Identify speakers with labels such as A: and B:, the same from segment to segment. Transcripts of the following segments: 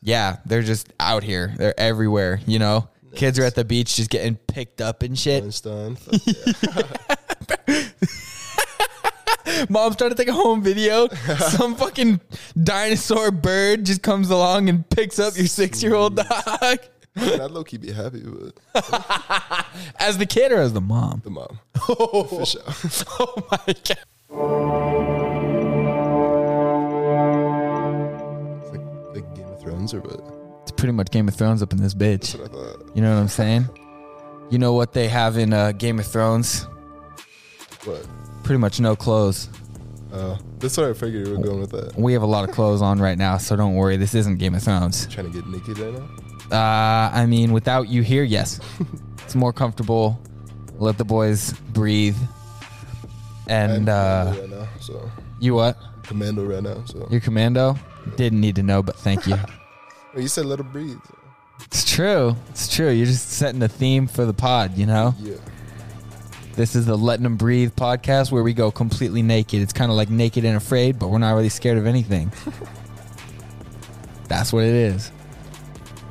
A: yeah, they're just out here. They're everywhere, you know? Kids are at the beach just getting picked up and shit.
B: It's done. Fuck yeah.
A: Mom's trying to take a home video. Some fucking dinosaur bird just comes along and picks up your six year old dog.
B: Man, I'd low key be happy with
A: As the kid or as the mom?
B: the mom. Oh, for sure.
A: Oh my God.
B: It's like, like Game of Thrones or what?
A: It's pretty much Game of Thrones up in this bitch.
B: That's what I thought.
A: You know what I'm saying? You know what they have in uh, Game of Thrones?
B: What?
A: Pretty much no clothes.
B: Uh, that's what I figured you were going with that.
A: We have a lot of clothes on right now, so don't worry. This isn't Game of Thrones.
B: Trying to get naked right now?
A: Uh, I mean, without you here, yes. It's more comfortable. Let the boys breathe. And
B: I'm
A: uh,
B: commando right now, so
A: you what?
B: commando right now. So
A: Your commando? Didn't need to know, but thank you.
B: Well, you said let it breathe. so,
A: it's true. It's true. You're just setting the theme for the pod, you know?
B: Yeah.
A: This is the Letting Them Breathe podcast where we go completely naked. It's kind of like naked and afraid, but we're not really scared of anything. That's what it is.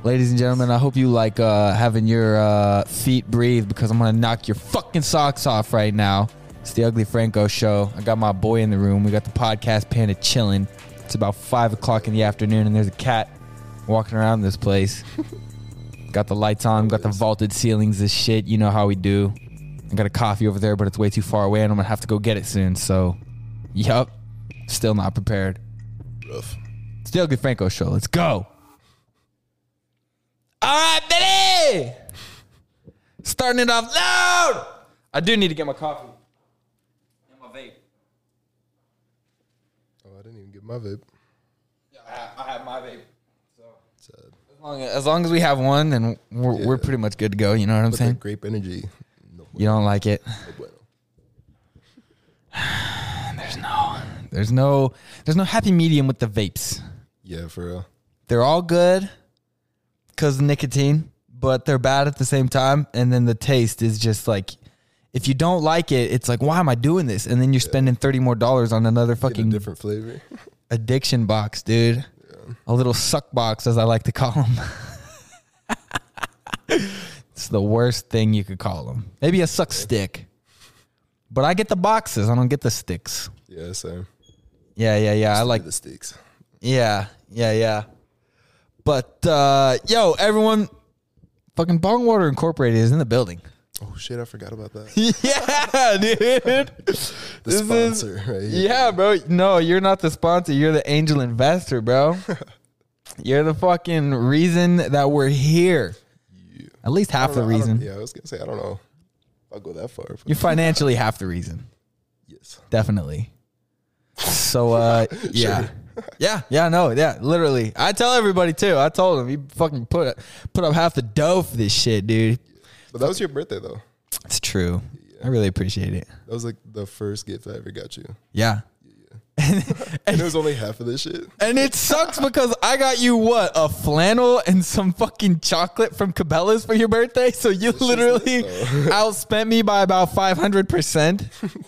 A: Ladies and gentlemen, I hope you like uh, having your uh, feet breathe because I'm going to knock your fucking socks off right now. It's the Ugly Franco show. I got my boy in the room. We got the podcast panda chilling. It's about 5 o'clock in the afternoon, and there's a cat walking around this place. got the lights on, got the vaulted ceilings, this shit. You know how we do. I got a coffee over there, but it's way too far away, and I'm gonna have to go get it soon. So, yup, still not prepared.
B: Rough.
A: It's the Ugly Franco show. Let's go. All right, Billy. Starting it off loud. I do need to get my coffee and my vape.
B: Oh, I didn't even get my vape.
A: Yeah, I have, I have my vape. So
B: Sad.
A: as long as, as long as we have one, then we're, we're
B: Yeah.
A: pretty much good to go. You know what I'm
B: But that
A: saying?
B: grape energy. No
A: You don't like it.
B: bueno.
A: There's no, there's no, there's no happy medium with the vapes.
B: Yeah, for real.
A: they're all good because of nicotine, but they're bad at the same time. And then the taste is just like, if you don't like it, it's like, why am I doing this? And then you're spending thirty more dollars on another
B: Get a
A: fucking
B: different flavor.
A: addiction box, dude. A little suck box, as I like to call them. it's the worst thing you could call them. Maybe a suck stick, but I get the boxes. I don't get the sticks.
B: Yeah, same.
A: Yeah, yeah, yeah. I like
B: the sticks.
A: yeah, yeah, yeah. But uh yo, everyone fucking Bong Water Incorporated is in the building.
B: Oh shit, I forgot about that.
A: yeah, dude.
B: The
A: This is-
B: sponsor right here.
A: yeah, bro. No, you're not the sponsor. You're the angel investor, bro. you're the fucking reason that we're here.
B: Yeah.
A: At least
B: I
A: half
B: don't
A: the
B: know- I don't-
A: reason.
B: Yeah, I was gonna say I don't know. If I'll go that far. but-
A: You're financially half the reason.
B: yes.
A: Definitely. So uh yeah. Yeah, yeah, no, yeah, literally. I tell everybody too. I told him you fucking put put up half the dough for this shit, dude.
B: But that was your birthday though.
A: It's true. I really appreciate it.
B: That was like the first gift I ever got you.
A: Yeah.
B: And it was only half of this shit.
A: And it sucks because I got you what? A flannel and some fucking chocolate from Cabela's for your birthday. So you
B: just
A: literally
B: lit,
A: outspent me by about 500%.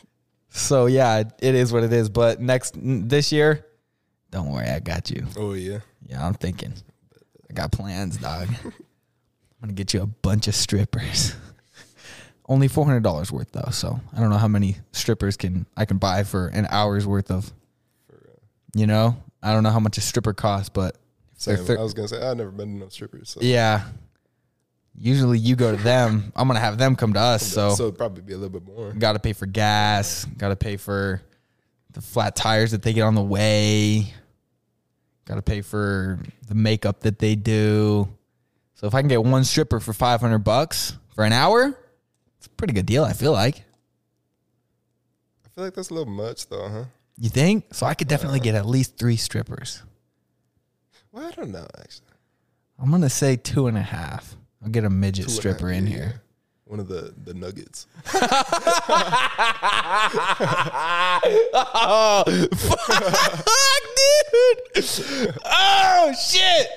A: so yeah, it- it is what it is. But next, this year, don't worry, I got you.
B: Oh yeah.
A: Yeah, I'm thinking. I got plans, dog. I'm gonna get you a bunch of strippers. Only four hundred dollars worth though, so I don't know how many strippers can I can buy for an hour's worth of. You know, I don't know how much a stripper costs, but if they're
B: Same.
A: thir-
B: I was gonna say I've never been to no strippers. So.
A: yeah. Usually you go to them. I'm gonna have them come to us, so,
B: so it'd probably be a little bit more.
A: gotta pay for gas, gotta pay for the flat tires that they get on the way, gotta pay for the makeup that they do. So if I can get one stripper for five hundred bucks for an hour, it's a pretty good deal. I feel like
B: I feel like that's a little much though, huh?
A: you think so. I could definitely get at least three strippers.
B: Well, I don't know actually.
A: I'm gonna say two and a half. I'll get a midget
B: Two and a
A: stripper
B: half,
A: in
B: yeah,
A: here.
B: yeah. One of the the nuggets.
A: oh, fuck, dude. Oh, shit.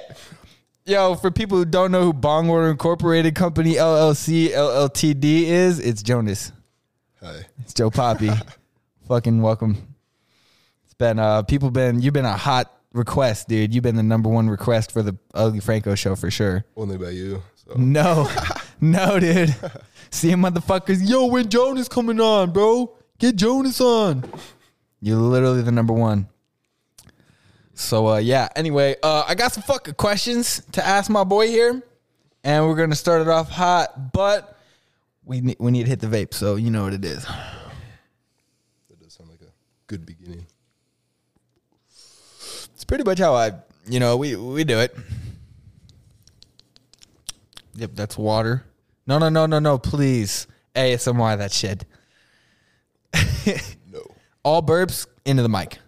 A: Yo, for people who don't know who Bong Water Incorporated Company LLC LLTD is, it's Jonas.
B: Hi.
A: It's Joe Poppy. Fucking welcome. It's been uh people been you've been a hot request, dude. You've been the number one request for the Ugly Franco show for sure.
B: Only by you. So
A: No, no, dude. See you motherfuckers. Yo, when Jonas coming on, bro? Get Jonas on. You're literally the number one. So uh, yeah. Anyway, uh, I got some fucking questions to ask my boy here, and we're gonna start it off hot, but we need, we need to hit the vape. So you know what it is.
B: that does sound like a good beginning.
A: It's pretty much how I, you know, we we do it. Yep, that's water. No, no, no, no, no. Please ASMR that shit.
B: No.
A: All burps into the mic.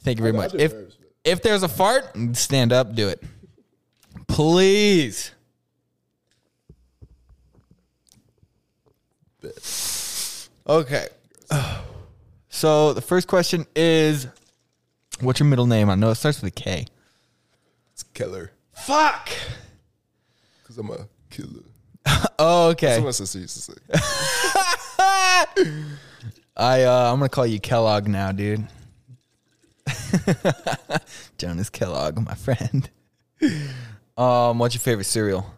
A: Thank you very much.
B: do
A: If
B: burps, but-
A: if there's a fart, stand up, do it. Please. Okay. So the first question is, what's your middle name? I know it starts with a K.
B: It's Keller.
A: Fuck.
B: Because I'm a killer.
A: Oh, okay.
B: That's what my sister used to say.
A: I uh, I'm gonna call you Kellogg now, dude. Jonas Kellogg, my friend. Um, what's your favorite cereal?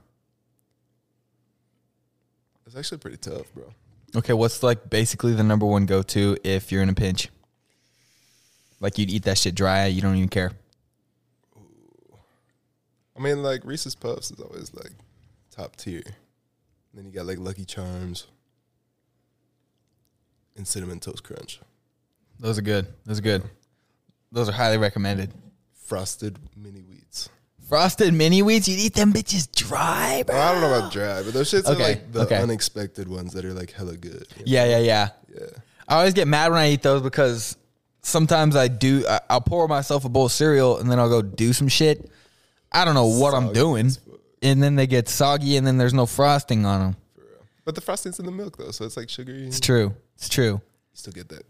B: It's actually pretty tough, bro.
A: Okay, what's like basically the number one go to if you're in a pinch? Like you'd eat that shit dry, you don't even care.
B: I mean, like Reese's Puffs is always like top tier. then you got like Lucky Charms and Cinnamon Toast Crunch,
A: Those are good. Those are good. Those are highly recommended.
B: frosted mini wheats.
A: Frosted mini wheats, you'd eat them bitches dry, bro.
B: I don't know about dry, but those shits are
A: Okay,
B: like the
A: okay.
B: unexpected ones that are like hella good. you know?
A: Yeah, yeah, yeah.
B: Yeah.
A: I always get mad when I eat those because sometimes I do. I, I'll pour myself a bowl of cereal and then I'll go do some shit. I don't know what I'm
B: Soggy
A: doing,
B: as fuck.
A: and then they get soggy, and then there's no frosting on them.
B: for real. But the frosting's in the milk though, so it's like sugary.
A: It's
B: and You
A: true. It's true.
B: still get that.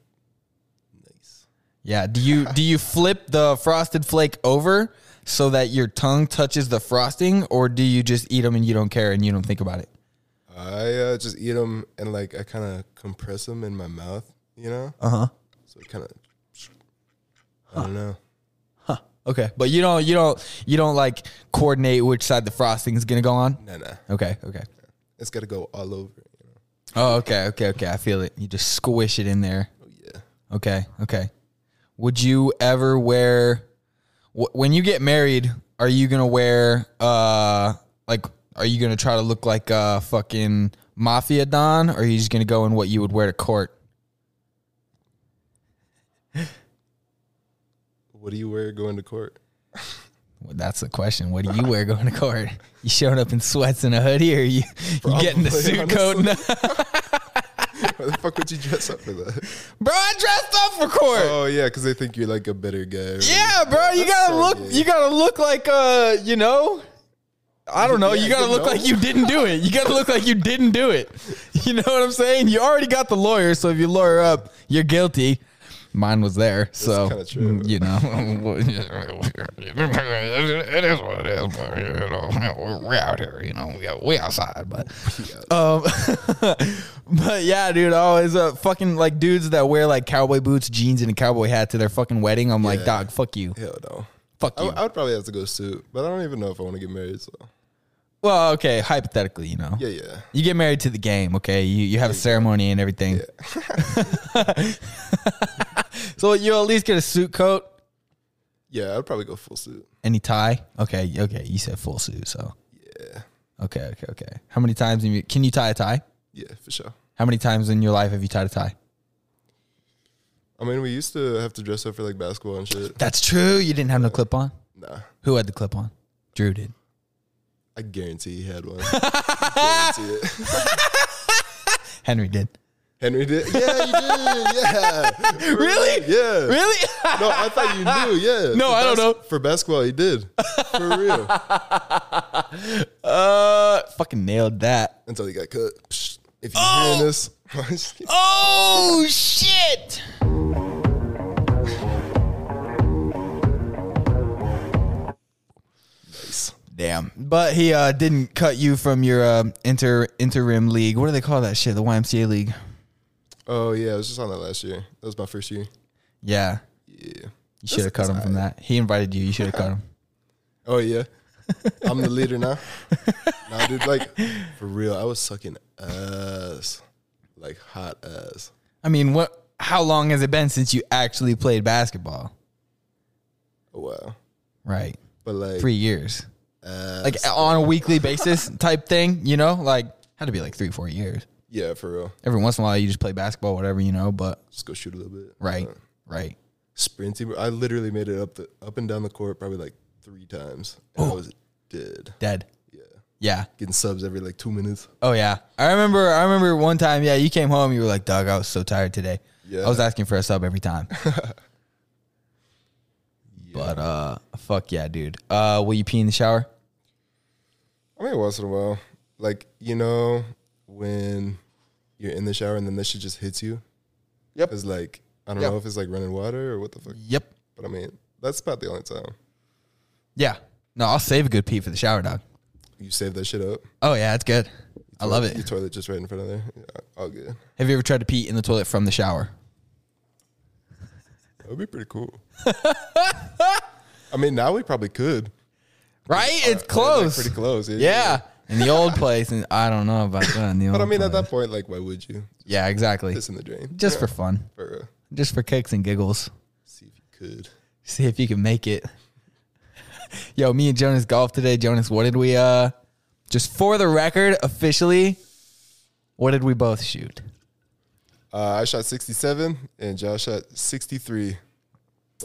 B: Nice.
A: Yeah. Do you do you flip the frosted flake over so that your tongue touches the frosting, or do you just eat them and you don't care and you don't think about it?
B: I uh, just eat them and like I kind of compress them in my mouth, you know.
A: Uh huh.
B: So it kind of. I don't know.
A: Okay, but you don't you don't you don't like coordinate which side the frosting is gonna go on.
B: Nah, nah.
A: Okay. Okay.
B: It's got to go all over. You know?
A: Oh, okay, okay, okay. I feel it. You just squish it in there.
B: Oh yeah.
A: Okay, okay. Would you ever wear wh- when you get married? Are you gonna wear uh like? Are you gonna try to look like a fucking mafia don, or are you just gonna go in what you would wear to court?
B: What do you wear going to court?
A: Well, that's the question. What do you wear going to court? You showing up in sweats and a hoodie, or you you getting the
B: Probably,
A: suit coat? And
B: Why the fuck would you dress up for that?
A: bro, I dressed up for court.
B: Oh yeah, because they think you're like a better guy. or
A: Yeah, bro, you
B: That's
A: gotta
B: so
A: look.
B: gay.
A: You gotta look like uh, you know. I don't know.
B: Yeah,
A: you gotta
B: you
A: look
B: know.
A: like you didn't do it. You gotta look like you didn't do it. You know what I'm saying? You already got the lawyer, so if you lawyer up, you're guilty. Mine was there, so
B: kinda true.
A: you know.
C: it is what it is, but you know, we're- we're out here, you know, we we outside, but
A: Um, but yeah, dude, always uh, fucking like dudes that wear like cowboy boots, jeans, and a cowboy hat to their fucking wedding. I'm like,
B: Yeah.
A: dog, fuck you,
B: Hell no.
A: fuck
B: I,
A: you.
B: w- I would probably have to go suit, but I don't even know if I want to get married. So
A: well, okay, hypothetically, you know.
B: yeah, yeah.
A: You get married to the game, okay? You you have a ceremony and everything. so you at least get a suit coat,
B: Yeah, I'd probably go full suit.
A: any tie. Okay, okay. You said full suit, so
B: Yeah,
A: okay, okay, okay. How many times have you, can you tie a tie?
B: yeah, for sure.
A: How many times in your life have you tied a tie?
B: I mean, we used to have to dress up for like basketball and shit.
A: That's true. You didn't have no clip on.
B: Nah,
A: Who had the clip on? Drew did.
B: I guarantee he had one. guarantee it.
A: Henry did.
B: Henry did. Yeah, you did. Yeah.
A: Really?
B: Yeah.
A: Really?
B: No, I thought you knew. Yeah.
A: No,
B: For
A: I don't know.
B: For basketball, he did. For real.
A: uh, fucking nailed that.
B: Until he got cut. Psh, if you're hearing this,
A: Oh shit!
B: nice.
A: Damn. But he uh, didn't cut you from your uh, inter interim league. What do they call that shit? The YMCA league.
B: Oh yeah, I was just on that last year. That was my first year.
A: Yeah.
B: Yeah.
A: You should have cut him from that. He invited you. You should have cut him.
B: Oh yeah, I'm the leader now. now, dude, like for real, I was sucking ass, like hot ass.
A: I mean, what? How long has it been since you actually played basketball?
B: Oh wow,
A: Right,
B: but like uh,
A: three years,
B: ass-
A: like on a weekly basis type thing. You know, like had to be like three, four years.
B: yeah, for real.
A: Every once in a while, you just play basketball, whatever you know. But
B: Just go shoot a little bit.
A: right,
B: Uh,
A: right.
B: sprinting. I literally made it up the up and down the court probably like three times. And I was dead.
A: Dead.
B: Yeah,
A: Yeah.
B: getting subs every like two minutes.
A: Oh yeah. I remember I remember one time, yeah, you came home, you were like, Doug, I was so tired today.
B: Yeah.
A: I was asking for a sub every time. But uh fuck yeah, dude. Uh will you pee in the shower?
B: I mean, once in a while, like you know, when you're in the shower and then this shit just hits you.
A: Yep.
B: Cause like I don't
A: Yep.
B: know if it's like running water or what the fuck,
A: Yep.
B: but I mean that's about the only time
A: Yeah. No, I'll save a good pee for the shower, dog.
B: you save that shit up.
A: Oh yeah, it's good. I love
B: Your
A: it.
B: toilet just right in front of there. Yeah, all good.
A: Have you ever tried to pee in the toilet from the shower?
B: That would be pretty cool. I mean, now we probably could.
A: Right? It's
B: Uh, Like,
A: close.
B: pretty close.
A: Yeah. In the old place, and I don't know about that. In the
B: But I
A: old
B: mean, at
A: place.
B: that point, like, why would you?
A: yeah, exactly.
B: Piss in the drain.
A: Just
B: Yeah,
A: for fun,
B: for uh,
A: just for kicks and giggles.
B: see if you could.
A: See if you can make it. Yo, me and Jonas golf today. Jonas, what did we uh just for the record officially what did we both shoot?
B: Uh, I shot 67 and Josh shot 63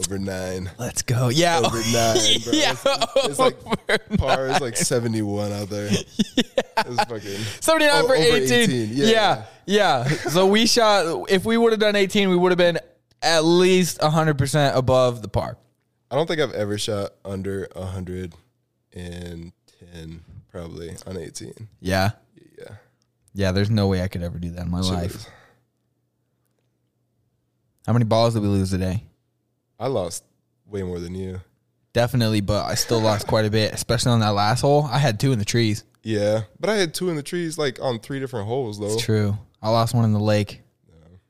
B: over nine.
A: Let's go. Yeah.
B: Over nine, bro.
A: yeah.
B: It's like par is like 71 out there. It's fucking.
A: 79
B: Oh,
A: for
B: over
A: 18.
B: 18.
A: Yeah.
B: Yeah,
A: Yeah. so we shot if we would have done 18, we would have been at least 100% above the par.
B: I don't think I've ever shot under 110, probably on 18.
A: Yeah.
B: Yeah.
A: Yeah, there's no way I could ever do that in my
B: Shit
A: life.
B: was-
A: How many balls did we lose today?
B: I lost way more than you.
A: Definitely, but I still lost quite a bit, especially on that last hole. I had two in the trees.
B: Yeah, but I had two in the trees, like on three different holes, though.
A: It's true. I lost one in the lake.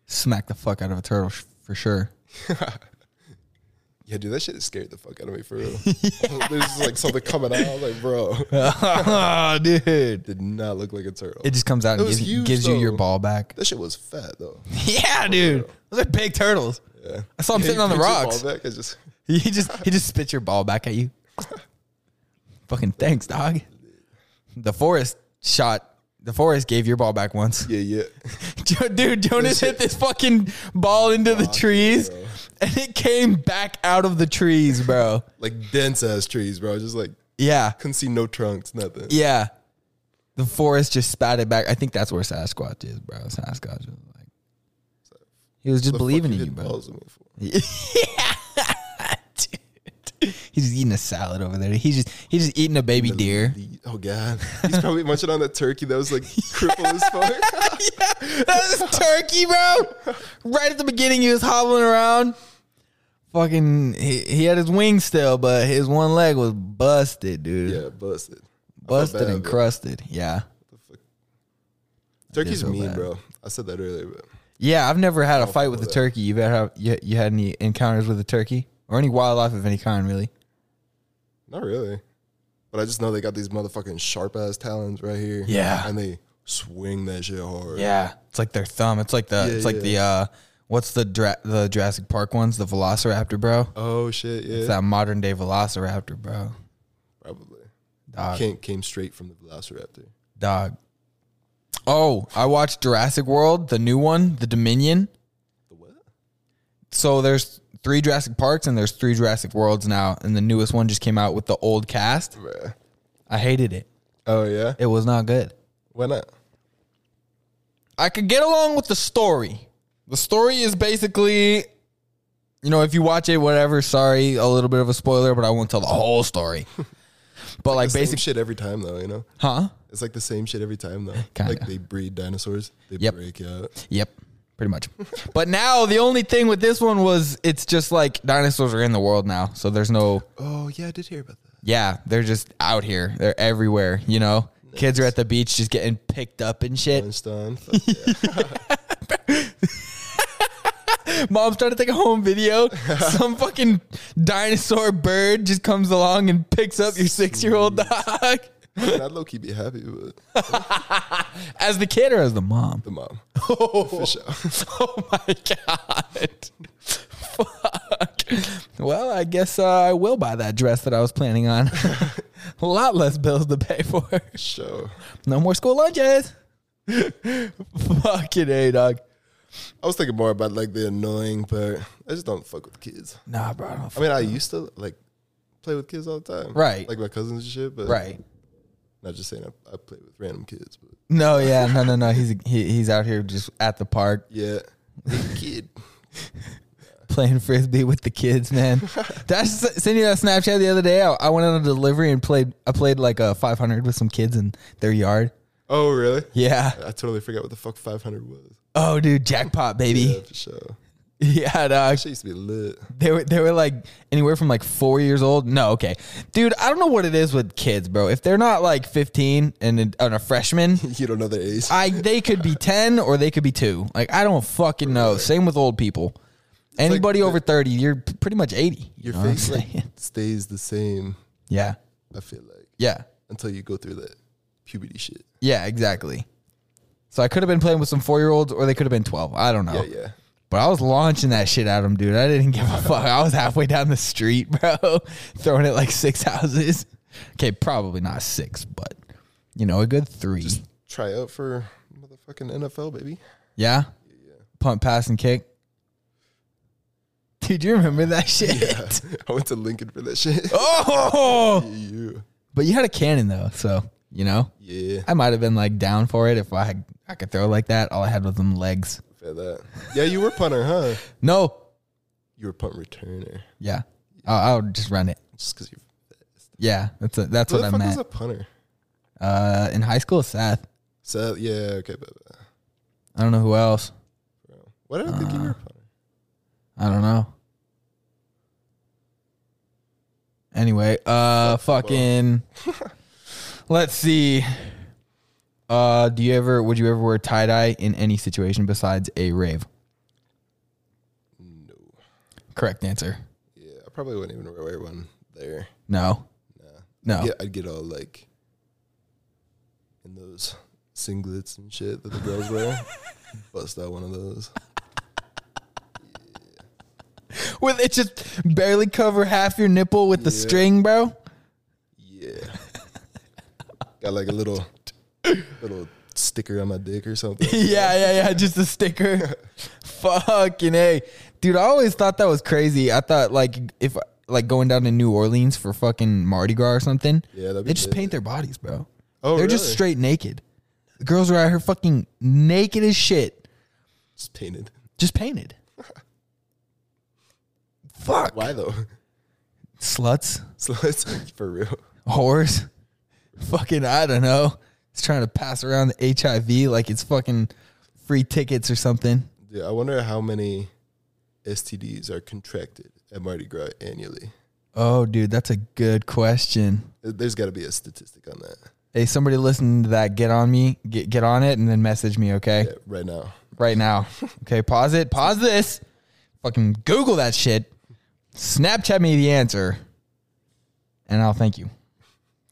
A: Smacked the fuck out of a turtle sh- for sure.
B: Yeah, dude, that shit scared the fuck out of me for real. There's like something coming out. I was like, bro,
A: oh, dude.
B: did not look like a turtle.
A: It just comes out and
B: It was
A: gives,
B: huge,
A: gives you your
B: though.
A: ball back.
B: that shit was fat though.
A: Yeah, dude. Those are big turtles.
B: Yeah.
A: I saw him
B: Yeah,
A: sitting
B: you
A: on the
B: picked your ball
A: rocks.
B: Back, it's just
A: He just he just spits your ball back at you. Fucking thanks, dog. The forest shot. The forest gave your ball back once.
B: yeah, yeah.
A: Jo- Dude, Jonas hit this fucking ball into the trees,
B: bro.
A: and it came back out of the trees, bro.
B: Like dense ass trees, bro. Just like
A: Yeah.
B: couldn't see no trunks, nothing.
A: Yeah. The forest just spat it back. I think that's where Sasquatch is, bro. Sasquatch was like, he was just
B: The fuck
A: believing in you,
B: hitting
A: bro.
B: balls at me for?
A: Dude. He's just eating a salad over there. He's just he's just eating a baby deer.
B: The- Oh god, he's probably munching on that turkey that was like crippled as fuck.
A: That was a turkey, bro. Right at the beginning, he was hobbling around. Fucking, he, he had his wings still, but his one leg was busted, dude.
B: yeah, busted, I felt
A: busted
B: bad,
A: and
B: bro.
A: crusted. Yeah,
B: The fuck? Turkey's
A: feel
B: mean,
A: bad.
B: bro. I said that earlier, but
A: yeah. I've never had a fight
B: fuck
A: with a
B: with that.
A: turkey. You've had have- you, you had any encounters with a turkey or any wildlife of any kind, really?
B: Not really. But I just know they got these motherfucking sharp ass talons right here.
A: Yeah.
B: And they swing that shit hard.
A: Yeah, it's like their thumb. It's like the
B: Yeah,
A: it's like
B: yeah.
A: the uh, what's the dra- the Jurassic Park ones, the Velociraptor, bro.
B: Oh shit, yeah.
A: It's that modern day Velociraptor, bro.
B: Probably.
A: Dog.
B: Came came straight from the Velociraptor.
A: Dog. Oh, I watched Jurassic World, the new one, the Dominion.
B: The what?
A: So there's three Jurassic Parks and there's three Jurassic Worlds now, and the newest one just came out with the old cast.
B: Bruh.
A: I hated it.
B: Oh yeah?
A: It was not good.
B: Why not?
A: I could get along with the story. The story is basically, you know, if you watch it, whatever. Sorry, a little bit of a spoiler, but I won't tell the whole story. But like,
B: Same
A: basic,
B: shit every time though, you know?
A: huh?
B: It's like the same shit every time though.
A: Kinda.
B: Like they breed dinosaurs, they
A: Yep.
B: break out.
A: Yep, pretty much. but now the only thing with this one was it's just like dinosaurs are in the world now, so there's no.
B: Oh yeah, I did hear about that.
A: Yeah, they're just out here. They're everywhere. You know, kids are at the beach just getting picked up and shit.
B: Einstein. Fuck yeah.
A: Mom's trying to take a home video. Some fucking dinosaur bird just comes along and picks up your six year old dog.
B: I'd low key be happy with
A: As the kid or as the mom?
B: the mom.
A: Oh,
B: For sure.
A: oh my god. Fuck. Well, I guess uh, I will buy that dress that I was planning on. a lot less bills to pay for.
B: sure.
A: No more school lunches. Fucking A, dog.
B: I was thinking more about like the annoying part. I just don't fuck with kids.
A: Nah, bro. I don't
B: I mean, I used to like play with kids all the time,
A: Right.
B: Like my cousins and shit. But
A: Right.
B: not just saying I, I play with random kids, but
A: No, yeah, no, no, no. He's he, he's out here just at the park
B: yeah, Hey, kid.
A: playing frisbee with the kids, man. Did I s- send you that Snapchat the other day? I, I went on a delivery and played. I played like a 500 with some kids in their yard.
B: Oh really?
A: Yeah.
B: I totally forgot what the fuck 500 was.
A: Oh, dude, jackpot,
B: Yeah,
A: baby.
B: for sure.
A: Yeah, dog.
B: She used to be lit.
A: They were they were like anywhere from like four years old. No, okay, dude. I don't know what it is with kids, bro. If they're not like 15 and a, and a freshman,
B: You don't know their age.
A: I they could be 10 or they could be two. Like I don't fucking know. Same with old people. Anybody
B: the-
A: over 30, you're p- pretty much 80. you
B: Your
A: know what I'm
B: face like,
A: saying?
B: stays the same.
A: Yeah.
B: I feel like
A: Yeah.
B: until you go through that puberty shit.
A: Yeah, exactly. So I could have been playing with some 4-year-olds or they could have been 12. I don't know.
B: Yeah, yeah.
A: But I was launching that shit at them, dude. I didn't give a fuck. I was halfway down the street, bro, throwing it like six houses. Okay, probably not six, but you know, a good 3.
B: Try out for motherfucking NFL, baby.
A: Yeah? Punt, pass, and kick. Dude, you remember that shit?
B: I went to Lincoln for that shit.
A: Oh,
B: You.
A: but you had a cannon though, so you know
B: Yeah,
A: I might have been like down for it if I had, I could throw like that. All I had was them legs.
B: feel that. Yeah, you were punter, huh?
A: No,
B: You were punt returner.
A: yeah, I, I would just run it.
B: Just because you're fast.
A: Yeah, that's a, that's
B: Who
A: what
B: the
A: I
B: fuck is
A: meant.
B: a punter?
A: Uh, in high school, Seth.
B: So, yeah, okay, but uh,
A: I don't know who else.
B: bro. Why did I think
A: Uh.
B: you were a punter?
A: I don't know. Anyway, uh, fucking. let's see. Uh, do you ever? Would you ever wear tie dye in any situation besides a rave?
B: No.
A: Correct answer.
B: Yeah, I probably wouldn't even wear one there.
A: No. No.
B: Yeah, I'd get all like in those singlets and shit that the girls wear. Bust out one of those.
A: With it just barely cover half your nipple with the
B: Yeah.
A: string, bro.
B: Yeah. Got like a little little sticker on my dick or something.
A: yeah, yeah, yeah. Just a sticker. Fucking a, dude. I always thought that was crazy. I thought like if like going down to New Orleans for fucking Mardi Gras or something.
B: Yeah, that'd be
A: they just
B: lit.
A: paint their bodies, bro.
B: Oh,
A: they're just
B: really?
A: straight naked. The girls are out here fucking naked as shit,
B: It's painted.
A: just painted. Fuck
B: Why though?
A: sluts.
B: So it's for real.
A: whores. Fucking, I don't know. It's trying to pass around the HIV like it's fucking free tickets or something.
B: Dude, I wonder how many STDs are contracted at Mardi Gras annually.
A: Oh, dude, that's a good question.
B: There- There's got to be a statistic on that.
A: Hey, somebody listening to that, get on me, get get on it, and then message me, okay?
B: Yeah, right now.
A: Right now. Okay, pause it, pause this. Fucking Google that shit. Snapchat me the answer, and I'll thank you.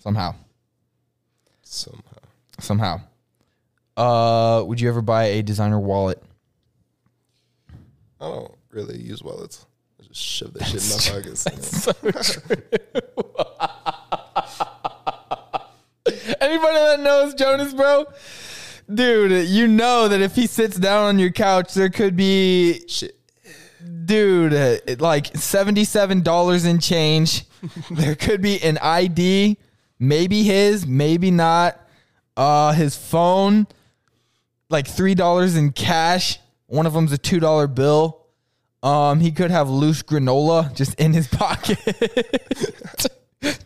A: Somehow,
B: Somehow.
A: somehow. Uh, would you ever buy a designer wallet?
B: I don't really use wallets. I just shove that shit in my pockets.
A: so true. Anybody that knows Jonas, bro, dude, you know that if he sits down on your couch, there could be,
B: shit.
A: dude, it- like seventy-seven dollars in change. there could be an ID, maybe his, maybe not. Uh, his phone, like three dollars in cash. One of them's a two-dollar bill. Um, he could have loose granola just in his pocket,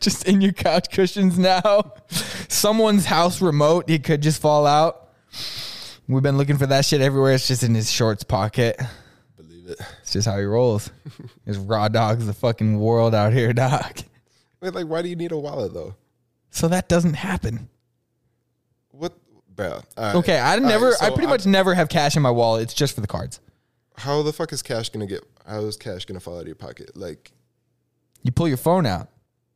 A: just in your couch cushions now. Someone's house remote, it could just fall out. We've been looking for that shit everywhere. It's just in his shorts pocket.
B: Believe it.
A: It's just how he rolls. His raw dog's the fucking world out here, doc.
B: Wait, like, why do you need a wallet though?
A: So that doesn't happen.
B: What, bro? all right.
A: Okay, I
B: All right,
A: never, I
B: so
A: pretty
B: I'm-
A: much never have cash in my wallet. It's just for the cards.
B: how the fuck is cash gonna get? How is cash gonna fall out of your pocket? Like,
A: You pull your phone out,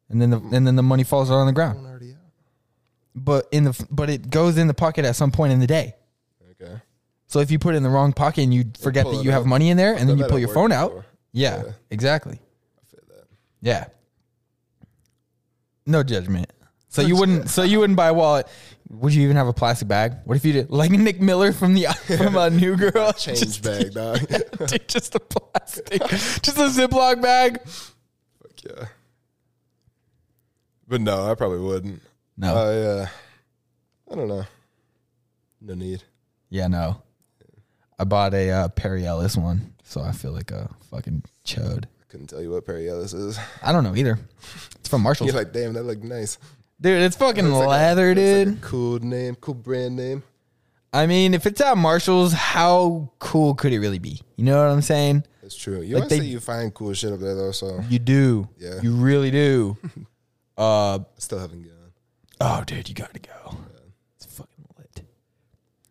A: and then the and then the money falls out on the
B: phone
A: ground.
B: already out.
A: But in the but it goes in the pocket at some point in the day.
B: Okay.
A: So if you put it in the wrong pocket and you forget
B: pull
A: that
B: it
A: you have
B: out.
A: money in there, and then
B: done
A: you
B: that
A: pull
B: at
A: your
B: work
A: phone out,
B: before.
A: yeah,
B: Yeah.
A: exactly,
B: I feel that.
A: yeah. No judgment. So you wouldn't. So you wouldn't buy a wallet. Would you even have a plastic bag? What if you did like Nick Miller from the from a New Girl?
B: Change
A: Just-
B: bag, dog. fuck
A: Dude, just a plastic, just a Ziploc bag.
B: yeah. But no, I probably wouldn't.
A: No.
B: I uh, I don't know. No need.
A: yeah, no. I bought a uh, Perry Ellis one, so I feel like a fucking chode.
B: Couldn't tell you what Perry Ellis is.
A: I don't know either. It's from Marshalls,
B: You're like, damn, that looked nice.
A: dude. It's fucking
B: Looks like a-
A: leather,
B: looks like
A: dude.
B: a cool name, cool brand name.
A: I mean, if it's at Marshalls, how cool could it really be? You know what I'm saying?
B: That's true. You
A: Like
B: honestly
A: they-
B: you find cool shit up there though, so I
A: You do.
B: Yeah.
A: You really do. uh
B: still haven't gone.
A: oh dude, you gotta go. It's fucking lit.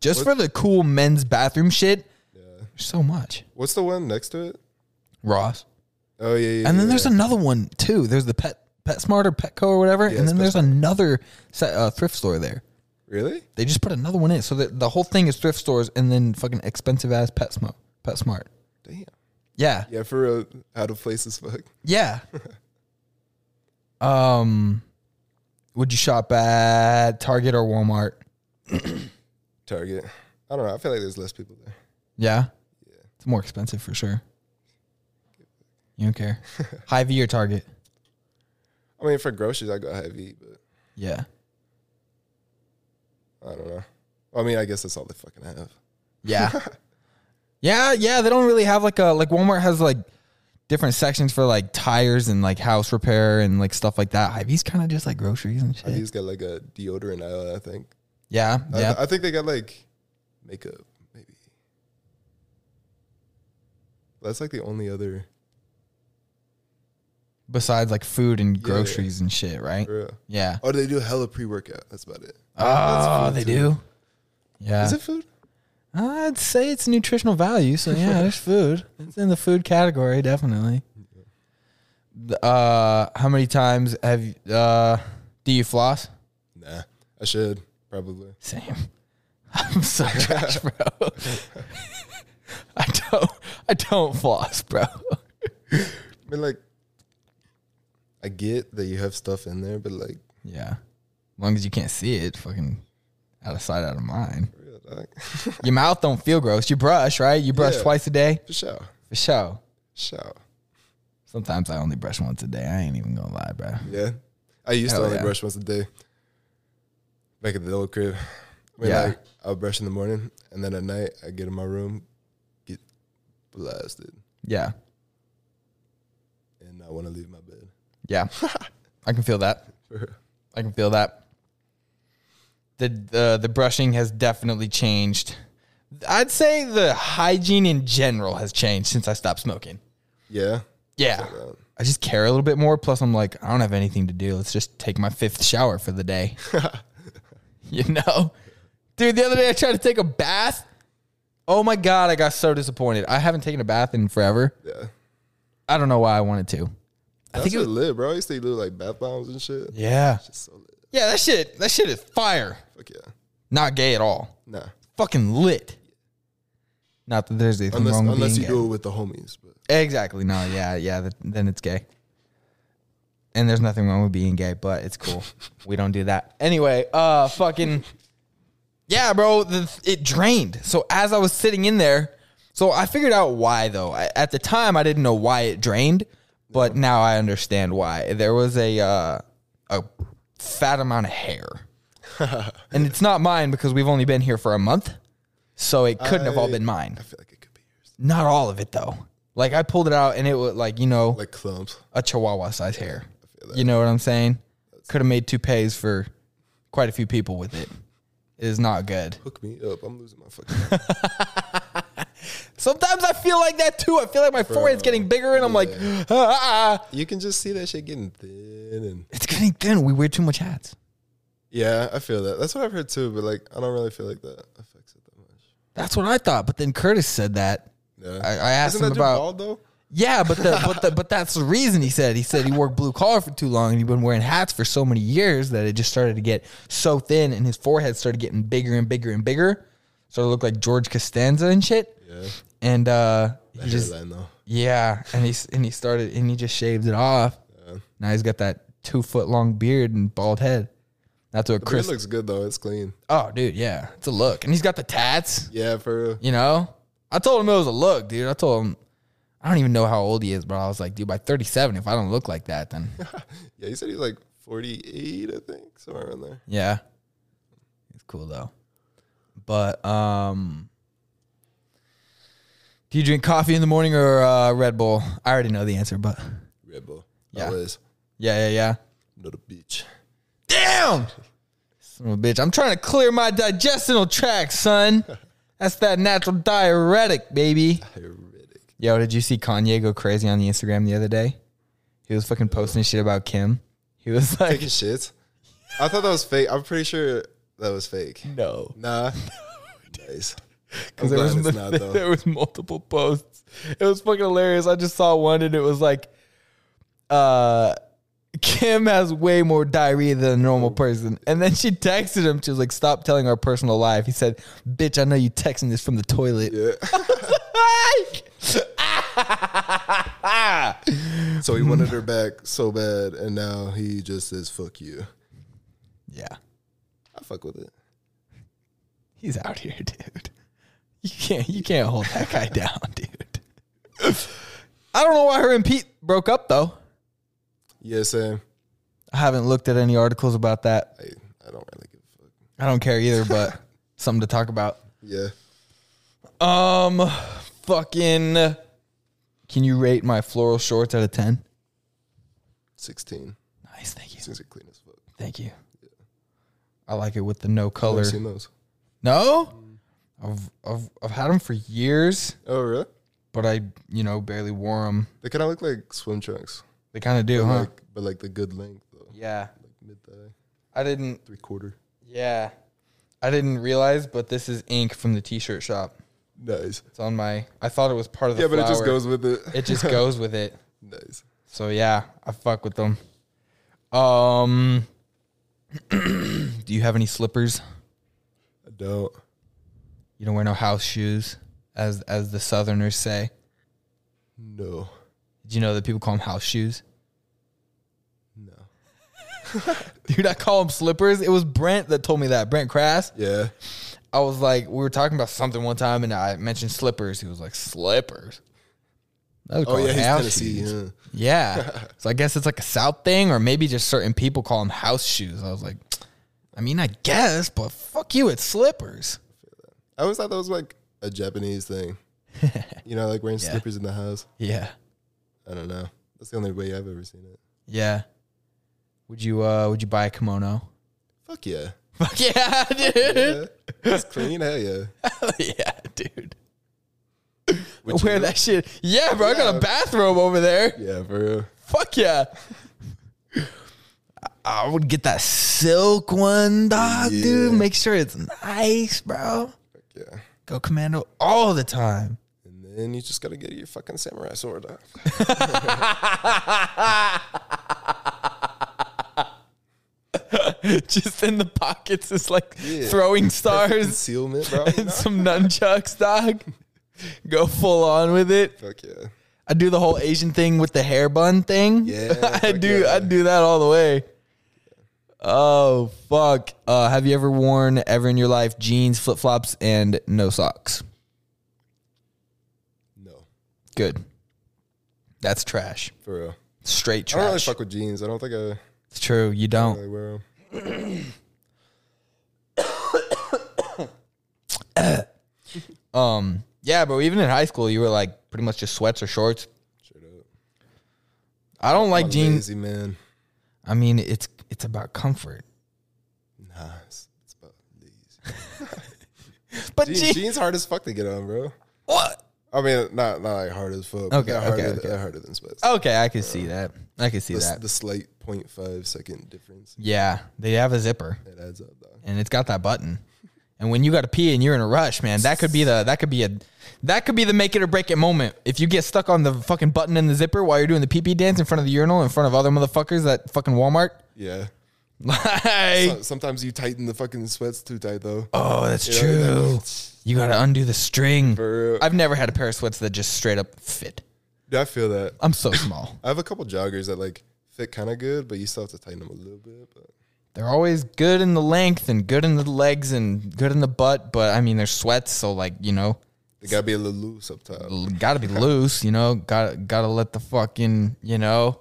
A: Just for the cool men's bathroom shit,
B: Yeah.
A: there's so much.
B: What's the one next to it?
A: Ross.
B: Oh yeah, yeah.
A: And then
B: yeah.
A: there's another one too. There's the pet pet smart or petco or whatever. and
B: it's
A: then there's another set, uh, thrift store there.
B: really?
A: They just put another one in. So the, the whole thing is thrift stores and then fucking expensive ass pet smart pet smart.
B: Damn.
A: Yeah.
B: Yeah, for real, out of place as fuck.
A: Yeah. um, would you shop at Target or Walmart?
B: Target. I don't know. I feel like there's less people there.
A: Yeah. It's more expensive for sure. You don't care. Hy-Vee or Target?
B: I mean, for groceries, I go heavy, but
A: Yeah.
B: I don't know. I mean, I guess that's all they fucking have.
A: Yeah. yeah, yeah. They don't really have like a like Walmart has like different sections for like tires and like house repair and like stuff like that. Hy-Vee's kind of just like groceries and shit.
B: He's got like a deodorant aisle, I think.
A: yeah,
B: I-
A: yeah.
B: I, think they got like makeup, maybe. That's like the only other.
A: Besides like food and groceries and shit, right?
B: For real.
A: Yeah.
B: Oh, they do hella pre workout. That's about it.
A: Oh, they do. Yeah.
B: Is it food?
A: I'd say it's nutritional value. So yeah, there's food. It's in the food category, definitely. The- Uh, how many times have you, uh, do you floss?
B: Nah, I should probably.
A: Same. I'm so trash, bro. I don't. I don't floss, bro.
B: I mean, like, I get that you have stuff in there, but like,
A: Yeah, as long as you can't see it, fucking out of sight, out of mind.
B: for real, dog.
A: Your mouth don't feel gross. You brush, right? You brush
B: Yeah.
A: twice a day
B: for sure.
A: for sure.
B: Sure.
A: Sometimes I only brush once a day. I ain't even gonna lie, bro.
B: Yeah. I used
A: Hell
B: to only
A: yeah.
B: brush once a day. Back at the old crib. I mean,
A: Yeah.
B: like, I'll brush in the morning and then at night I get in my room, get blasted,
A: Yeah.
B: and I want to leave my bed.
A: Yeah. I can feel that.
B: For real.
A: I can feel that. The the the brushing has definitely changed. I'd say the hygiene in general has changed since I stopped smoking.
B: yeah.
A: Yeah.
B: Um,
A: I just care a little bit more. Plus, I'm like, I don't have anything to do. Let's just take my fifth shower for the day. you know? Dude, the other day I tried to take a bath. Oh my God, I got so disappointed. I haven't taken a bath in forever.
B: Yeah.
A: I don't know why I wanted to. I
B: That's
A: think it
B: what
A: was.
B: lit, bro. I used to do like bath bombs and shit.
A: Yeah.
B: So lit.
A: Yeah, that shit, that shit is fire.
B: Fuck yeah.
A: Not gay at all.
B: Nah.
A: Fucking lit. Not that there's anything
B: Unless
A: wrong with
B: unless you
A: being
B: do
A: gay.
B: it with the homies, but
A: Exactly. No, yeah, yeah, th- then it's gay. And there's nothing wrong with being gay, but it's cool. we don't do that. Anyway, uh fucking Yeah, bro, the, it drained. So as I was sitting in there, so I figured out why though. I, at the time I didn't know why it drained, but now I understand why. There was a uh a fat amount of hair. and it's not mine because we've only been here for a month. So it couldn't have all
B: I-
A: been mine.
B: I feel like it could be yours.
A: Not all of it though. Like I pulled it out and it was like, you know,
B: Like clumps.
A: a chihuahua size hair.
B: feel that.
A: You know what I'm saying? Could have made toupees for quite a few people with it. It is not good.
B: Hook me up. I'm losing my fucking
A: Sometimes I feel like that too. I feel like my forehead's getting bigger and I'm like, ah, ah, ah.
B: You can just see that shit getting thin and
A: it's getting thin. We wear too much hats.
B: Yeah, I feel that. That's what I've heard too, but like I don't really feel like that affects it that much.
A: That's what I thought. But then Curtis said that.
B: Yeah.
A: I, I asked
B: Isn't that
A: him
B: dude
A: about.
B: bald though?
A: Yeah, but the, but the, but that's the reason he said. He said he worked blue collar for too long and he'd been wearing hats for so many years that it just started to get so thin and his forehead started getting bigger and bigger and bigger. So it looked like George Costanza and shit.
B: Yeah.
A: And uh
B: That
A: he just
B: hairline though.
A: yeah, and he s- and he started and he just shaved it off. Now he's got that 2 foot long beard and bald head. That's what
B: Chris
A: Chris
B: looks good though. It's clean.
A: Oh, dude, yeah. It's a look. And he's got the tats.
B: Yeah, for real.
A: You know, I told him it was a look, dude. I told him I don't even know how old he is, but I was like, dude, by 37, if I don't look like that, then
B: Yeah, he said he's like 48, I think, somewhere around there.
A: yeah, it's cool though. But um, do you drink coffee in the morning or uh, Red Bull? I already know the answer, but
B: Red Bull.
A: Yeah.
B: Always.
A: yeah, yeah, yeah.
B: Not a beach.
A: Damn, son of a bitch! I'm trying to clear my digestional tract, son. That's that natural diuretic, baby.
B: Pyretic.
A: Yo, did you see Kanye go crazy on the Instagram the other day? He was fucking posting shit about Kim. He was like,
B: Taking shits. I thought that was fake. I'm pretty sure that was fake.
A: no.
B: Nah. nice. I'm
A: Because there,
B: glad
A: was-
B: it's not though.
A: there was multiple posts. It was fucking hilarious. I just saw one and it was like, uh, Kim has way more diarrhea than a normal person. And then she texted him. She was like, stop telling our personal life. He said, bitch, I know you texting this from the toilet.
B: So he wanted her back so bad, and now he just says "fuck you."
A: yeah.
B: I fuck with it.
A: He's out here, dude. You can't you can't hold that guy down, dude. I don't know why her and Pete broke up though.
B: Yeah, Sam.
A: I haven't looked at any articles about that.
B: I I don't really give a fuck.
A: I don't care either, but something to talk about.
B: Yeah.
A: Um fucking Can you rate my floral shorts out of 10?
B: 16.
A: Nice, thank you.
B: Things are clean as fuck.
A: Thank you. I like it with the no
B: Never
A: color.
B: seen those.
A: No? I've, I've I've had them for years,
B: Oh, really?
A: but I, you know, barely wore them.
B: They kind of look like swim trunks.
A: They kind of do, huh?
B: Like, but like the good length, though.
A: Uh-huh. yeah.
B: Like mid thigh,
A: I didn't
B: three quarter.
A: Yeah. I didn't realize, but this is ink from the t-shirt shop.
B: Nice.
A: It's on my I thought it was part of the
B: Yeah, but it just
A: flower.
B: goes with it.
A: it just goes with it.
B: nice.
A: So yeah, I fuck with them. Um Do you have any slippers?
B: I don't.
A: You don't wear no house shoes as as the southerners say.
B: No.
A: Did you know that people call them house shoes?
B: No.
A: Dude, I call them slippers. It was Brent that told me that. Brent Crass.
B: Yeah.
A: I was like, we were talking about something one time, and I mentioned slippers. He was like, slippers. That was
B: Oh yeah, he's
A: house
B: Tennessee.
A: shoes.
B: Yeah.
A: Yeah. so I guess it's like a South thing, or maybe just certain people call them house shoes. I was like, I mean, I guess, but fuck you, it's slippers.
B: I always thought that was like a Japanese thing. you know, like wearing slippers in the house.
A: Yeah.
B: I don't know. That's the only way I've ever seen it.
A: Yeah. Would you uh would you buy a kimono?
B: Fuck yeah.
A: Fuck yeah, dude.
B: Yeah. it's clean. Hell yeah.
A: Hell Yeah, dude.
B: Would
A: Wear
B: you?
A: that shit. Yeah, bro. I got a
B: Yeah.
A: bathrobe over there.
B: Yeah, for real.
A: Fuck yeah. I I would get that silk one, dog,
B: Yeah.
A: dude. Make sure it's nice, bro.
B: Fuck yeah.
A: Go commando all the time.
B: And then you just gotta get your fucking samurai sword. Off.
A: Just in the pockets is like
B: Yeah.
A: throwing stars
B: Concealment, bro.
A: and
B: No?
A: some nunchucks, dog. Go full on with it.
B: Fuck yeah.
A: I do the whole Asian thing with the hair bun thing.
B: Yeah,
A: I
B: fuck
A: do.
B: yeah.
A: I do that all the way. Oh fuck! Uh, have you ever worn ever in your life jeans, flip flops, and no socks?
B: No,
A: Good. That's trash.
B: for real.
A: Straight
B: I don't really
A: trash.
B: fuck with jeans. I don't think I
A: it's true. You don't.
B: really wear them.
A: Um. Yeah, but even in high school, you were like pretty much just sweats or shorts.
B: Straight up.
A: I don't like
B: I'm a
A: jeans.
B: Lazy man.
A: I mean, it's it's about comfort.
B: Nah, it's, it's about lazy.
A: But
B: Jeans,
A: jeans.
B: jeans hard as fuck to get on, bro.
A: What?
B: I mean, not not like hard as fuck. but
A: Okay,
B: they're harder,
A: okay, okay.
B: they're harder than sweats.
A: Okay, I can see that. I can see
B: the, s-
A: that.
B: the slight 0.5 second difference
A: Yeah, they have a zipper.
B: that adds up, dog.
A: and it's got that button. And when you got to pee and you're in a rush, man, that could be the that could be a that could be the make it or break it moment. If you get stuck on the fucking button in the zipper while you're doing the pee pee dance in front of the urinal in front of other motherfuckers at fucking Walmart,
B: Yeah.
A: like
B: So- sometimes you tighten the fucking sweats too tight though.
A: oh, that's
B: Yeah,
A: true.
B: yeah.
A: You got to undo the string.
B: For real.
A: I've never had a pair of sweats that just straight up fit.
B: Yeah, I feel that.
A: I'm so small.
B: I have a couple joggers that like fit kind of good, but you still have to tighten them a little bit. But
A: They're always good in the length and good in the legs and good in the butt, but I mean they're sweats, so like you know,
B: they gotta be a little loose up top.
A: got to be loose, you know. Got got to let the fucking, you know,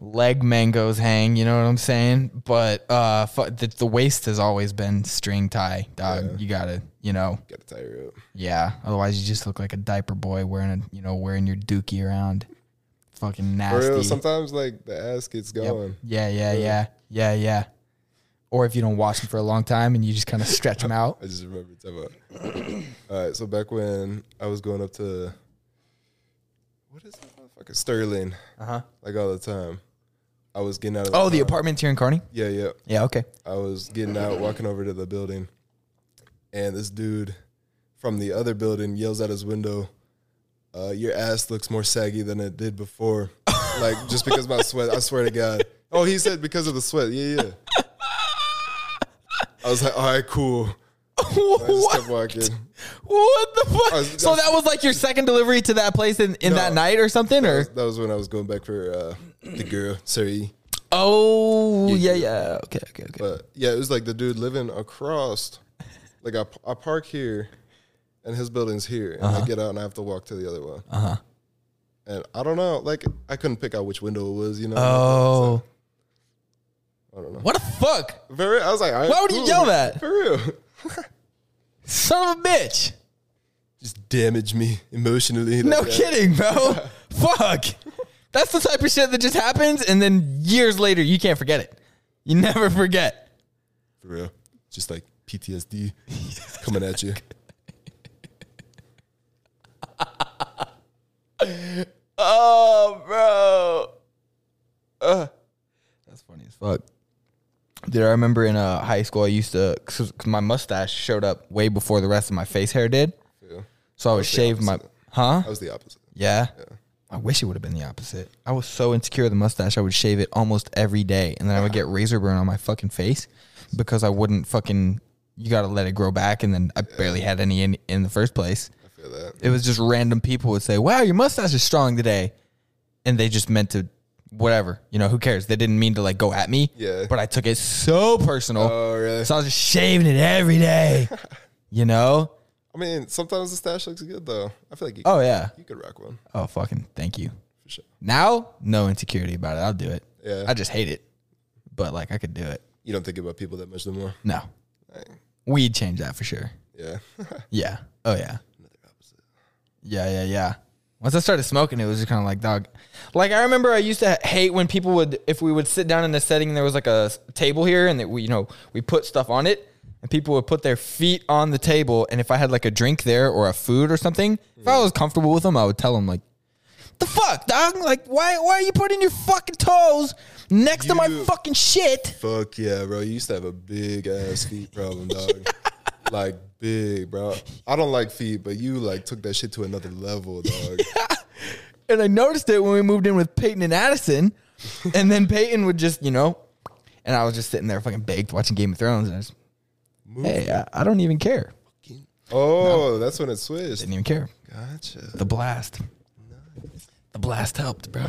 A: leg mangoes hang, you know what I'm saying? But uh fu- the, the waist has always been string tie, dog. You got to, you know.
B: Gotta tie her up.
A: Yeah, otherwise you just look like a diaper boy wearing a, you know, wearing your dookie around. Fucking
B: For
A: nasty.
B: real, sometimes like the ass gets going.
A: Yeah, yeah, yeah. Yeah, yeah. Or if you don't wash them for a long time and you just kind of stretch them out.
B: I just remembered talking about. All right, so back when I was going up to what is that motherfucker Sterling,
A: Uh-huh.
B: like all the time, I was getting out of.
A: Oh, the
B: car.
A: apartments here in Kearney?
B: Yeah, yeah.
A: Yeah, okay.
B: I was getting out, walking over to the building, and this dude from the other building yells out his window, uh, "Your ass looks more saggy than it did before." like just because my sweat, I swear to God. Oh, he said because of the sweat. Yeah, yeah. I was like, all right, cool. I just
A: what?
B: kept walking.
A: What the fuck?
B: was-
A: so that was like your second delivery to that place in, in that
B: No.
A: night or something, or
B: That was when I was going back for uh, the girl, E. sorry.
A: oh yeah yeah okay okay okay.
B: But yeah, it was like the dude living across. Like I, I park here, and his building's here, and
A: Uh-huh.
B: I get out and I have to walk to the other one. Uh huh. And I don't know, like I couldn't pick out which window it was, you know.
A: Oh,
B: So, I don't know.
A: what the fuck,
B: For real, I was like, all right,
A: Why would you
B: cool.
A: yell that?
B: For real,
A: son of a bitch!
B: just damage me emotionally. like
A: No
B: that.
A: kidding, bro. fuck, that's the type of shit that just happens, and then years later you can't forget it. You never forget.
B: For real, just like PTSD coming at you.
A: Oh, bro. Ugh. that's funny as fuck. Dude, I remember in uh, high school, I used to, cause 'cause my mustache showed up way before the rest of my face hair did.
B: For real.
A: So I would shave my,
B: opposite.
A: huh?
B: I was the opposite.
A: Yeah. I wish it would have been the opposite. I was so insecure of the mustache, I would shave it almost every day, and then I would get razor burn on my fucking face because I wouldn't fucking. You gotta let it grow back, and then I barely had any in, in the first place.
B: I feel that.
A: It was just random people would say, "Wow, your mustache is strong today," and they just meant to, whatever. You know, who cares? They didn't mean to like go at me.
B: Yeah.
A: But I took it so personal,
B: Oh really?
A: so I was just shaving it every day. you know?
B: I mean, sometimes the stash looks good though. I feel like you,
A: Oh yeah.
B: you could rock one
A: Oh fucking thank you.
B: for sure.
A: Now, no insecurity about it. I'll do it.
B: Yeah.
A: I just hate it. But like I could do it.
B: You don't think about people that much anymore.
A: No. We'd change that for sure.
B: Yeah.
A: Yeah. Oh yeah. Yeah, yeah, yeah. Once I started smoking, it was just kind of like dog. Like I remember, I used to hate when people would, if we would sit down in a setting and there was like a s- table here, and that we, you know, we put stuff on it, and people would put their feet on the table, and if I had like a drink there or a food or something, if I was comfortable with them, I would tell them like, "The fuck, dog! Like, why, why are you putting your fucking toes next to my
B: You-
A: fucking shit?"
B: Fuck yeah, bro. You used to have a big ass feet problem, dog. like big, bro. I don't like feet, but you like took that shit to another level, dog.
A: And I noticed it when we moved in with Peyton and Addison. And then Peyton would just, you know, and I was just sitting there fucking baked watching Game of Thrones. And I just, hey, I, I don't even care.
B: Oh, that's when it switched.
A: Didn't even care.
B: Gotcha.
A: The blast. The blast helped, bro.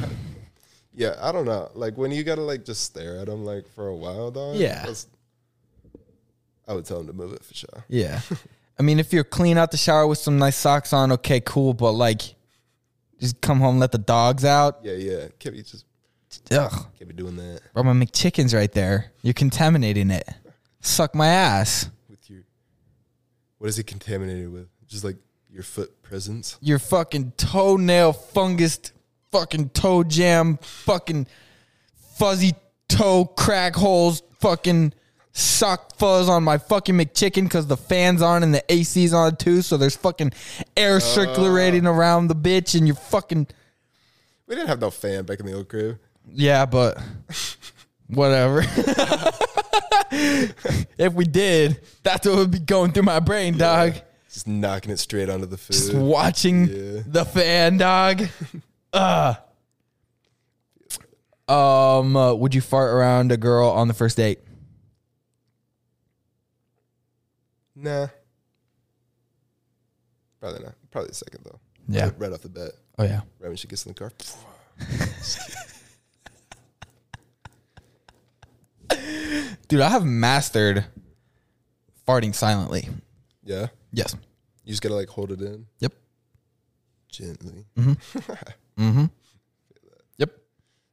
B: Yeah, I don't know. Like when you gotta like just stare at them like for a while, dog.
A: Yeah.
B: that's- I would tell him to move it for sure.
A: Yeah. I mean, if you're clean out the shower with some nice socks on, okay, cool. But like, just come home, let the dogs out.
B: Yeah, yeah. Can't be just
A: Ugh.
B: can't be doing that
A: Bro, my McChicken's right there. You're contaminating it. Suck my ass.
B: with your. What is it contaminated with? Just like your foot presence.
A: your fucking toenail fungus, fucking toe jam, fucking fuzzy toe crack holes, fucking sock fuzz on my fucking McChicken because the fan's on and the AC's on too. So there's fucking air circulating around the bitch and you're fucking.
B: We didn't have no fan back in the old crib.
A: Yeah, but whatever. if we did, that's what would be going through my brain, dog.
B: Just knocking it straight onto the food.
A: Just watching
B: Yeah.
A: the fan, dog. Ugh. Um, uh, would you fart around a girl on the first date?
B: nah. Probably not. Probably the second though.
A: Yeah.
B: Right, right off the bat.
A: Oh yeah.
B: Right when she gets in the car.
A: Dude, I have mastered farting silently.
B: Yeah.
A: Yes.
B: You just gotta like hold it in
A: Yep.
B: gently.
A: Mm-hmm. Yep.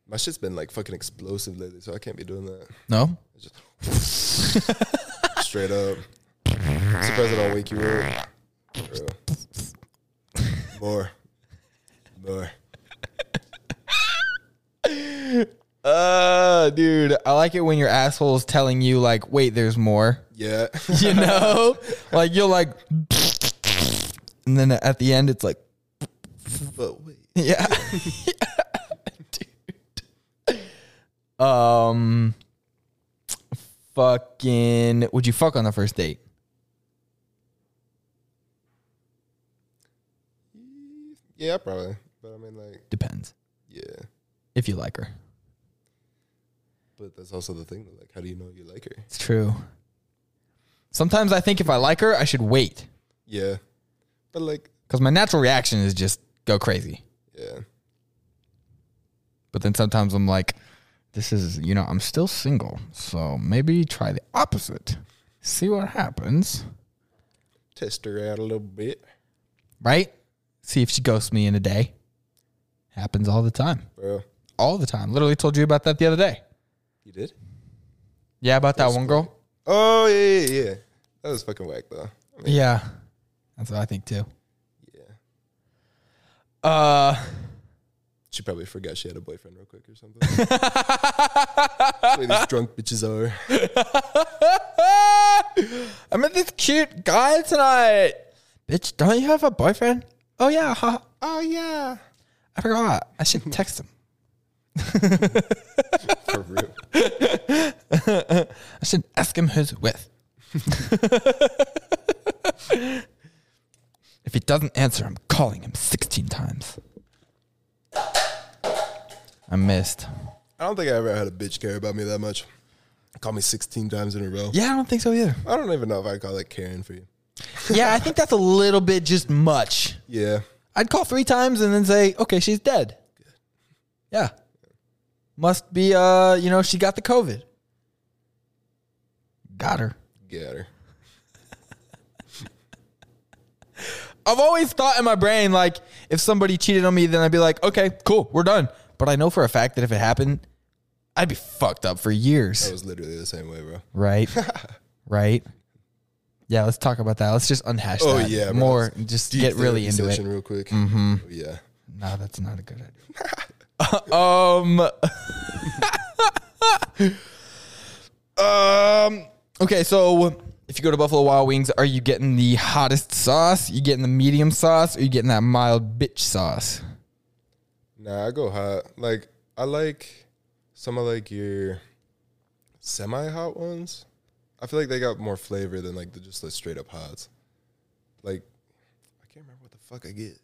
B: My shit's been like fucking explosive lately, so I can't be doing that.
A: No.
B: It's just straight up. Surprised I don't wake you up. Bro. More. More.
A: Uh, dude, I like it when your asshole's telling you like, "Wait, there's more."
B: Yeah.
A: You know, like you're like, and then at the end, it's like,
B: but wait.
A: yeah, dude. Um, fucking, would you fuck on the first date?
B: Yeah, probably. But I mean like,
A: Depends
B: yeah.
A: if you like her.
B: But that's also the thing though, like how do you know you like her?
A: It's true. Sometimes I think if I like her, I should wait
B: Yeah. But like,
A: because my natural reaction is just go crazy.
B: yeah.
A: But then sometimes I'm like, this is, you know, I'm still single. So maybe try the opposite. See what happens.
B: Test her out a little bit.
A: Right? See if she ghosts me in a day. Happens all the time.
B: Bro.
A: All the time. Literally told you about that the other day.
B: You did?
A: Yeah, about that one girl.
B: Oh yeah, yeah, yeah. That was fucking whack though. I mean,
A: Yeah. That's what I think too.
B: yeah.
A: Uh
B: She probably forgot she had a boyfriend real quick or something. That's where these drunk bitches are.
A: I met this cute guy tonight. Bitch, don't you have a boyfriend? Oh yeah. huh. Oh yeah. I forgot. I should text him.
B: For real.
A: I should ask him who's with. if he doesn't answer, I'm calling him 16 times. I missed.
B: I don't think I ever had a bitch care about me that much. Called me 16 times in a row.
A: Yeah, I don't think so either.
B: I don't even know if I call that caring for you.
A: Yeah, I think that's a little bit just much.
B: Yeah.
A: I'd call three times and then say, okay, she's dead. Yeah. Must be, uh, you know, she got the COVID. Got her.
B: Get her.
A: I've always thought in my brain, like, if somebody cheated on me, then I'd be like, okay, cool, we're done. But I know for a fact that if it happened, I'd be fucked up for
B: I
A: years.
B: was literally the same way, bro.
A: Right? right? Yeah, let's talk about that. Let's just unhash
B: Oh,
A: that
B: yeah, bro.
A: more. and Just get really into
B: session
A: it.
B: real quick. Mm-hmm. Yeah.
A: No, that's not a good idea. um, um. Okay, so if you go to Buffalo Wild Wings, are you getting the hottest sauce? You getting the medium sauce, or you getting that mild bitch sauce?
B: Nah, I go hot. Like I like some of like your semi hot ones. I feel like they got more flavor than like the just like straight up hots. Like I can't remember what the fuck I get.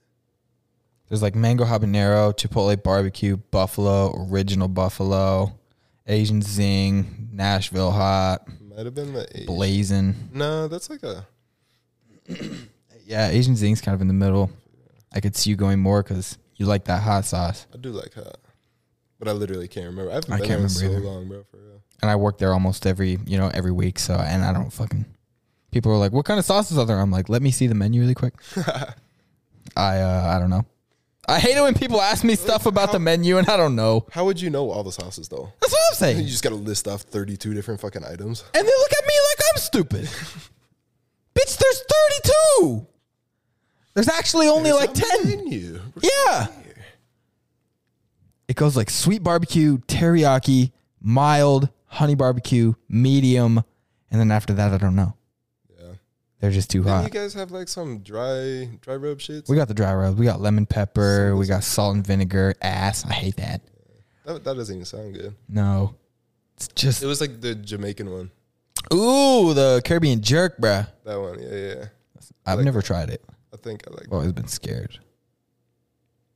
A: There's like mango habanero, chipotle barbecue, buffalo, original buffalo, Asian zing, Nashville hot,
B: Might have been the eight.
A: blazing.
B: No, that's like a
A: Yeah, Asian zing's kind of in the middle. I could see you going more because you like that hot sauce.
B: I do like hot. But I literally can't remember. I haven't
A: I
B: been
A: can't
B: there in so
A: remember either.
B: long, bro, for real.
A: and I work there almost every you know every week. So and I don't fucking. People are like, "What kind of sauces are there?" I'm like, "Let me see the menu really quick." I uh, I don't know. I hate it when people ask me stuff about the menu and I don't know.
B: How would you know all the sauces though?
A: That's what I'm
B: You
A: saying.
B: just gotta list off thirty two different fucking items.
A: And they look at me like I'm stupid. Bitch, there's 32. There's actually only like
B: It's on the
A: 10.
B: menu.
A: Yeah. It goes like sweet barbecue, teriyaki, mild, honey barbecue, medium, and then after that I don't know.
B: Yeah.
A: They're just too
B: Didn't
A: hot.
B: you guys have like some dry dry rub shits?
A: We got the dry rub. We got lemon pepper. We got salt and vinegar. Ass. I hate that.
B: That, that doesn't even sound good.
A: No. It's just
B: It was like the Jamaican one.
A: ooh the Caribbean jerk, bruh.
B: That one. Yeah, yeah. yeah.
A: I've
B: like
A: never tried it.
B: I think I like
A: I've always been scared.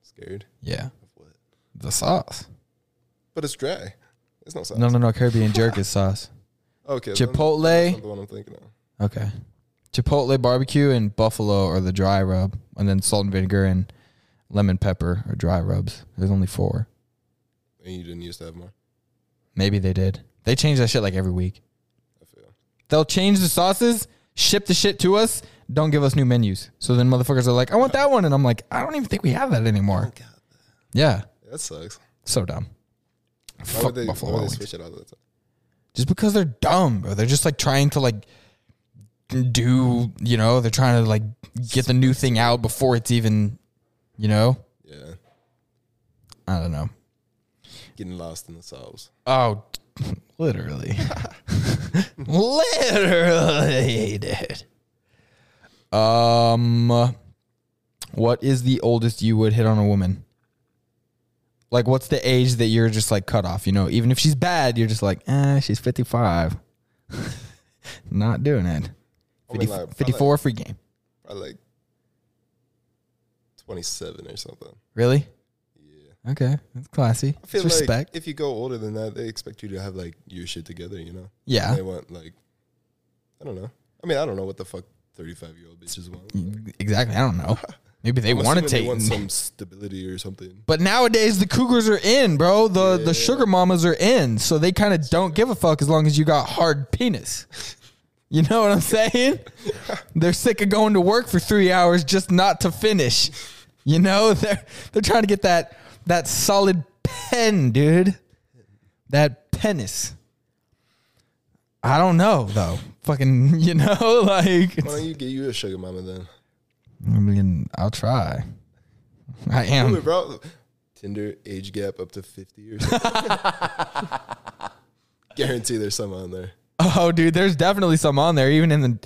B: scared
A: Yeah,
B: of what.
A: the sauce.
B: But it's dry. It's not sauce.
A: No, no, no. Caribbean jerk is sauce.
B: Okay. then
A: Chipotle.
B: That's not the one I'm thinking of.
A: Okay. Chipotle barbecue and buffalo or the dry rub, and then salt and vinegar and lemon pepper or dry rubs. There's only four.
B: And you didn't used to have more.
A: Maybe they did. They change that shit like every week.
B: I feel.
A: They'll change the sauces, ship the shit to us, don't give us new menus. So then motherfuckers are like, I want that one. And I'm like, I don't even think we have that anymore.
B: God,
A: Yeah.
B: that sucks.
A: So dumb.
B: Why
A: Fuck
B: would they, why
A: Buffalo
B: would they
A: Wild Wings.
B: switch it all the time?
A: just because they're dumb, bro. They're just like trying to like do, you know, they're trying to like get the new thing out before it's even, you know,
B: Yeah,
A: I don't know.
B: getting lost in the sauce.
A: Oh, literally, literally, dude. Um, what is the oldest you would hit on a woman? Like, what's the age that you're just like cut off? You know, even if she's bad, you're just like, eh, she's 55. Not doing it.
B: I mean,
A: 50,
B: like, probably-
A: 54 free game.
B: Probably like twenty-seven or something.
A: Really?
B: Yeah,
A: Okay, that's classy.
B: I feel
A: It's
B: like
A: respect.
B: if you go older than that, they expect you to have like your shit together. You know,
A: yeah.
B: they want like, I don't know. I mean, I don't know what the fuck thirty-five-year-old bitches want.
A: Exactly. I don't know. Maybe they
B: I'm
A: want to
B: assuming
A: take
B: they want some stability or something.
A: But nowadays the cougars are in, bro. The the sugar mamas are in, so they kind of don't give a fuck as long as you got hard penis. You know what I'm saying? they're sick of going to work for three hours just not to finish. You know they're they're trying to get that that solid pen, dude. That penis. I don't know though. Fucking, you know, like
B: Why
A: it's,
B: don't you get you a sugar mama then?
A: I mean, I'll try. I
B: Do
A: am.
B: it, bro. Tinder age gap up to fifty or something. Guarantee there's some on there.
A: Oh, dude, there's definitely some on there, even in the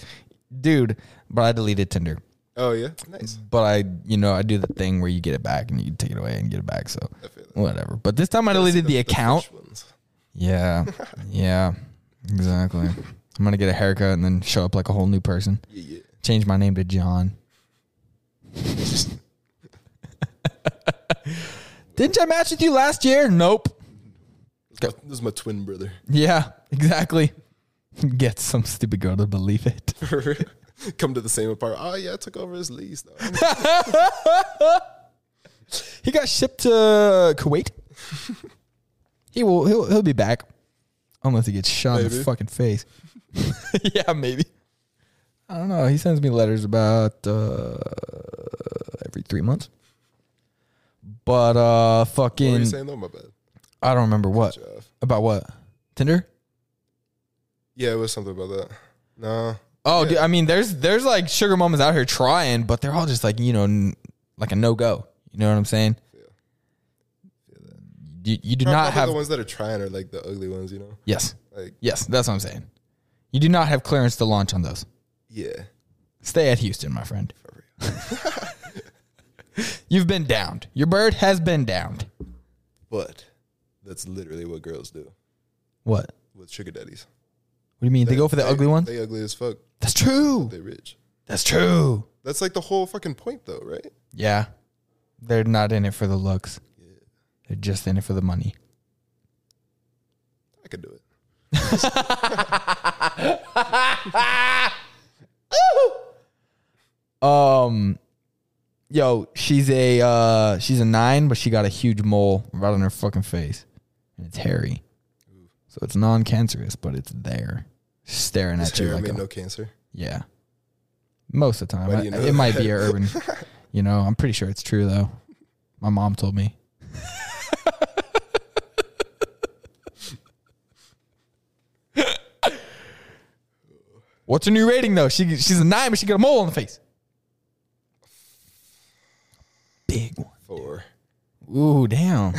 A: dude. But I deleted Tinder.
B: Oh yeah, nice.
A: But I, you know, I do the thing where you get it back and you take it away and get it back. So
B: I feel that.
A: whatever. But this time I deleted the account.
B: fresh ones.
A: Yeah, yeah, exactly. I'm gonna get a haircut and then show up like a whole new person.
B: Yeah,
A: Change my name to John.
B: yeah. Just-
A: Didn't I match with you last year? Nope.
B: This is my- this is my twin brother.
A: Yeah, exactly. Get some stupid girl to believe it.
B: Come to the same apartment. Oh yeah, I took over his lease. Though.
A: He got shipped to Kuwait. he will. He'll, he'll be back, unless he gets shot in the
B: Maybe.
A: fucking face. yeah, maybe. I don't know. He sends me letters about uh, every three months. But uh,
B: What were you
A: fucking,
B: saying though? My bad.
A: I don't remember what
B: Jeff.
A: about what Tinder.
B: Yeah, it was something about that. No,
A: Oh,
B: Yeah.
A: dude, I mean, there's there's like sugar mamas out here trying, but they're all just like you know, n- like a no go. You know what I'm saying?
B: Yeah.
A: You, you do
B: Probably
A: not have
B: the ones that are trying are like the ugly ones. You know,
A: yes.
B: like
A: Yes, that's what I'm saying. You do not have clearance to launch on those.
B: yeah,
A: Stay at Houston, my friend.
B: for real.
A: You've been downed. Your bird has been downed.
B: But that's literally what girls do
A: What? What
B: with sugar daddies.
A: do you mean? They, go for the ugly ones?
B: They ugly as fuck.
A: that's true.
B: They rich.
A: That's true.
B: That's like the whole fucking point though, right?
A: Yeah. They're not in it for the looks. They're just in it for the money.
B: I could do it.
A: Um yo, she's a uh she's a 9, but she got a huge mole right on her fucking face. And it's hairy. So it's non-cancerous, but it's there. Staring at you
B: Sure, I
A: like uh, a
B: mean, no cancer.
A: Yeah. Most of the time.
B: Why
A: I-
B: do you know
A: it might be
B: that?
A: a urban. you know, I'm pretty sure it's true though. My mom told me. What's her new rating though? She she's a nine, but she got a mole on the face. Big one.
B: Four.
A: Ooh, damn.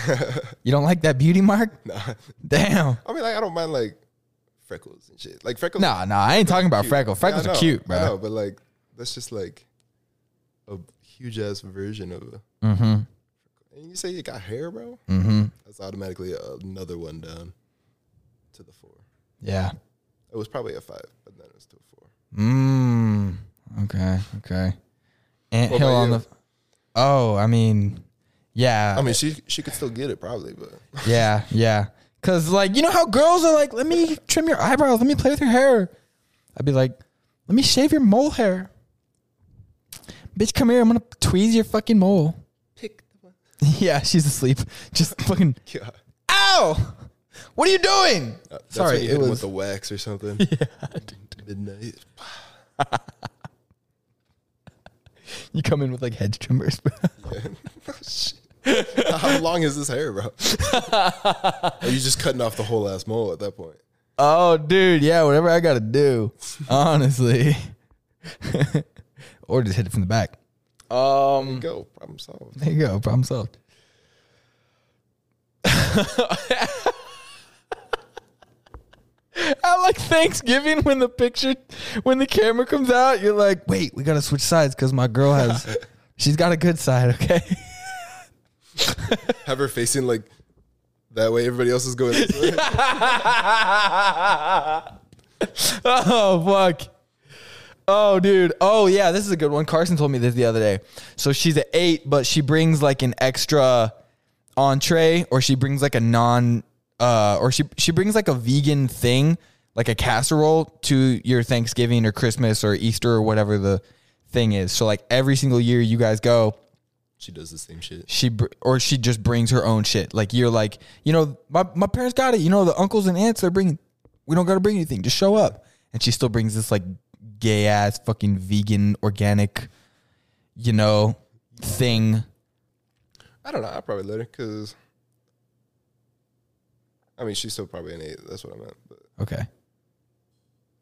A: you don't like that beauty mark?
B: Nah.
A: Damn.
B: I mean, like I don't mind like freckles and shit. Like freckles.
A: Nah, nah, I ain't talking about
B: cute.
A: freckle.
B: Yeah, I
A: Freckles are
B: know,
A: cute,
B: I know,
A: bro.
B: but like that's just like a huge ass version of a.
A: Mm-hmm.
B: And you say you got hair, bro?
A: Mm-hmm.
B: That's automatically another one down. to the four.
A: Yeah.
B: It was probably a five, but then it was to a four.
A: Mmm. Okay. Okay. Ant
B: What
A: Hill
B: about
A: on
B: you?
A: the. Oh, I mean, yeah.
B: I mean, she she could still get it probably, but
A: yeah, yeah. Cause like you know how girls are like, let me trim your eyebrows, let me play with your hair. I'd be like, let me shave your mole hair. Bitch, come here. I'm gonna tweeze your fucking mole.
B: pick the one.
A: yeah, she's asleep. Just fucking.
B: Yeah.
A: Ow! What are you doing?
B: That's
A: Sorry,
B: when you
A: it
B: hit 'em
A: was-
B: with the wax or something. Midnight.
A: You come in with like hedge trimmers.
B: How long is this hair, bro? Are you just cutting off the whole ass mole at that point?
A: Oh, dude, yeah, whatever I gotta do, honestly, or just hit it from the back. Um,
B: Go, problem solved.
A: there you go, problem solved. I like Thanksgiving when the picture, when the camera comes out, you're like, wait, we gotta switch sides because my girl has, she's got a good side, okay?
B: Have her facing like that way. Everybody else is going. This way.
A: oh fuck. Oh dude. Oh yeah, this is a good one. Carson told me this the other day. So she's an eight, but she brings like an extra entree, or she brings like a non, uh, or she she brings like a vegan thing, like a casserole to your Thanksgiving or Christmas or Easter or whatever the thing is. So like every single year you guys go,
B: She does the same shit.
A: she br- or she just brings her own shit. Like you're like, you know, my, my parents got it. You know, the uncles and aunts are bringing. We don't gotta bring anything. Just show up. And she still brings this like gay ass fucking vegan organic, you know, thing.
B: I don't know. I probably let her because. I mean, she's still probably an eight. That's what I meant. But
A: Okay.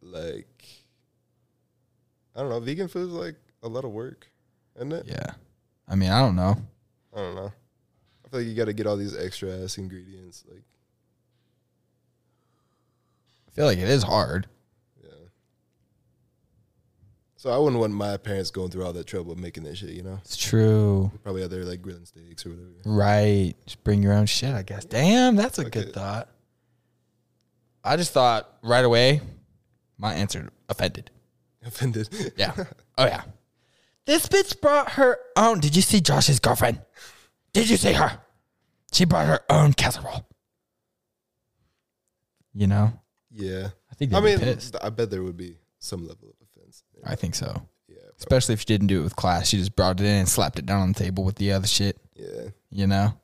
B: like, I don't know. Vegan food's like a lot of work, isn't it?
A: Yeah. I mean, I don't know.
B: I don't know. I feel like you got to get all these extra ass ingredients. Like,
A: I feel like it is hard.
B: yeah. So I wouldn't want my parents going through all that trouble of making that shit. You know,
A: It's true.
B: probably out there like grilling steaks or whatever.
A: Right. Just bring your own shit, I guess. Damn, that's a
B: Fuck
A: good
B: it.
A: thought. I just thought right away, my answer offended.
B: Offended.
A: Yeah. Oh yeah. This bitch brought her own. Did you see Josh's girlfriend? Did you see her? She brought her own casserole. You know,
B: yeah.
A: I think
B: I
A: they'd be
B: mean,
A: pissed.
B: I bet there would be some level of offense.
A: I think so.
B: Yeah. prob-
A: Especially if she didn't do it with class. She just brought it in and slapped it down on the table with the other shit.
B: Yeah.
A: You know.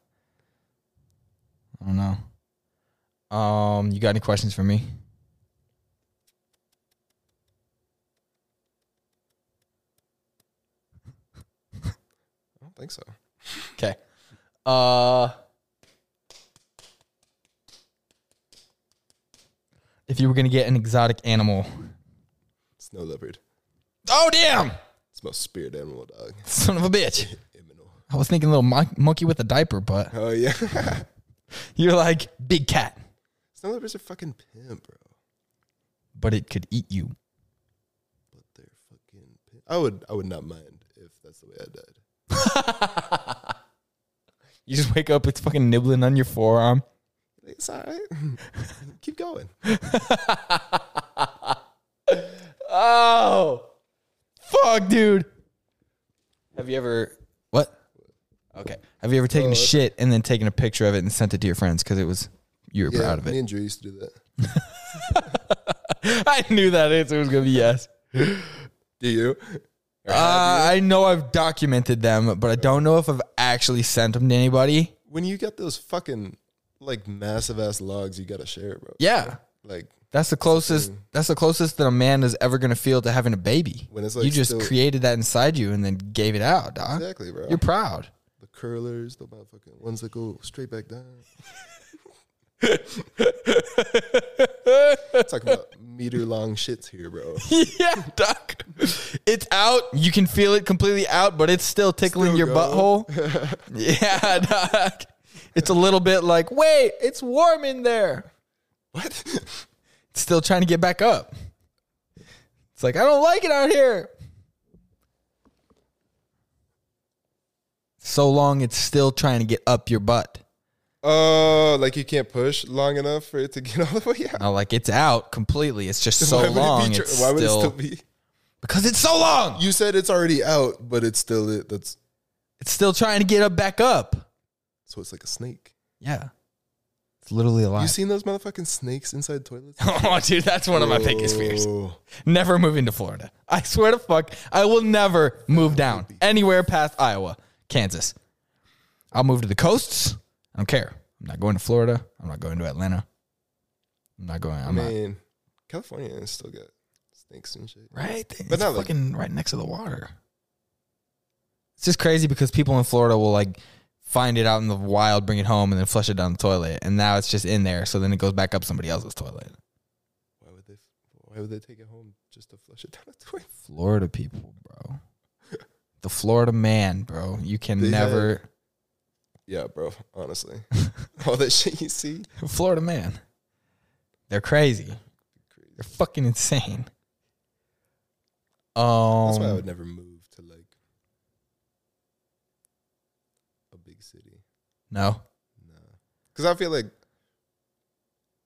A: I don't know. Um, you got any questions for me?
B: I don't think so.
A: Okay. Uh If you were gonna get an exotic animal.
B: Snow leopard.
A: Oh damn!
B: It's my spirit animal, dog.
A: Son of a bitch.
B: Immortal.
A: I was thinking little mon- monkey with a diaper, but
B: Oh yeah.
A: you're like big cat,
B: Snow leopards are fucking pimp, bro.
A: but it could eat you.
B: But they're fucking. Pimp. I would. I would not mind if that's the way I died.
A: You just wake up, it's fucking nibbling on your forearm.
B: It's all right. Keep going.
A: Oh, fuck, dude. Have you ever what? Okay. Have you ever taken a shit and then taken a picture of it and sent it to your friends because it was you were proud of
B: me
A: it?
B: and Drew used to do that.
A: I knew that answer was gonna be yes.
B: Do you?
A: Uh, I know I've documented them, but I don't know if I've actually sent them to anybody.
B: When you got those fucking like massive ass logs, you gotta share, bro.
A: Yeah,
B: Like
A: that's the closest. That's the closest that a man is ever gonna feel to having a baby.
B: When it's, like,
A: you just
B: still-
A: created that inside you and then gave it out, dog.
B: exactly, bro.
A: You're proud.
B: the curlers, the motherfucking ones that go straight back down. Talking about meter long shits here, bro.
A: yeah, duck. It's out. You can feel it completely out, but it's still tickling
B: Still
A: your
B: go.
A: butthole. yeah, duck. It's a little bit like, wait, it's warm in there.
B: What?
A: It's still trying to get back up. It's like, I don't like it out here. So long, it's still trying to get up your butt.
B: Oh, like you can't push long enough for it to get all the way out.
A: No, like it's out completely. It's just so
B: Why would it be
A: long.
B: tr-
A: it's
B: why would
A: still,
B: it still be?
A: because it's so long.
B: You said it's already out, but it's still it. That's
A: It's still trying to get up back up.
B: so it's like a snake.
A: Yeah, it's literally alive.
B: You seen those motherfucking snakes inside toilets?
A: oh, dude, that's one of my biggest fears.
B: Oh.
A: Never moving to Florida. I swear to fuck, I will never move down anywhere past Iowa, Kansas. I'll move to the coasts. I don't care. I'm not going to Florida. I'm not going to Atlanta. I'm not going. I'm not.
B: Man, California has still got snakes and shit.
A: Right? It's
B: But not like-
A: fucking right next to the water. It's just crazy because people in Florida will like find it out in the wild, bring it home, and then flush it down the toilet. And now it's just in there. So then it goes back up somebody else's toilet.
B: Why would they? Why would they take it home just to flush it down the toilet?
A: Florida people, bro. The Florida man, bro. You can
B: They
A: never.
B: Yeah, bro. Honestly, all that shit you see.
A: Florida man. They're crazy.
B: Crazy.
A: They're fucking insane.
B: That's why I
A: Um,
B: would never move to like a big city.
A: no.
B: No, because I feel like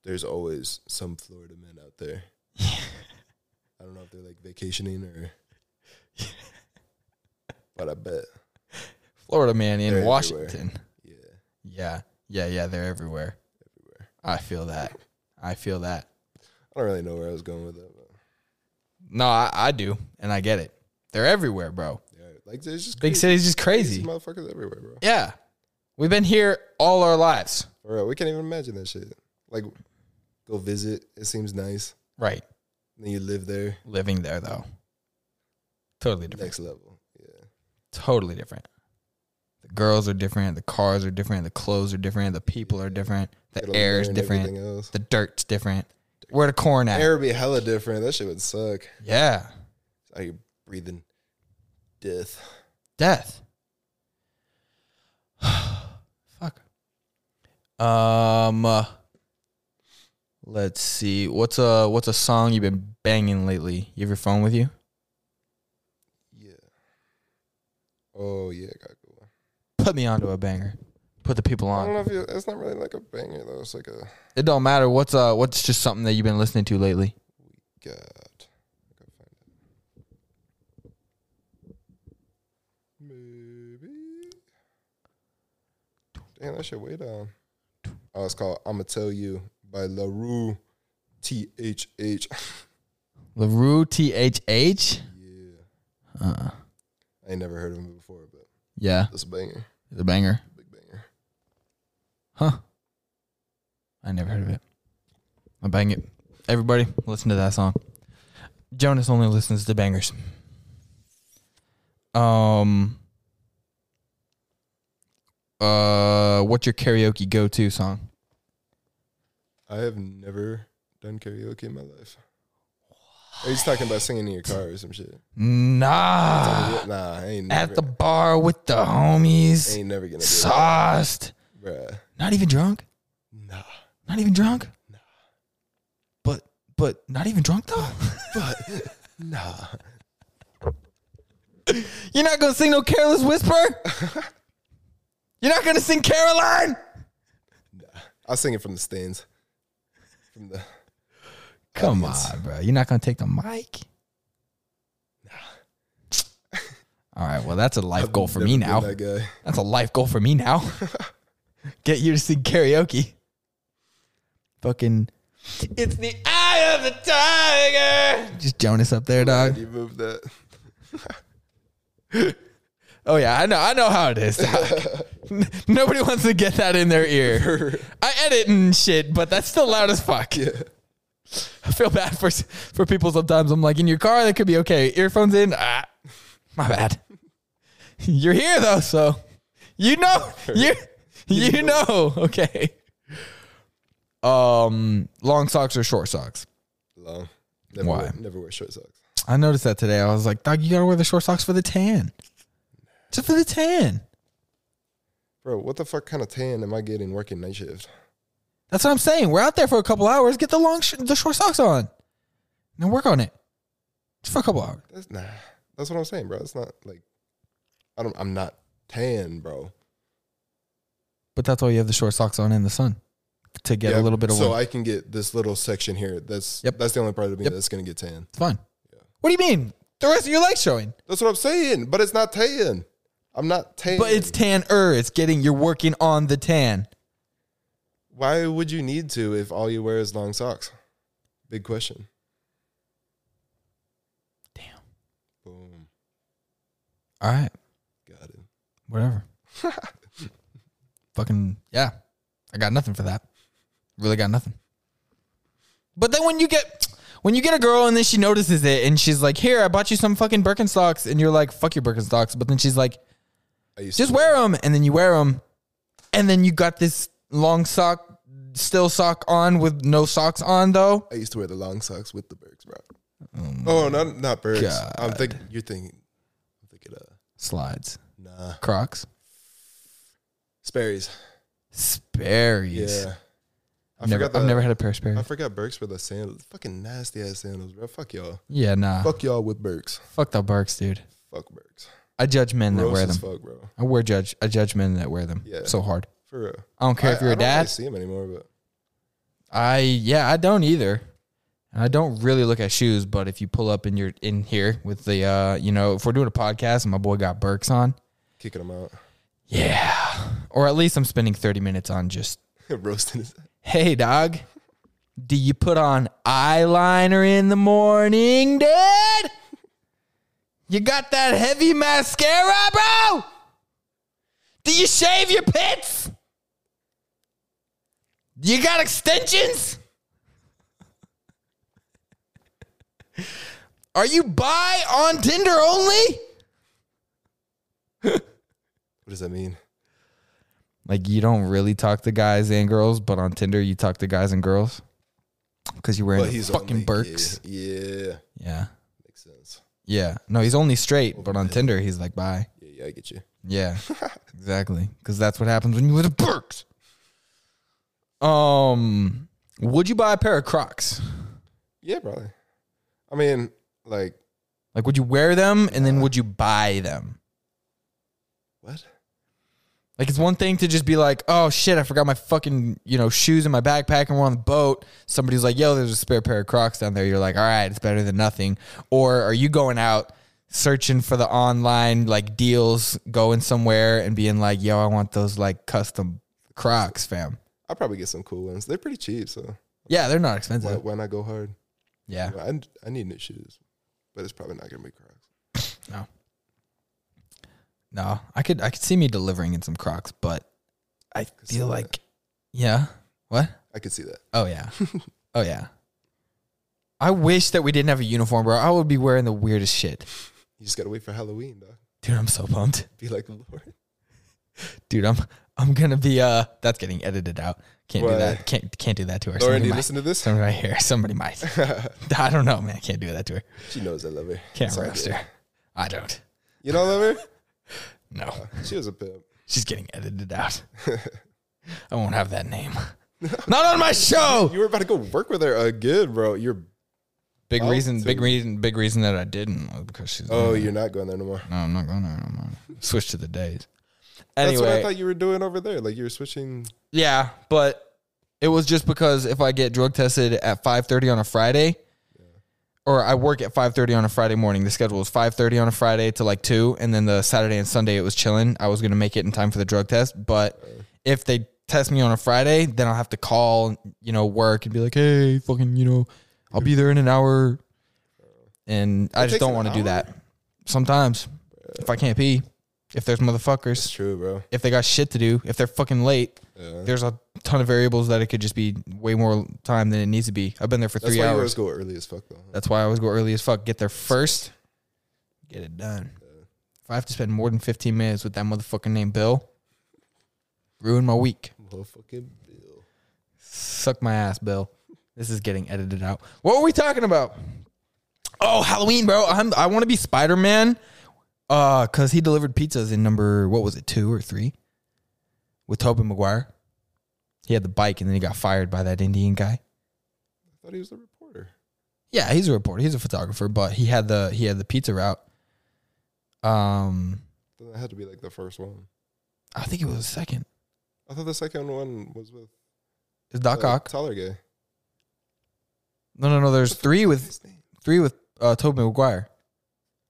B: there's always some Florida men out there. I don't know if they're like vacationing or, but I bet.
A: Florida man in
B: They're everywhere.
A: Washington.
B: Yeah,
A: Yeah. Yeah. Yeah. They're everywhere.
B: everywhere.
A: I feel that. I feel that.
B: I don't really know where I was going with that. But
A: No, I, I do, and I get it. They're everywhere, bro.
B: yeah, like there's just
A: Big city's just crazy.
B: crazy motherfuckers everywhere, bro.
A: Yeah. We've been here all our lives.
B: For real, we can't even imagine that shit. Like, go visit. It seems nice.
A: Right.
B: Then you live there.
A: Living there though. Totally different.
B: Next level. Yeah.
A: Totally different. The girls are different, the cars are different, the clothes are different, the people are different, the
B: Gotta
A: air is
B: learn
A: different,
B: everything Else.
A: the dirt's different. Where the corn at?
B: Air would be hella different. That shit would suck.
A: Yeah.
B: Are you breathing death?
A: Death. Fuck. Um. uh, let's see. What's a What's a song you've been banging lately? You have your phone with you?
B: Yeah. Oh yeah, got a good one.
A: Put me onto a banger. Put the people
B: I don't know
A: on.
B: if you, it's not really like a banger though. It's like a
A: It don't matter. What's uh What's just something that you've been listening to lately?
B: god. I gotta find it. Maybe. Damn, that shit way down. Oh, it's called "I'ma Tell You" by Larue, T H H.
A: Larue T H H.
B: Yeah,
A: Uh.
B: I ain't never heard of him before, but
A: Yeah.
B: that's a banger,
A: The banger.
B: big banger.
A: Huh. I never heard of it. I bang it. Everybody, listen to that song. Jonas only listens to bangers. Um. Uh, what's your karaoke go-to song?
B: I have never done karaoke in my life. Are you just talking about singing in your car or some shit?
A: Nah,
B: nah, I ain't never,
A: Ah, at the bar with the homies,
B: ain't never gonna do that,
A: sauced.
B: bruh.
A: Not even drunk.
B: Nah,
A: Not even drunk. But but not even drunk though.
B: nah.
A: You're not gonna sing no careless whisper. You're not gonna sing Caroline.
B: I'll sing it from the stands. From the
A: Come
B: Audience.
A: on, bro. You're not gonna take the mic. All right. Well, that's a life goal for me
B: Never
A: now.
B: been That guy.
A: That's a life goal for me now. Get you to sing karaoke. Fucking. It's the eye of the tiger. Just Jonas up there, dog.
B: Did you move that?
A: Oh yeah, I know. I know how it is. dog. N- Nobody wants to get that in their ear. I edit and shit, but that's still loud as fuck.
B: Yeah.
A: I feel bad for for people sometimes. I'm like, in your car, that could be okay. Earphones in, ah, my bad. You're here though, so you know you you know. Okay. Um, long socks or short socks?
B: Long. Never
A: Why?
B: Wear, never wear short socks.
A: I noticed that today. I was like, dog, you gotta wear the short socks for the tan. Just for the tan.
B: Bro, what the fuck kind of tan am I getting working night shift?
A: That's what I'm saying. We're out there for a couple hours. Get the long, sh- the short socks on, and then work on it. Just for a couple hours.
B: That's nah. That's what I'm saying, bro. It's not like I don't. I'm not tan, bro.
A: But that's why you have the short socks on in the sun to get
B: Yeah,
A: a little bit of
B: So
A: warmth.
B: I can get this little section here. That's
A: Yep.
B: that's the only part of me
A: Yep.
B: that's gonna get tan.
A: it's fine. What do you mean? The rest of your leg's showing.
B: That's what I'm saying. But it's not tan. I'm not tan.
A: But it's tan er. It's getting, you're working on the tan.
B: why would you need to if all you wear is long socks? Big question.
A: Damn.
B: Boom.
A: All right.
B: Got it.
A: Whatever. Fucking, yeah. I got nothing for that. Really got nothing. But then when you get. When you get a girl and then she notices it and she's like, "Here, I bought you some fucking Birkenstocks," and you're like, "Fuck your Birkenstocks," but then she's like,
B: I used
A: just
B: to
A: wear them and then you wear them and then you got this long sock still sock on with no socks on though
B: I used to wear the long socks with the Bergs, bro. Oh, no, not Bergs. I'm thinking you're thinking. I'm thinking uh,
A: slides
B: nah,
A: crocs
B: Sperry's.
A: sperry's
B: Yeah. I
A: I've, never,
B: forgot. The,
A: I've never had a pair of sperry's
B: I forgot Bergs for the sandals. Fucking nasty ass sandals, bro. Fuck y'all.
A: yeah nah fuck.
B: Fuck y'all with Bergs.
A: the barks dude
B: Fuck Bergs.
A: i judge men that
B: Gross
A: wear
B: as
A: them
B: fuck, bro.
A: i wear judge i judge men that wear them
B: Yeah.
A: so hard
B: For real.
A: i don't care
B: I-
A: if you're a
B: I don't really
A: dad
B: see them anymore, but
A: i yeah i don't either and i don't really look at shoes but if you pull up and you're in here with the uh you know if we're doing a podcast and my boy got burks on
B: kicking them out,
A: Yeah. Or at least I'm spending 30 minutes on just,
B: roasting his.
A: hey, dog, do you put on eyeliner in the morning, dad? You got that heavy mascara, bro? Do you shave your pits? You got extensions? Are you bi on Tinder only?
B: What does that mean?
A: Like you don't really talk to guys and girls, but on Tinder you talk to guys and girls because you're wearing
B: But he's
A: fucking
B: only-
A: Birks.
B: Yeah, yeah,
A: Yeah.
B: makes sense.
A: yeah, No, he's only straight, but on Tinder he's like bye.
B: Yeah, yeah, I get you.
A: Yeah, exactly. Because that's what happens when you wear the Birks. Um, would you buy a pair of Crocs?
B: Yeah, probably. I mean, like
A: Like, would you wear them, and then would you buy them?
B: what?
A: Like it's one thing to just be like, oh shit, I forgot my fucking you know shoes in my backpack and we're on the boat. Somebody's like, yo, there's a spare pair of Crocs down there. You're like, all right, it's better than nothing. Or are you going out searching for the online like deals, going somewhere and being like, yo, I want those like custom Crocs, fam.
B: I'll probably get some cool ones. They're pretty cheap, so
A: Yeah, they're not
B: why,
A: expensive.
B: why not go hard?
A: Yeah,
B: I, I need new shoes, but it's probably not gonna be Crocs.
A: no, I could I could see me delivering in some Crocs, but I
B: see
A: feel
B: that.
A: like, yeah, what?
B: I could see that.
A: Oh yeah. oh yeah. I wish that we didn't have a uniform, bro. I would be wearing the weirdest shit.
B: You just gotta wait for Halloween, dog.
A: Dude, I'm so pumped.
B: Be like the Lord.
A: Dude, I'm I'm gonna be uh that's getting edited out. Can't
B: Why?
A: do that. Can't can't do that to her.
B: Lauren, do
A: somebody
B: you
A: might.
B: listen to this?
A: somebody right here. Somebody might. I don't know, man. Can't do that to her.
B: she knows I love her.
A: Can't
B: It's all
A: roast
B: good.
A: her. I don't.
B: You don't love her?
A: No.
B: She was a pimp.
A: She's getting edited out. I won't have that name. Not on my show.
B: You were about to go work with her again, bro. You're
A: Big
B: Oh,
A: reason,
B: so-
A: big reason, big reason that I didn't was because she's.
B: oh, you're not going there no more.
A: No, I'm not going there. I'm not. Switch to the days.
B: That's what I
A: Anyway,
B: thought you were doing over there. Like you were switching.
A: yeah, but it was just because if I get drug tested at 5:30 on a Friday, or I work at 5:30 on a Friday morning. The schedule was 5:30 on a Friday to like two, and then the Saturday and Sunday it was chilling. I was gonna make it in time for the drug test, but if they test me on a Friday, then I'll have to call you know work and be like, hey, fucking, you know, I'll be there in an hour, and I just
B: takes
A: don't
B: an
A: want to do
B: hour?
A: that. Sometimes, if I can't pee, if there's motherfuckers,
B: It's true, bro.
A: if they got shit to do, if they're fucking late,
B: Yeah.
A: there's a ton of variables that it could just be way more time than it needs to be. I've been there for
B: That's
A: three
B: why you
A: hours.
B: always go early as fuck, though.
A: That's why I always go early as fuck. Get there first, get it done. If I have to spend more than 15 minutes with that motherfucker named Bill, ruin my week.
B: Motherfucking Bill.
A: Suck my ass, Bill. This is getting edited out. What were we talking about? Oh, Halloween, bro. I'm, I want to be Spider Man. Uh, cause he delivered pizzas in number what was it, two or three, with Tobey Maguire. He had the bike, and then he got fired by that Indian guy.
B: I thought he was the reporter.
A: Yeah, he's a reporter. He's a photographer, but he had the he had the pizza route. Um,
B: Then that had to be like the first one.
A: I think it was the second.
B: I thought the second one was with uh,
A: Is
B: the
A: Doc Ock?
B: taller guy.
A: No, no, no. There's three
B: What's
A: with
B: his name?
A: three with uh, Tobey Maguire.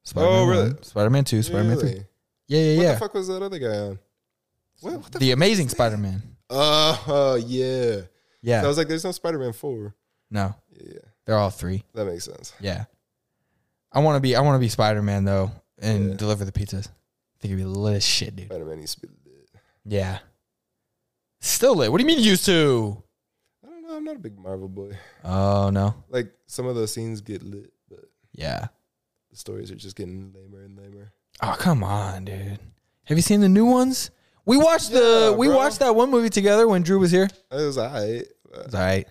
A: Spider-Man
B: Oh, really?
A: one, Spider-Man two, Spider-Man three.
B: Really?
A: Yeah, yeah,
B: What
A: yeah.
B: the fuck was that other guy on? What, what
A: the
B: the? F-
A: Amazing Spider-Man.
B: oh yeah.
A: Yeah.
B: I was like, there's no Spider-Man four.
A: no,
B: Yeah, yeah,
A: they're all three.
B: that makes sense.
A: Yeah. I want to be I want to be Spider-Man though and
B: Yeah.
A: deliver the pizzas. I think it'd be lit as shit, dude.
B: Spider-Man needs to be lit.
A: Yeah. Still lit. What do you mean used to?
B: I don't know. I'm not a big Marvel boy.
A: Oh no.
B: Like some of the scenes get lit, but
A: Yeah.
B: the stories are just getting lamer and lamer.
A: Oh come on, dude. Have you seen the new ones? We watched the
B: Yeah,
A: we
B: bro.
A: watched that one movie together when Drew was here.
B: It was alright. but-
A: It's all right.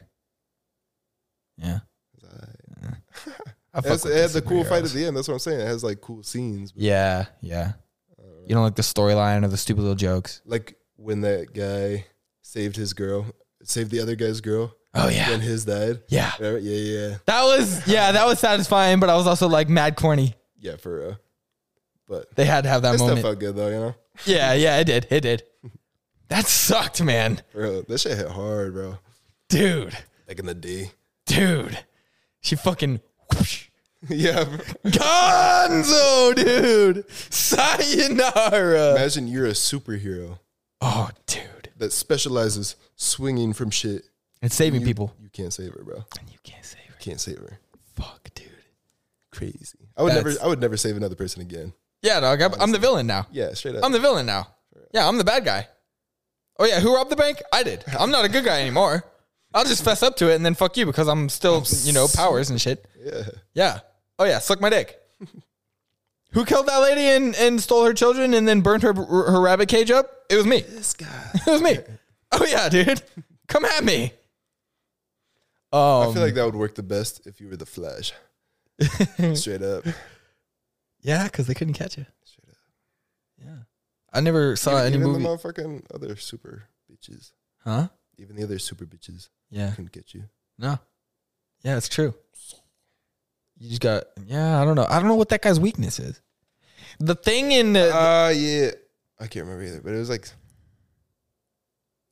A: Yeah.
B: It was alright.
A: I
B: It
A: fuck
B: has,
A: with
B: it has
A: the
B: a cool fight at
A: superheroes.
B: the end. That's what I'm saying. It has like cool scenes. but
A: Yeah, yeah. You don't like the storyline or the stupid little jokes.
B: Like when that guy saved his girl, saved the other guy's girl
A: Oh yeah.
B: when his died.
A: Yeah.
B: Whatever. Yeah, yeah,
A: That was yeah, that was satisfying, but I was also like mad corny.
B: yeah. For real. But
A: They had to have that
B: this stuff
A: moment.
B: felt good though. You know,
A: Yeah, yeah, it did. It did. That sucked, man.
B: bro. This shit hit hard, bro.
A: Dude,
B: Like in the D.
A: dude. She fucking whoosh.
B: yeah. bro.
A: Gonzo, dude. Sayonara.
B: Imagine you're a superhero
A: Oh, dude.
B: that specializes swinging from shit.
A: And saving people.
B: You can't save her, bro.
A: And you can't save her.
B: Can't save her.
A: Fuck, dude.
B: Crazy. I would
A: That's-
B: never. I would never save another person again.
A: Yeah, dog. I'm, I'm the villain now.
B: Yeah, straight up.
A: I'm the villain now. Yeah, I'm the bad guy. Oh yeah, who robbed the bank? I did. I'm not a good guy anymore. I'll just fess up to it and then fuck you because I'm still, you know, powers and shit.
B: yeah.
A: Yeah. Oh yeah, suck my dick. Who killed that lady and, and stole her children and then burned her her rabbit cage up? It was me. It
B: This guy.
A: was me. Oh yeah, dude. Come at me. Oh
B: I feel like that would work the best if you were the Flash.
A: Um, Mm-hmm.
B: Straight up.
A: yeah, because they couldn't catch you. Yeah. I never saw Uh, any
B: Even
A: movie.
B: the motherfucking other super bitches.
A: huh?
B: Even the other super bitches
A: Yeah.
B: couldn't get you.
A: No. Yeah, it's true. You just got yeah. I don't know. I don't know what that guy's weakness is. The thing in the,
B: Ah, yeah. I can't remember either, but it was like.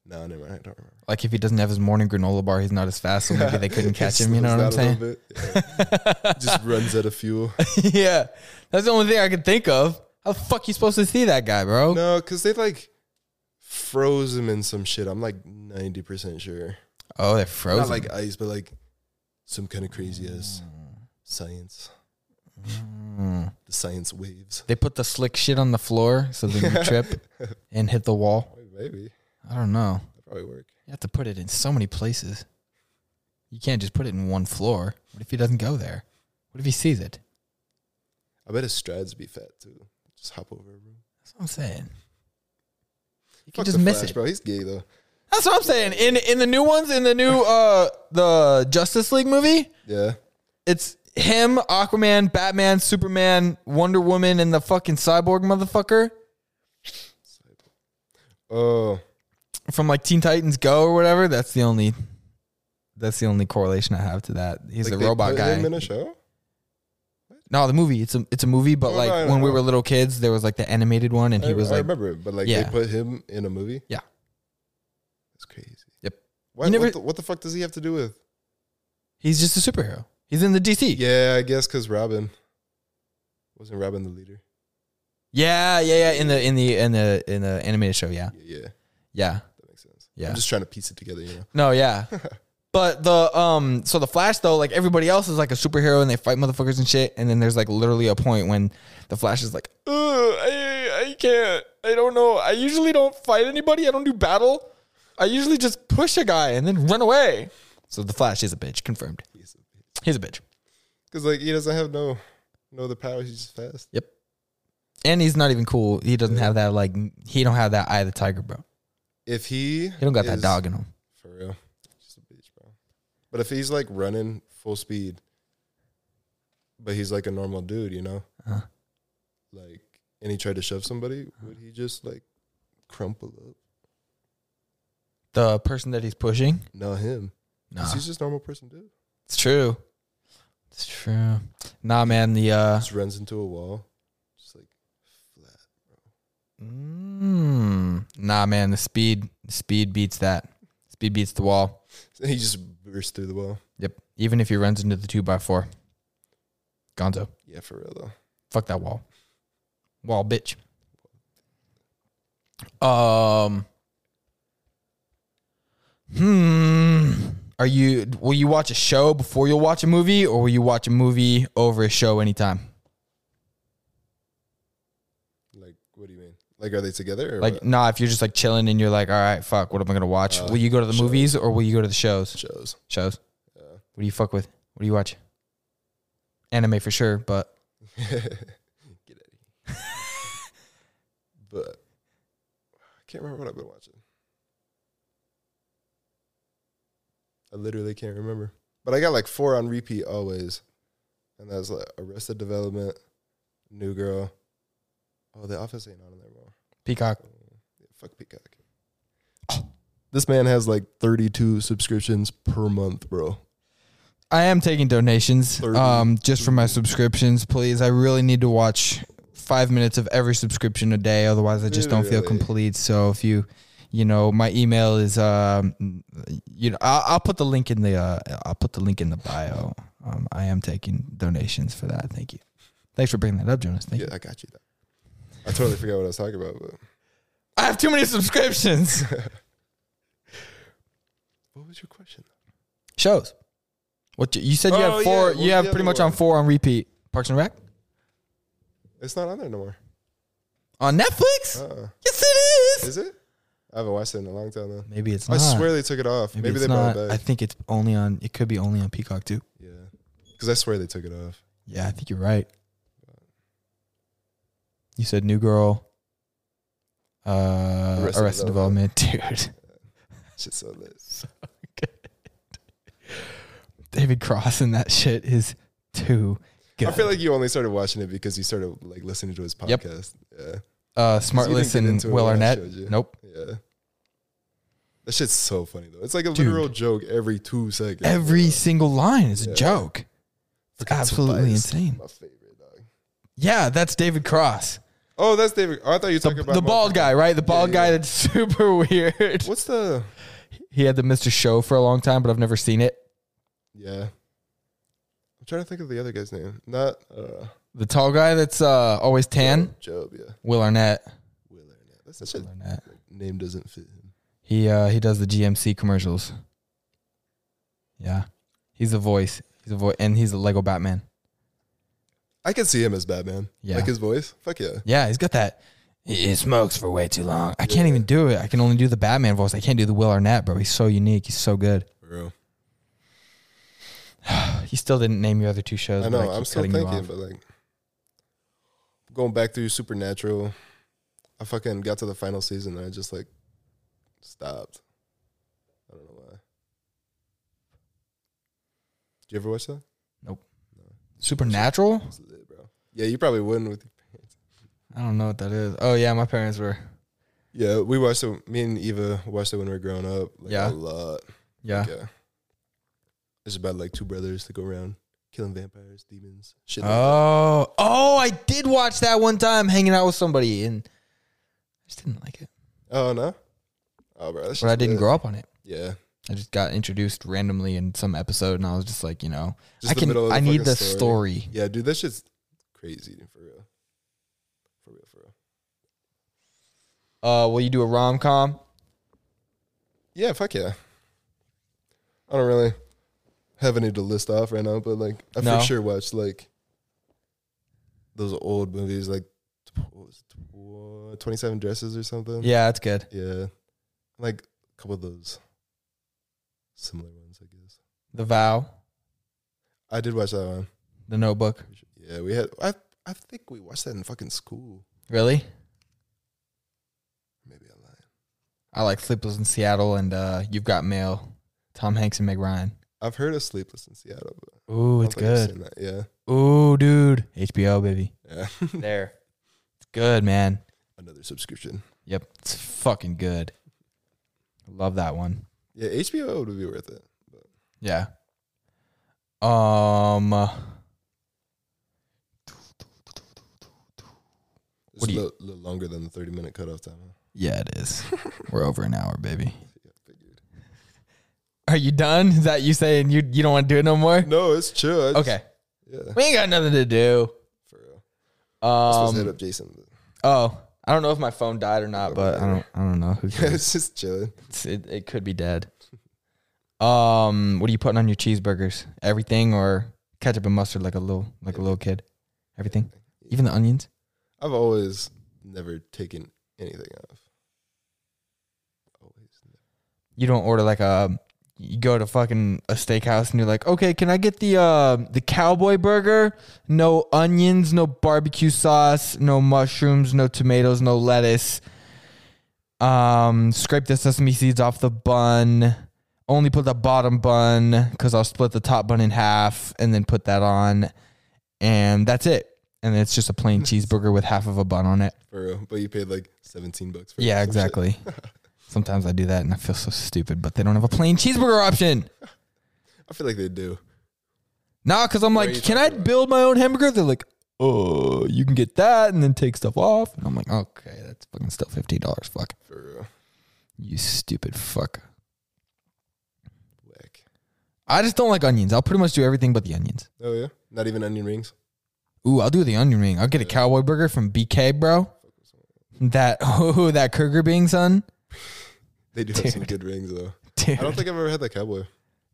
B: No, never mind. I don't remember.
A: like if he doesn't have his morning granola bar, he's not as fast, so maybe they couldn't
B: It
A: catch him. You know
B: slows
A: what I'm
B: down a
A: saying?
B: little bit. Yeah. Just runs out of fuel.
A: yeah, that's the only thing I could think of. How the fuck you supposed to see that guy, bro?
B: No, because they like froze him in some shit. I'm like 90% sure.
A: Oh, they're frozen.
B: Not like ice, but like some kind of crazy ass
A: Mm.
B: science. The science waves.
A: Hmm. they put the slick shit on the floor so they would trip and hit the wall.
B: Maybe.
A: I don't know.
B: That'd probably work.
A: You have to put it in so many places. You can't just put it in one floor. What if he doesn't go there? What if he sees it?
B: I bet his strides be fat too. Just hop over a room.
A: That's what I'm saying. You
B: Fuck
A: can just
B: the
A: miss
B: Flash,
A: it.
B: bro. He's gay though.
A: That's what I'm saying. In in the new ones, in the new uh the Justice League movie,
B: Yeah.
A: it's him, Aquaman, Batman, Superman, Wonder Woman, and the fucking cyborg motherfucker
B: Oh,
A: from like Teen Titans Go or whatever. That's the only that's the only correlation I have to that. He's
B: like
A: the
B: they
A: robot
B: put
A: guy.
B: Him in a show.
A: no, the movie. It's a it's a movie, but
B: Oh,
A: like
B: no, no,
A: when we
B: no.
A: were little kids, there was like the animated one, and
B: I,
A: he was
B: I
A: like,
B: remember it, but like
A: Yeah.
B: they put him in a movie.
A: Yeah.
B: that's crazy.
A: Yep.
B: Why,
A: You never-
B: what, the, what the fuck does he have to do with?
A: he's just a superhero. He's in the DC.
B: Yeah, I guess because Robin wasn't Robin the leader.
A: yeah, yeah, yeah. In the in the in the in the animated show. Yeah,
B: Yeah, yeah,
A: yeah.
B: that makes sense.
A: Yeah.
B: I'm just trying to piece it together. You know,
A: No, yeah. but the um so the Flash though, like everybody else is like a superhero and they fight motherfuckers and shit, and then there's like literally a point when the Flash is like, Ugh, I I can't. I don't know. I usually don't fight anybody. I don't do battle. I usually just push a guy and then run away. So the Flash is a bitch, confirmed. He's a bitch.
B: because like he doesn't have no no other powers. He's just fast.
A: Yep. And he's not even cool. He doesn't have that like he don't have that eye of the tiger, bro.
B: If he
A: He don't got that
B: is-
A: dog in him.
B: For real. Just a bitch, bro. But if he's like running full speed, but he's like a normal dude, you know?
A: Uh-huh.
B: Like, and he tried to shove somebody, would he just like crumple up?
A: The person that he's pushing.
B: No, him.
A: Nah.
B: 'Cause he's just a normal person, dude.
A: It's true. It's true. Nah, man. The uh,
B: Just runs into a wall, just like flat.
A: mm, nah, man. The speed Speed beats that. Speed beats the wall.
B: And he just burst through the wall.
A: Yep. Even if he runs into the two by four. Gonzo.
B: Yeah, for real though.
A: Fuck that wall. Wall, bitch. Um. Hmm. Are you? Will you watch a show before you'll watch a movie, or will you watch a movie over a show anytime?
B: Like, what do you mean? Like, are they together? Or
A: Like,
B: what?
A: nah. If you're just like chilling and you're like, all right, fuck, what am I gonna watch?
B: Uh,
A: will you go to the
B: shows.
A: movies or will you go to the shows?
B: shows.
A: Shows.
B: Yeah.
A: What do you fuck with? What do you watch? Anime for sure, but
B: Get out of here. but I can't remember what I've been watching. I literally can't remember. But I got like four on repeat always. And that's like Arrested Development, New Girl. Oh, The Office ain't on there more.
A: Peacock.
B: Yeah, fuck Peacock. This man has like 32 subscriptions per month, bro.
A: I am taking donations
B: Thirty.
A: um, just for my subscriptions, please. I really need to watch five minutes of every subscription a day. Otherwise, I just don't feel
B: Really?
A: complete. So if you, you know, my email is, um, you know, I'll, I'll put the link in the, uh, I'll put the link in the bio. Um, I am taking donations for that. Thank you. Thanks for bringing that up, Jonas. Thank
B: Yeah,
A: you.
B: I got you. That. I totally forgot what I was talking about, but
A: I have too many subscriptions.
B: what was your question?
A: Shows. What you, you said? You
B: Oh,
A: have
B: yeah.
A: four.
B: What
A: You
B: was
A: have
B: the
A: pretty
B: other
A: much on
B: one?
A: four on repeat. Parks and Rec
B: It's not on there no more.
A: on Netflix.
B: Uh,
A: yes, it
B: is it? I haven't watched it in a long time though.
A: Maybe it's
B: I
A: not.
B: swear they took it off. Maybe,
A: it's
B: they
A: not.
B: brought it
A: I
B: back.
A: think it's only on. It could be only on Peacock too.
B: yeah, because I swear they took it off.
A: Yeah, I think you're right. You said New Girl, uh, Arrested,
B: Arrested
A: Development,
B: Development.
A: dude.
B: Shit, so lit.
A: David Cross and that shit is too good.
B: I feel like you only started watching it because you started like listening to his
A: Yep.
B: podcast.
A: uh, Smartless
B: get
A: and
B: into it
A: Will
B: when I
A: Arnett.
B: showed you.
A: Nope.
B: Yeah, yeah. That shit's so funny though. It's like a
A: Dude.
B: literal joke every two seconds.
A: Every single line is a
B: Yeah.
A: joke. It's
B: Fucking
A: absolutely
B: Tobias,
A: insane.
B: My favorite dog.
A: Yeah, that's David Cross,
B: Oh, that's David. Oh, I thought you were
A: the,
B: talking about
A: the
B: my-
A: bald guy, right? The bald
B: yeah.
A: guy that's super weird.
B: What's the?
A: He had the Mr. Show for a long time, but I've never seen it.
B: Yeah, I'm trying to think of the other guy's name. Not uh,
A: The tall guy that's uh, always tan,
B: Job. Yeah,
A: Will Arnett.
B: Will Arnett. That's such a
A: Will Arnett.
B: name doesn't fit him.
A: He uh, he does the GMC commercials. Yeah, he's a voice. He's a voice, and he's a Lego Batman.
B: I could see him as Batman.
A: Yeah.
B: Like his voice. Fuck yeah.
A: Yeah, he's got that. He he smokes for way too long. I can't even do it. I can only do the Batman voice. I can't do the Will Arnett, bro. He's so unique. He's so good.
B: For real.
A: You still didn't name your other two shows.
B: I
A: but
B: know.
A: keep
B: I'm still
A: cutting you
B: thinking,
A: off.
B: but like going back through Supernatural, I fucking got to the final season and I just like stopped. I don't know why. Did you ever watch that?
A: Supernatural.
B: It's lit, bro. Yeah, you probably wouldn't with your parents.
A: I don't know what that is. Oh yeah, my parents were.
B: Yeah, we watched it. Me and Eva watched it when we were growing up. Like
A: Yeah.
B: a lot.
A: Yeah.
B: Yeah. It's about like two brothers that go around killing vampires, demons, shit. like
A: Oh, oh, I did watch that one time hanging out with somebody, and I just didn't like it.
B: Oh no. Oh bro, that's
A: But I didn't
B: grow.
A: grow up on it.
B: Yeah,
A: I just got introduced randomly in some episode, and I was just like, you know,
B: Just
A: I
B: the
A: can,
B: middle of the
A: I need
B: fucking
A: the
B: story.
A: story.
B: yeah, dude, that shit's crazy dude, for real. For real, for real.
A: Uh, will you do a rom com?
B: Yeah, fuck yeah. I don't really have any to list off right now, but like I
A: No.
B: for sure watched like those old movies, like what was it, tw- Twenty Seven Dresses or something.
A: Yeah, that's good.
B: yeah, like a couple of those similar ones, I guess.
A: The Vow,
B: I did watch that one.
A: The Notebook.
B: Yeah, we had. I I think we watched that in fucking school.
A: Really?
B: Maybe I lied.
A: I like Sleepless in Seattle and uh, You've Got Mail. Tom Hanks and Meg Ryan.
B: I've heard of Sleepless in Seattle. But
A: Ooh,
B: I
A: it's
B: don't think I've
A: good.
B: seen that. Yeah,
A: Ooh, dude, HBO baby.
B: yeah.
A: There, it's good, man.
B: Another subscription.
A: Yep, it's fucking good. Love that one.
B: Yeah, HBO would be worth it.
A: Yeah. Um.
B: It's
A: What do you-
B: a little, little longer than the 30 minute cutoff time. Huh?
A: Yeah, it is. We're over an hour, baby.
B: Yeah, figured.
A: Are you done? Is that you saying you you don't want to do it no more?
B: No, it's chill. I just-
A: Okay,
B: Yeah,
A: we ain't got nothing to do.
B: for real. Let's
A: Um,
B: hit up Jason.
A: oh, I don't know if my phone died or not, but I don't I don't know. Who
B: Yeah,
A: cares?
B: it's just chilling.
A: It's- it, it could be dead. Um, what are you putting on your cheeseburgers? Everything or ketchup and mustard, like a little like a little kid? Everything, even the onions.
B: I've always never taken anything off. Always.
A: You don't order like a. You go to fucking a steakhouse and you're like, okay, can I get the uh, the cowboy burger? No onions, no barbecue sauce, no mushrooms, no tomatoes, no lettuce. Um, scrape the sesame seeds off the bun. Only put the bottom bun because I'll split the top bun in half and then put that on, and that's it. And it's just a plain cheeseburger with half of a bun on it.
B: For real. But you paid like 17 bucks for it or
A: Yeah,
B: some shit.
A: exactly. Sometimes I do that and I feel so stupid, but they don't have a plain cheeseburger option.
B: I feel like they do.
A: Nah, because I'm
B: What are
A: like,
B: you
A: can I
B: talking about?
A: build my own hamburger? They're like, oh, you can get that and then take stuff off. And I'm like, okay, that's fucking still fifteen dollars. Fuck
B: For real.
A: you, stupid fuck.
B: Whack.
A: I just don't like onions. I'll pretty much do everything but the onions.
B: Oh, yeah. Not even onion rings.
A: Ooh, I'll do the onion ring. I'll get a cowboy burger from BK, bro. That oh, that Kurger Bing, son,
B: They do have some good rings, though.
A: dude,
B: I don't think I've ever had that cowboy.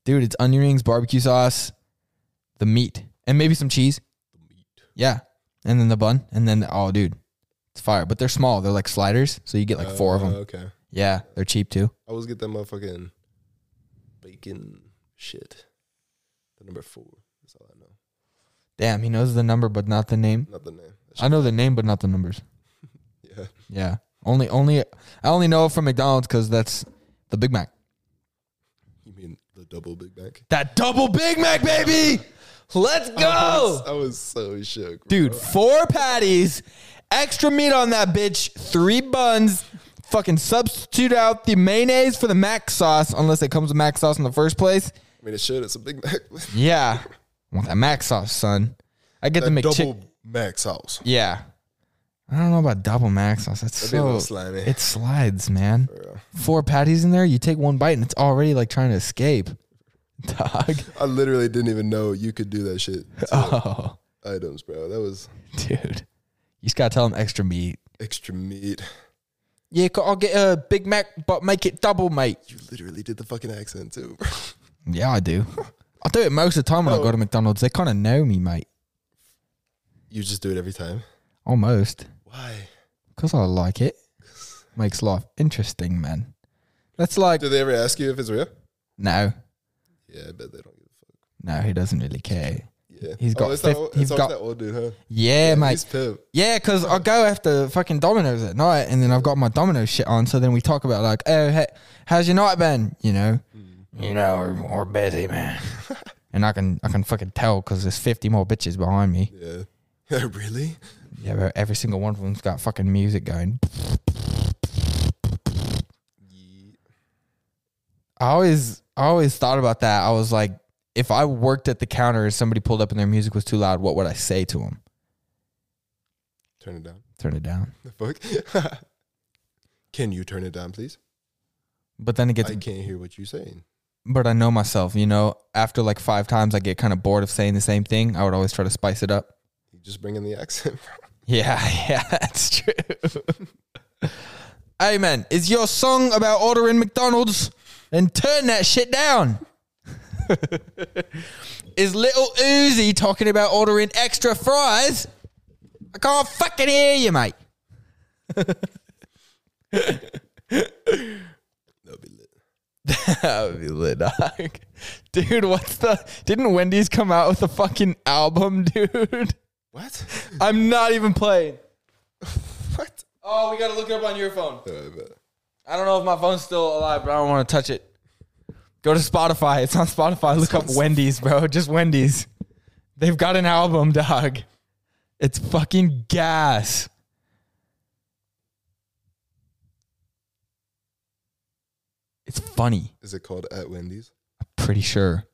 A: dude, it's onion rings, barbecue sauce, the meat, and maybe some cheese. Yeah. And then the bun. And then, oh, dude, it's fire. But they're small. They're like sliders. So you get like four of
B: Uh,
A: them.
B: Okay.
A: Yeah. They're cheap too.
B: I always get that motherfucking bacon shit. The number four. That's all I know.
A: Damn. He knows the number, but not the name.
B: Not the name. That
A: I know the name, but not the numbers.
B: shit- yeah.
A: Yeah. Only, only, I only know it from McDonald's because that's the Big Mac.
B: You mean the double Big Mac?
A: That double Big Mac, baby. Let's go.
B: I was so shook. bro.
A: Dude, four patties, extra meat on that bitch, three buns. Fucking substitute out the mayonnaise for the mac sauce, unless it comes with mac sauce in the first place.
B: I mean, it should. It's a Big Mac.
A: Yeah. I want that mac sauce, son. I get the
B: That
A: McChick.
B: double Mac sauce.
A: yeah. I don't know about double mac sauce. That's
B: That'd be a little
A: so.
B: slimy.
A: It slides, man.
B: For real.
A: Four patties in there. You take one bite and it's already like trying to escape. Dog.
B: I literally didn't even know you could do that shit. to
A: Oh,
B: Items, bro. That was
A: dude. You just gotta tell them extra meat.
B: extra meat.
A: Yeah, I'll get a Big Mac, but make it double, mate.
B: You literally did the fucking accent too, bro.
A: Yeah, I do. I do it most of the time when
B: Oh.
A: I go to McDonald's. They kind of know me, mate.
B: You just do it every time.
A: Almost.
B: Why?
A: Because I like it. Makes life interesting, man. That's like,
B: Do they ever ask you if it's real?
A: no,
B: Yeah, I bet they don't give a fuck.
A: no, he doesn't really care.
B: Yeah,
A: He's got
B: Oh, it's
A: fif-
B: that, old-
A: he's
B: it's always
A: got-
B: that old dude, huh?
A: Yeah,
B: He's
A: mate.
B: pimp.
A: Yeah, because I go after fucking Domino's at night and then I've got my Domino's shit on. So then we talk about, like, oh, hey, how's your night been? You know? Mm. You know, we're, we're busy, man. and I can, I can fucking tell because there's 50 more bitches behind me.
B: Yeah. really?
A: Yeah, but every single one of them's got fucking music going. I always I always thought about that. I was like, if I worked at the counter and somebody pulled up and their music was too loud, what would I say to them?
B: Turn it down.
A: Turn it down.
B: The fuck? Can you turn it down, please?
A: But then it gets
B: I can't hear what you're saying.
A: but I know myself, you know, after like five times I get kind of bored of saying the same thing. I would always try to spice it up.
B: You just bring in the accent.
A: Yeah, yeah, that's true. hey man, is your song about ordering McDonald's? Then turn that shit down. is little Uzi talking about ordering extra fries? I can't fucking hear you, mate.
B: That'll be lit.
A: that would be lit, dog. Dude, what's the didn't Wendy's come out with a fucking album, dude?
B: What?
A: I'm not even playing.
B: what?
A: Oh, we gotta look it up on your phone.
B: Oh, I bet.
A: I don't know if my phone's still alive, but I don't want to touch it. Go to Spotify. It's on Spotify. Look up Wendy's, bro. Just Wendy's. They've got an album, dog. It's fucking gas. It's funny.
B: Is it called at Wendy's?
A: Pretty sure.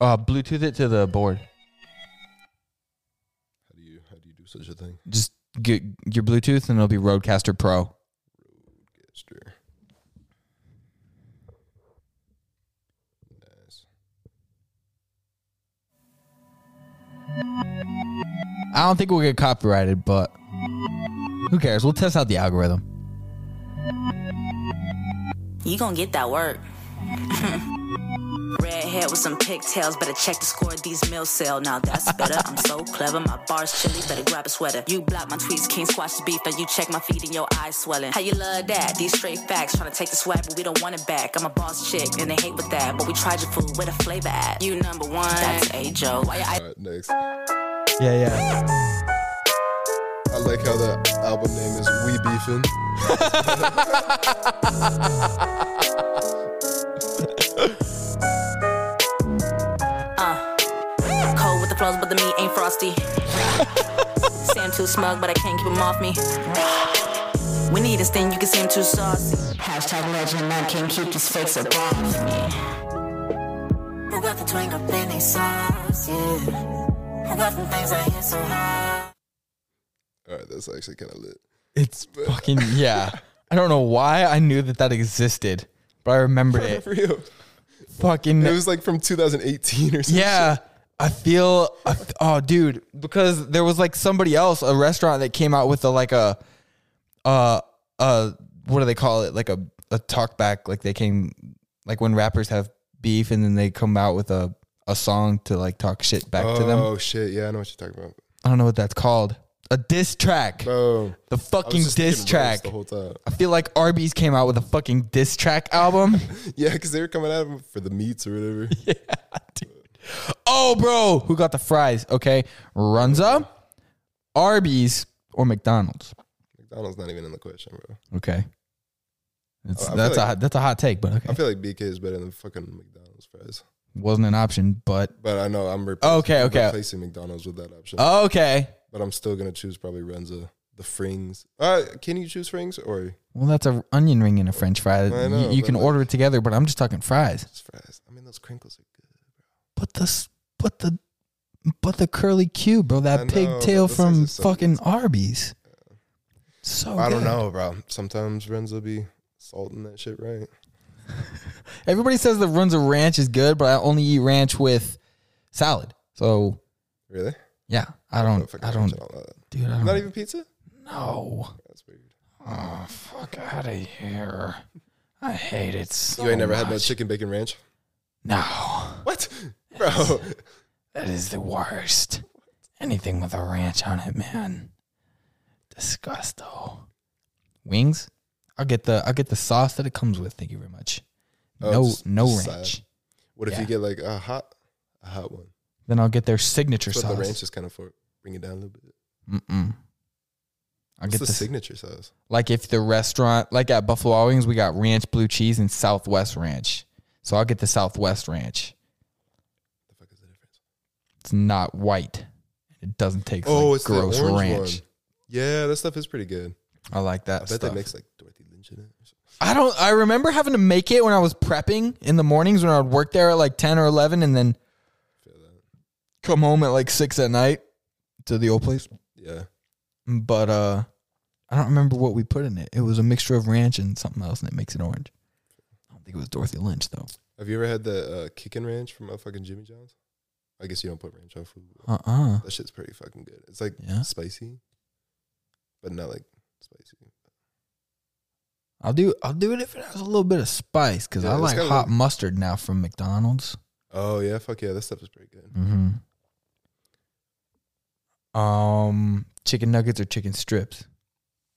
A: Uh, Bluetooth it to the board.
B: How do you? How do you do such a thing?
A: Just get your Bluetooth and it'll be Roadcaster Pro.
B: Roadcaster. Nice.
A: I don't think we'll get copyrighted, but who cares? We'll test out the algorithm.
D: You gonna get that work. Redhead with some pigtails, better check the score of these meals sale. Now that's better. I'm so clever, my bars chilly, better grab a sweater. You block my tweets, can't squash the beef, and you check my feet and your eyes swelling. How you love that? These straight facts, tryna take the swag, but we don't want it back. I'm a boss chick, and they hate with that, but we tried your food with a flavor at. You number one, that's a joke. Why your
B: All right, next. I
A: Yeah, yeah.
B: like how the album name is We Beefin.
D: Cold with the flows, but the meat ain't frosty. say I'm too smug, but I can't keep him off me. We need this thing, you can see him too saucy. Hashtag legend, I can't keep these fakes up off me. Who got the twang up in these songs, yeah? Who got the things I hit so hard?
B: All right, that's actually kind of lit.
A: It's fucking yeah. I don't know why I knew that that existed, but I remembered it.
B: For real.
A: fucking
B: It was like from 2018 or something.
A: yeah. I feel I f- oh dude because there was like somebody else a restaurant that came out with a like a uh uh what do they call it like a a talk back like they came like when rappers have beef and then they come out with a a song to like talk shit back to them.
B: Oh shit! Yeah, I know what you're talking about.
A: I don't know what that's called. A diss track.
B: Oh,
A: The
B: I was
A: fucking
B: just thinking
A: diss
B: roast
A: track.
B: the whole time.
A: I feel like Arby's came out with a fucking diss track album.
B: Yeah, because they were coming at him for the meats or whatever.
A: oh, bro, who got the fries? Okay, Runza, Arby's, or McDonald's.
B: McDonald's not even in the question, bro.
A: Okay, It's-
B: Oh, I feel
A: that's a
B: like-
A: hot- that's a hot take, but okay,
B: I feel like BK is better than fucking McDonald's fries.
A: wasn't an option, but
B: But I know I'm replacing,
A: Oh, Okay,
B: I'm
A: okay. Oh.
B: replacing McDonald's with that option.
A: okay.
B: but I'm still gonna choose probably Renza. The frings. Uh, can you choose frings or
A: Well, that's an onion ring and a French fry. You-
B: know,
A: you
B: but
A: can
B: like-
A: order it together, but I'm just talking fries.
B: just fries? I mean, those crinkles are good.
A: But the s- but the but the curly Q, bro.
B: I
A: That
B: know,
A: pigtail
B: but this
A: from
B: is so
A: fucking Arby's. So
B: I don't
A: Oh, good.
B: know, bro. Sometimes Renza be salting that shit right.
A: Everybody says the runs of ranch is good, but I only eat ranch with salad. So
B: Really?
A: yeah, I
B: Oh,
A: don't,
B: fuck,
A: I
B: I'm
A: don't,
B: watching all that.
A: dude, I
B: Uh, Not
A: don't
B: even pizza.
A: know.
B: That's weird.
C: Oh, fuck out of here. I hate it so
B: You ain't never
C: much.
B: had no chicken bacon ranch.
C: No,
B: What, bro?
C: that is the worst. Anything with a ranch on it, man. Disgusto.
A: Wings? I'll get the, I'll get the sauce that it comes with. Thank you very much.
B: Oh,
A: no,
B: just-
A: no
B: just
A: ranch.
B: salad. What if
A: Yeah.
B: you get like a hot, a hot one?
A: Then I'll get their signature
B: That's what
A: sauce.
B: the ranch is kind of for. Bring it down a little bit.
A: Mm-mm. I'll
B: What's
A: get
B: the
A: the,
B: signature sauce?
A: like if the restaurant, like at Buffalo Wings, we got ranch blue cheese and Southwest ranch. So I'll get the Southwest ranch.
B: The fuck is the difference?
A: It's not white. It doesn't taste
B: Oh,
A: like
B: it's the
A: gross
B: orange
A: ranch.
B: one. Yeah, that stuff is pretty good.
A: I like that
B: I bet
A: stuff.
B: they mix like Dorothy Lynch in it. Or something.
A: I don't. I remember having to make it when I was prepping in the mornings when I would work there at like ten or eleven, and then
B: Feel that.
A: come home at like six at night to the old place.
B: Yeah.
A: But uh, I don't remember what we put in it. It was a mixture of ranch and something else, and it makes it orange. I don't think it was Dorothy Lynch though.
B: Have you ever had the uh, kickin' ranch from motherfucking Jimmy John's? I guess you don't put ranch on food.
A: Uh uh
B: That shit's pretty fucking good. It's like
A: Yeah.
B: spicy, but not like spicy.
A: I'll do. I'll do it if it has a little bit of spice because
B: Yeah,
A: I
B: it's
A: like
B: got a
A: hot
B: little-
A: mustard now from McDonald's.
B: Oh yeah, fuck yeah, that stuff is pretty good.
A: Mm-hmm. Um, chicken nuggets or chicken strips?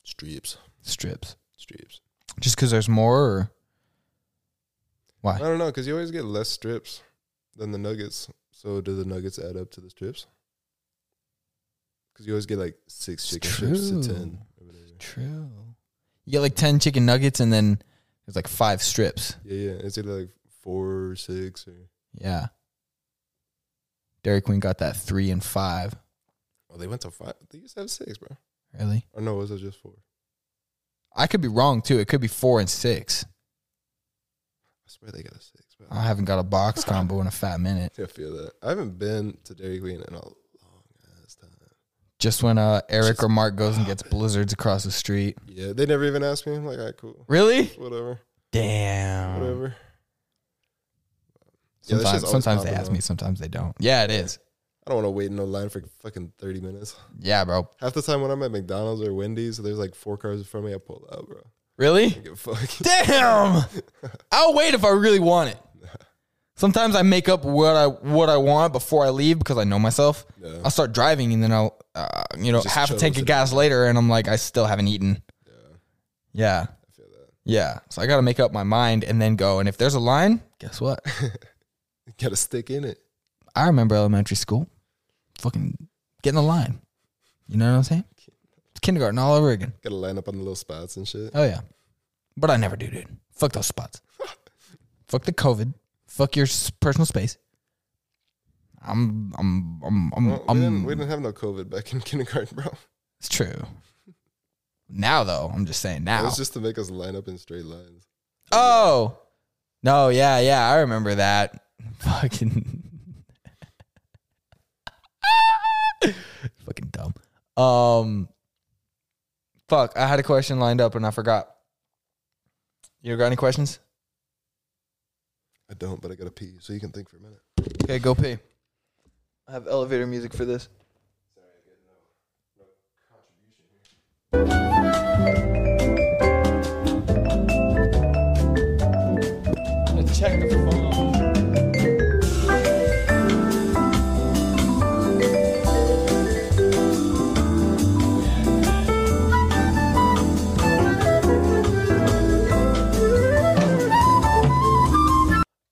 B: Streeps,
A: Strips.
B: streeps.
A: Just because there's more, or
B: I
A: why?
B: don't know, cause you always get less strips than the nuggets. So do the nuggets add up to the strips? Cause you always get like six
A: It's
B: chicken strips to
A: true.
B: ten. Or whatever.
A: True. You get like ten chicken nuggets, and then there's like five strips.
B: Yeah, yeah. It's either like four or six or.
A: Yeah. Dairy Queen got that three and five.
B: Oh, they went to five. They used to have six, bro.
A: Really?
B: Or no, was it just four?
A: I could be wrong too. It could be four and six.
B: I swear they got a six, bro.
A: I haven't got a box combo in a fat minute.
B: I feel that. I haven't been to Dairy Queen in a long ass time.
A: Just when uh, Eric or Mark goes and gets blizzards across the street.
B: Yeah, they never even asked me. I'm like, all right, cool,
A: Really?
B: whatever,
A: Damn.
B: whatever. Yeah, that shit's
A: Sometimes,
B: always
A: sometimes they
B: popping
A: ask
B: up.
A: me, sometimes they don't. Yeah, it is.
B: I don't want to wait in no line for fucking thirty minutes.
A: Yeah, bro.
B: Half the time when I'm at McDonald's or Wendy's, there's like four cars in front of me. I pull out, bro.
A: Really?
B: I give a fuck.
A: Damn. I'll wait if I really want it. Sometimes I make up what I what I want before I leave because I know myself.
B: Yeah.
A: I'll start driving and then I'll uh, you know
B: Just
A: half a tank
B: chose
A: of
B: it.
A: gas later and I'm like I still haven't eaten. Yeah.
B: I feel that.
A: Yeah. So I got to make up my mind and then go. And if there's a line, guess what?
B: Gotta stick in it.
A: I remember elementary school. Fucking get in the line. You know what I'm saying? It's kindergarten all over again.
B: Gotta line up on the little spots and shit.
A: Oh yeah. But I never do, dude. Fuck those spots. Fuck the COVID. Fuck your s- personal space. I'm I'm I'm I'm,
B: Well, we,
A: I'm
B: didn't, we didn't have no COVID back in kindergarten, bro.
A: it's true. Now though, I'm just saying
B: It
A: now.
B: was just to make us line up in straight lines.
A: oh. No, yeah, yeah, I remember that. Fucking Fucking dumb. Um Fuck, I had a question lined up and I forgot. You got any questions?
B: I don't, but I gotta pee, so you can think for a minute.
A: Okay, go pee. I have elevator music for this. Check the phone.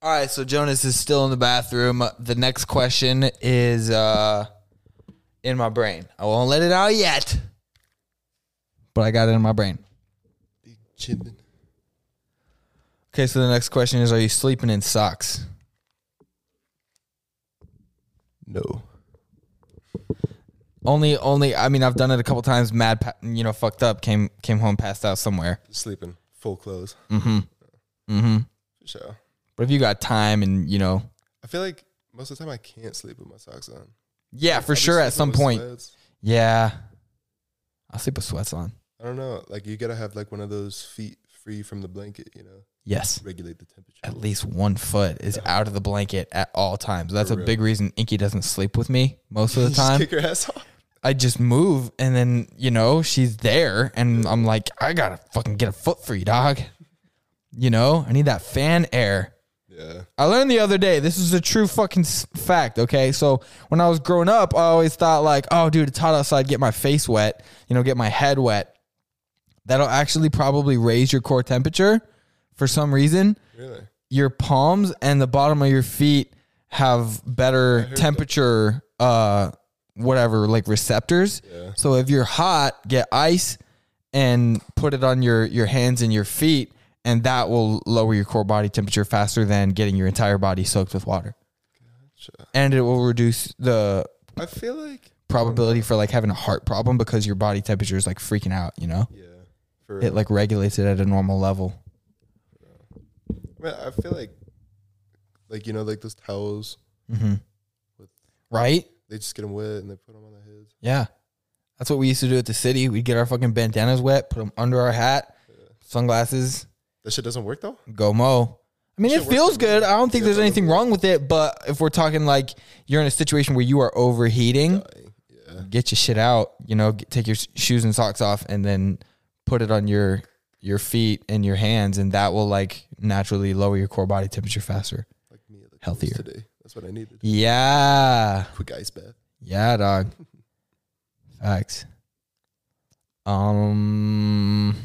A: All right, so Jonas is still in the bathroom. Uh, The next question is uh, in my brain. I won't let it out yet, but I got it in my brain.
B: Be chipping.
A: Okay, so the next question is Are you sleeping in socks?
B: No.
A: Only, only. I mean, I've done it a couple times. Mad, pa- you know, fucked up. Came, came home, passed out somewhere.
B: Sleeping. Full clothes.
A: Mm-hmm.
B: For sure.
A: But if you got time and you know,
B: I feel like most of the time I can't sleep with my socks on.
A: yeah,
B: I
A: for
B: be
A: sure. At
B: sleeping
A: some
B: with
A: point,
B: sweats.
A: yeah, I'll sleep with sweats on.
B: I don't know. Like you gotta have like one of those feet free from the blanket, you know,
A: Yes,
B: regulate the temperature.
A: at least one foot is out of the blanket at all times. That's
B: For
A: a
B: real.
A: big reason Inky doesn't sleep with me most of the
B: Just
A: time.
B: kick your ass off.
A: I just move, and then you know she's there, and I'm like, I gotta fucking get a foot for you, dog. You know, I need that fan air.
B: Yeah.
A: I learned the other day. This is a true fucking s- fact. Okay, so when I was growing up, I always thought like, "Oh, dude, it's hot outside. Get my face wet. You know, get my head wet. That'll actually probably raise your core temperature. For some reason,
B: Really?
A: your palms and the bottom of your feet have better temperature, uh, whatever, like receptors.
B: Yeah.
A: So if you're hot, get ice and put it on your your hands and your feet, and that will lower your core body temperature faster than getting your entire body soaked with water.
B: Sure.
A: And it will reduce the
B: I feel like
A: probability for like having a heart problem because your body temperature is like freaking out. You know,
B: Yeah. For
A: it like regulates it at a normal level.
B: Man, I feel like, like you know, like those towels,
A: Right?
B: they just get them wet and they put them on their heads.
A: Yeah. That's what we used to do at the city. We'd get our fucking bandanas wet, put them under our hat, sunglasses,
B: That shit doesn't work though.
A: go mo. I mean, it
B: Shit works
A: feels
B: for me.
A: good. I don't think there's
B: Yeah, it doesn't
A: anything
B: work.
A: wrong with it, but if we're talking like you're in a situation where you are overheating,
B: Dying. Yeah.
A: get your shit out, you know, get, take your s- shoes and socks off and then put it on your your feet and your hands and that will like naturally lower your core body temperature faster.
B: Like me at the
A: Healthier.
B: healthier today. That's what I needed.
A: Yeah.
B: Quick ice bath.
A: Yeah, dog. Facts. Um.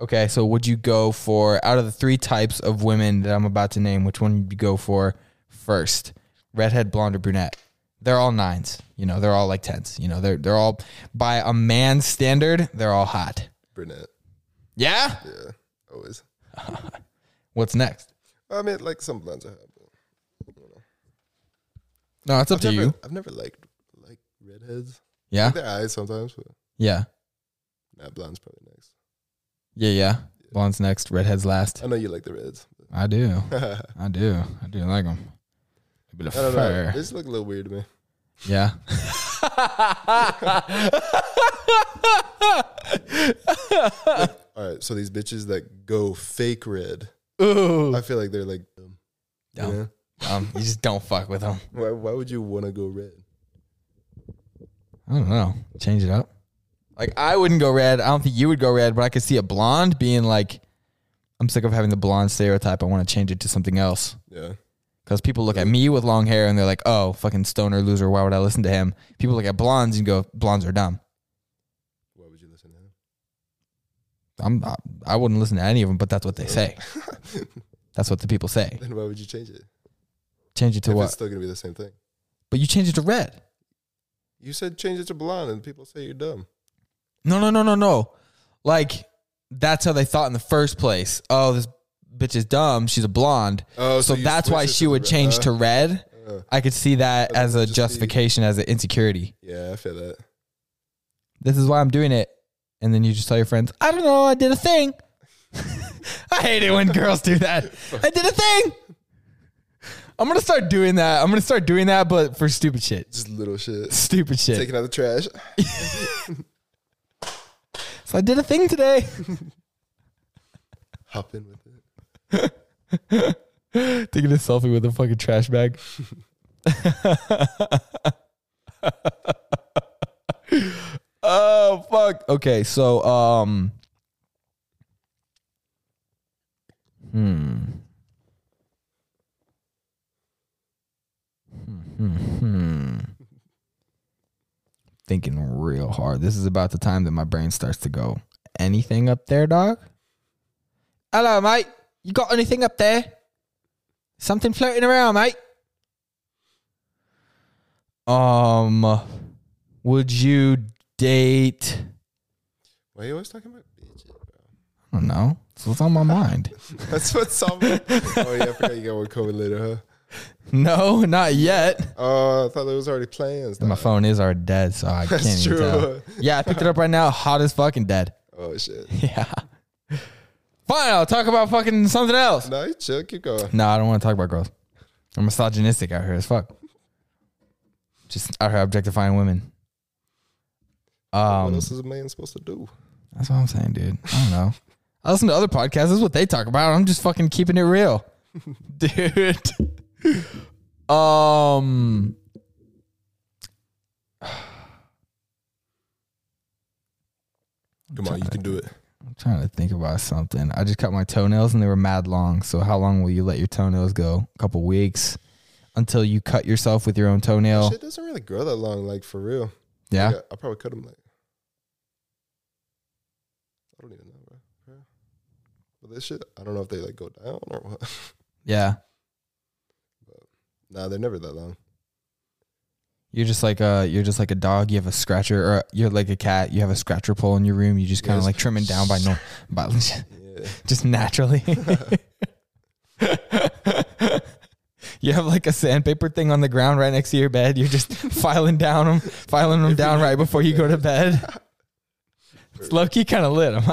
A: Okay, so would you go for out of the three types of women that I'm about to name, which one would you go for first? Redhead, blonde, or brunette? They're all nines. You know, they're all like tens. You know, they're they're all by a man's standard, they're all hot.
B: Brunette.
A: Yeah.
B: Yeah. Always.
A: What's next?
B: I mean, like some blondes I have. But
A: No, it's up
B: I've
A: to
B: never,
A: you. Ah.
B: I've never liked like redheads.
A: Yeah.
B: Like their eyes sometimes, but
A: Yeah.
B: nah, blondes probably next.
A: Yeah. Yeah. Blonde's next. Redhead's last.
B: I know you like the reds. But
A: I do.
B: I
A: I do. I do like them. A bit of
B: don't know.
A: fur.
B: This look a little weird to me.
A: Yeah.
B: All right, so these bitches that go fake red,
A: Ooh.
B: I feel like they're like, dumb, you
A: Dumb.
B: know?
A: Um, you just don't fuck with them.
B: why, why would you want to go red?
A: I don't know. Change it up. Like I wouldn't go red. I don't think you would go red, but I could see a blonde being like, I'm sick of having the blonde stereotype. I want to change it to something else.
B: Yeah,
A: Because people look at me with long hair and they're like, oh, fucking stoner loser. Why would I listen to him? People look at blondes and go, blondes are dumb.
B: why would you listen to him?
A: I'm not, I wouldn't listen to any of them, but that's what they say. that's what the people say.
B: Then why would you change it?
A: Change it to
B: if
A: what?
B: it's still gonna be the same thing.
A: but you change it to red.
B: You said change it to blonde, and people say you're dumb.
A: No, no, no, no, no. Like that's how they thought in the first place. Oh, this bitch is dumb. She's a blonde.
B: Oh,
A: so,
B: so you
A: that's why
B: switch it
A: she
B: to
A: would
B: red.
A: change to
B: Uh,
A: red.
B: uh.
A: I could see that
B: Or
A: as a
B: just be-
A: justification, as an insecurity.
B: Yeah, I feel that.
A: This is why I'm doing it. And then you just tell your friends, I don't know, I did a thing. I hate it when girls do that. I did a thing. I'm gonna start doing that. I'm gonna start doing that, but for stupid shit.
B: Just little shit.
A: Stupid shit.
B: Taking out the trash.
A: so I did a thing today.
B: Hop in with it.
A: Taking a selfie with a fucking trash bag. oh fuck. Okay, so um Hmm. Hmm, hmm, hmm. Thinking real hard. This is about the time that my brain starts to go. Anything up there, dog? Hello, mate. You got anything up there? Something floating around, mate. Um, would you date?
B: Why are you always talking about bitches, bro?
A: I don't know. It's what's on my mind.
B: That's what's on me. oh, yeah, I forgot you got one coming later, huh?
A: No, not yet.
B: Oh, I thought there was already plans.
A: My
B: dog.
A: phone is already dead, so I can't
B: That's
A: even tell.
B: true.
A: Yeah, I picked it up right now. Hot as fucking dead.
B: Oh, shit.
A: Yeah. Fine, I'll talk about fucking something else.
B: No, you chill. Keep going.
A: No, I don't want to talk about girls. I'm misogynistic out here as fuck. Just out here objectifying women.
B: what
A: Um,
B: else is a man supposed to do?
A: That's what I'm saying, dude. I don't know. I listen to other podcasts. That's what they talk about. I'm just fucking keeping it real, dude. um,
B: Come on, you can do it.
A: I'm trying to think about something. I just cut my toenails and they were mad long. So how long will you let your toenails go? A couple weeks until you cut yourself with your own toenail.
B: Shit doesn't really grow that long, like for real.
A: Yeah.
B: Like, I, I probably cut them like. I don't even know, bro. bro. But this shit, I don't know if they like go down or what.
A: Yeah.
B: nah, they're never that long.
A: You're just like a you're just like a dog. You have a scratcher, or you're like a cat. You have a scratcher pole in your room. You just kind of
B: Yes.
A: like trimming down by no, by
B: Yeah.
A: just naturally. you have like a sandpaper thing on the ground right next to your bed. You're just filing down them, filing them down right before you go to bed. It's low key kind of lit. I might,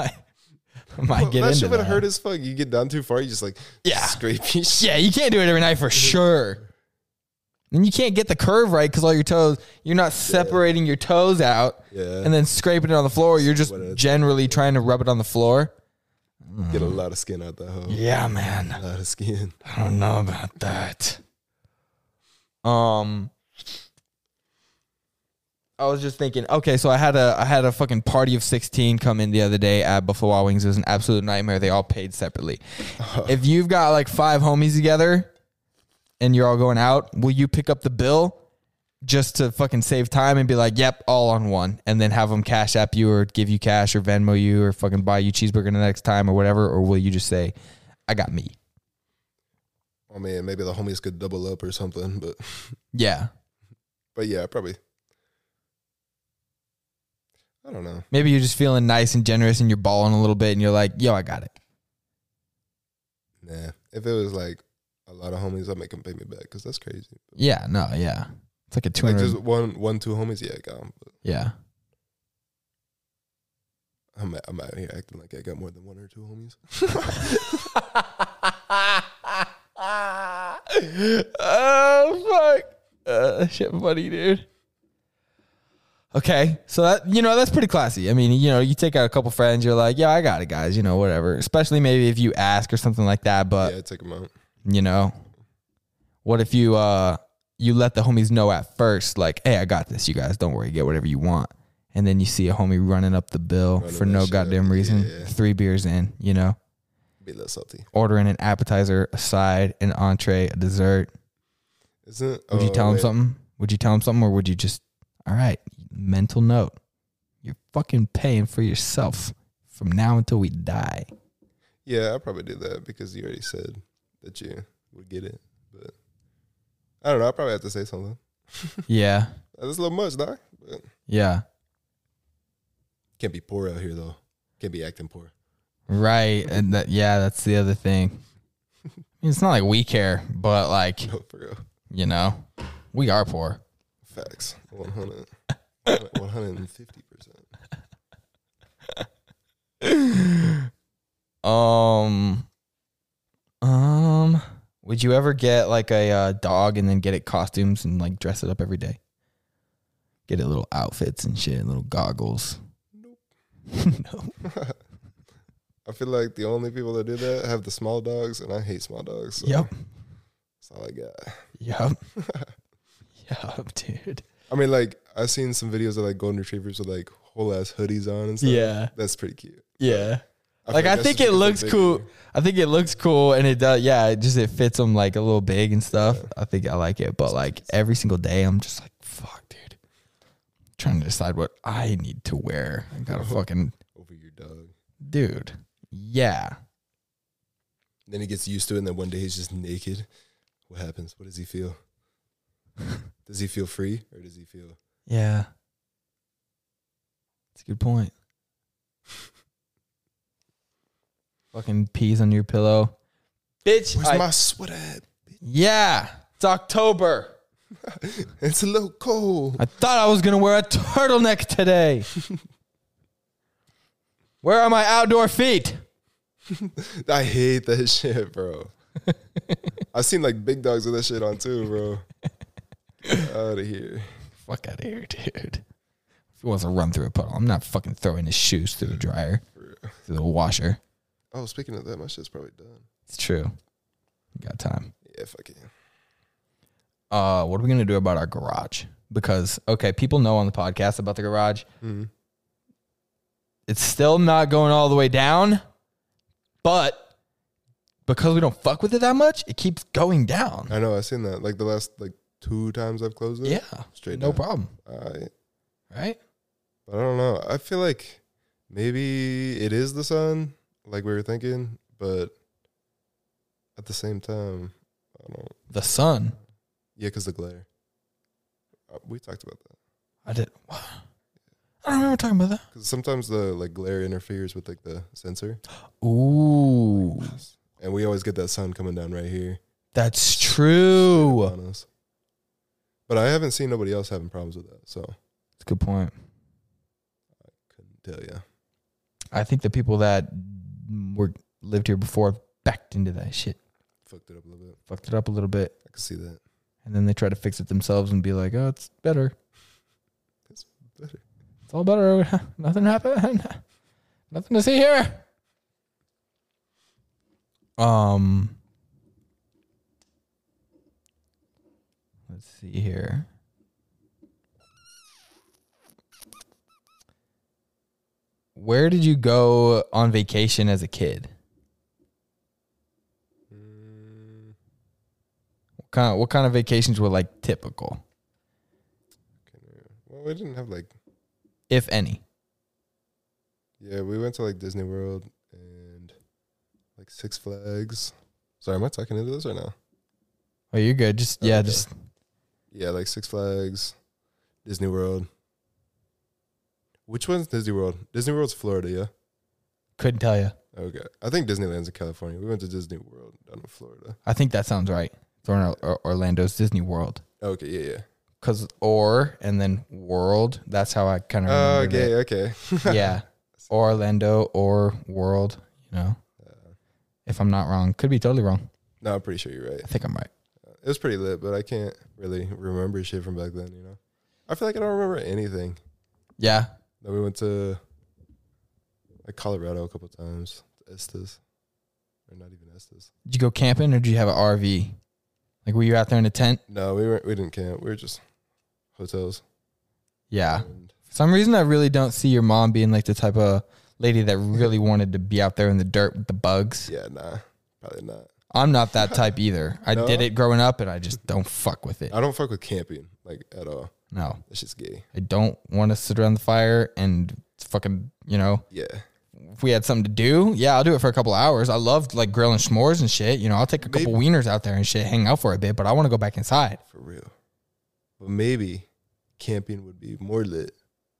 A: I might
B: Well,
A: get
B: that
A: into
B: shit would
A: that.
B: hurt as fuck. You get down too far, you just like
A: Yeah.
B: scrape your shit.
A: yeah, you can't do it every night for sure. And you can't get the curve right because all your toes, you're not separating your toes out
B: Yeah,
A: and then scraping it on the floor. You're just
B: What a-
A: generally trying to rub it on the floor.
B: get a lot of skin out that hoe.
A: Yeah, man.
B: A lot of skin.
A: I don't know about that. Um I was just thinking, okay, so I had a I had a fucking party of 16 come in the other day at Buffalo Wild Wings. It was an absolute nightmare. They all paid separately. if you've got like five homies together and you're all going out, will you pick up the bill just to fucking save time and be like, "Yep, all on one." And then have them cash app you or give you cash or Venmo you or fucking buy you cheeseburger the next time or whatever or will you just say, "I got me."
B: I mean, Oh, maybe the homies could double up or something, but
A: Yeah.
B: but yeah, probably. I don't know.
A: Maybe you're just feeling nice and generous and you're balling a little bit and you're like, yo, I got it.
B: Nah, if it was like a lot of homies, I'd make them pay me back because that's crazy.
A: Yeah, no, yeah. It's like a 200.
B: Like just one, one, two homies, yeah, I got 'em, But
A: yeah.
B: I'm, I'm out here acting like I got more than one or two homies.
A: oh, fuck. Uh, shit, buddy, dude. Okay, so that you know that's pretty classy. I mean, you know, you take out a couple friends, you're like, "Yeah, I got it, guys." You know, whatever. Especially maybe if you ask or something like that. But
B: Yeah, take him out.
A: you know, what if you uh you let the homies know at first, like, "Hey, I got this. You guys, don't worry. Get whatever you want." And then you see a homie running up the bill
B: Running
A: for
B: that
A: no
B: shit up,
A: goddamn reason.
B: yeah.
A: Three beers in, you know.
B: Be a little salty.
A: ordering an appetizer, a side, an entree, a dessert.
B: Isn't it?
A: Would you
B: Oh,
A: tell him
B: wait.
A: something? Would you tell him something, or would you just, all right, mental note, you're fucking paying for yourself from now until we die.
B: Yeah, I'll probably do that because you already said that you would get it. But I don't know. I probably have to say something.
A: yeah,
B: That's a little much, dog. But
A: yeah,
B: can't be poor out here though. Can't be acting poor.
A: right, and that, yeah, that's the other thing. I mean, it's not like we care, but like
B: No, for real.
A: you know, we are poor.
B: Facts. 100. 150 percent.
A: Um, um, would you ever get like a uh, dog and then get it costumes and like dress it up every day? Get it little outfits and shit, little goggles. Nope. no.
B: I feel like the only people that do that have the small dogs, and I hate small dogs. So
A: Yep.
B: That's all I got.
A: Yep. yep, dude.
B: I mean, like I've seen some videos of like golden retrievers with like whole ass hoodies on and stuff.
A: Yeah.
B: that's pretty cute.
A: Yeah.
B: feel
A: Like I
B: that's
A: think
B: just
A: it
B: because they're
A: looks
B: big.
A: cool. I think it looks cool and it does. Yeah, it just it fits them like a little big and stuff. I think I like it, but like every single day, I'm just like, fuck, dude. Trying to decide what I need to wear. I gotta
B: Uh-huh.
A: fucking
B: Over your dog.
A: dude. Yeah.
B: Then he gets used to it, and then one day he's just naked. What happens? What does he feel? does he feel free, or does he feel?
A: Yeah. It's a good point. Fucking peas on your pillow. Bitch.
B: Where's
A: I-
B: my sweat at?
A: yeah. It's October.
B: It's a little cold.
A: I thought I was gonna wear a turtleneck today. Where are my outdoor feet?
B: I hate that shit, bro. I've seen like big dogs with that shit on too, bro. Out of here.
A: Fuck out of here, dude. If he wants to run through a puddle, I'm not fucking throwing his shoes through the dryer, through the washer.
B: Oh, speaking of that, my shit's probably done.
A: It's true. We got time.
B: Yeah, fuck it.
A: uh, what are we gonna do about our garage? Because okay, people know on the podcast about the garage. It's still not going all the way down, but because we don't fuck with it that much, it keeps going down.
B: I know. I've seen that. Like the last like two times I've closed it.
A: Yeah,
B: Straight
A: no
B: down.
A: problem,
B: I,
A: right?
B: but I don't know. I feel like maybe it is the sun, like we were thinking, but at the same time, I don't.
A: The sun.
B: Yeah, because the glare. Uh, We talked about that.
A: I did. What? I don't remember talking about
B: Because sometimes the like glare interferes with like the sensor,
A: that. Ooh,
B: and we always get that sun coming down right here
A: that's true.
B: on us. But I haven't seen nobody else having problems with that, so
A: That's a good point.
B: couldn't tell you.
A: I think the people that were lived here before backed into that shit,
B: Fucked it up a little bit.
A: fucked it up a little bit.
B: I could see that.
A: and then they try to fix it themselves and be like, "Oh, it's better.
B: It's better.
A: It's all better. Nothing happened. Nothing to see here." Um, let's see here. Where did you go on vacation as a kid?
B: Mm,
A: What kind of, what kind of vacations were like typical,
B: Well, we didn't have like
A: if any?
B: yeah, we went to like Disney World and like Six Flags. Sorry, am I talking into this right now?
A: Oh, you're good. Just
B: Oh,
A: yeah,
B: okay.
A: just
B: Yeah, like Six Flags, Disney World. Which one's Disney World? Disney World's Florida, yeah.
A: couldn't tell you.
B: Okay, I think Disneyland's in California. We went to Disney World down in Florida.
A: I think that sounds right. Thorn or Orlando's Disney World.
B: Okay, yeah, yeah.
A: Cause or and then world. That's how I kind of
B: Oh,
A: remember
B: okay, okay.
A: it. Yeah, Orlando or world. You know, if I'm not wrong, could be totally wrong.
B: No, I'm pretty sure you're right.
A: I think I'm right.
B: it was pretty lit, but I can't really remember shit from back then. You know, I feel like I don't remember anything.
A: Yeah.
B: Then we went to like Colorado a couple times. Estes, or not even Estes.
A: Did you go camping or did you have an RV? Like were you out there in a tent?
B: No, we weren't. We didn't camp. We were just hotels.
A: Yeah.
B: And
A: For some reason, I really don't see your mom being like the type of lady that really wanted to be out there in the dirt with the bugs.
B: yeah, nah, probably not.
A: I'm not that type either. I
B: No?
A: did it growing up, and I just don't fuck with it.
B: I don't fuck with camping like at all.
A: No,
B: That shit's gay.
A: I don't want to sit around the fire and fucking. You know,
B: Yeah,
A: if we had something to do, yeah, I'll do it for a couple hours. I loved like grilling s'mores and shit. You know, I'll take a couple wieners out there and shit, hang out for a bit, but I want to go back inside.
B: for real. But maybe camping would be more lit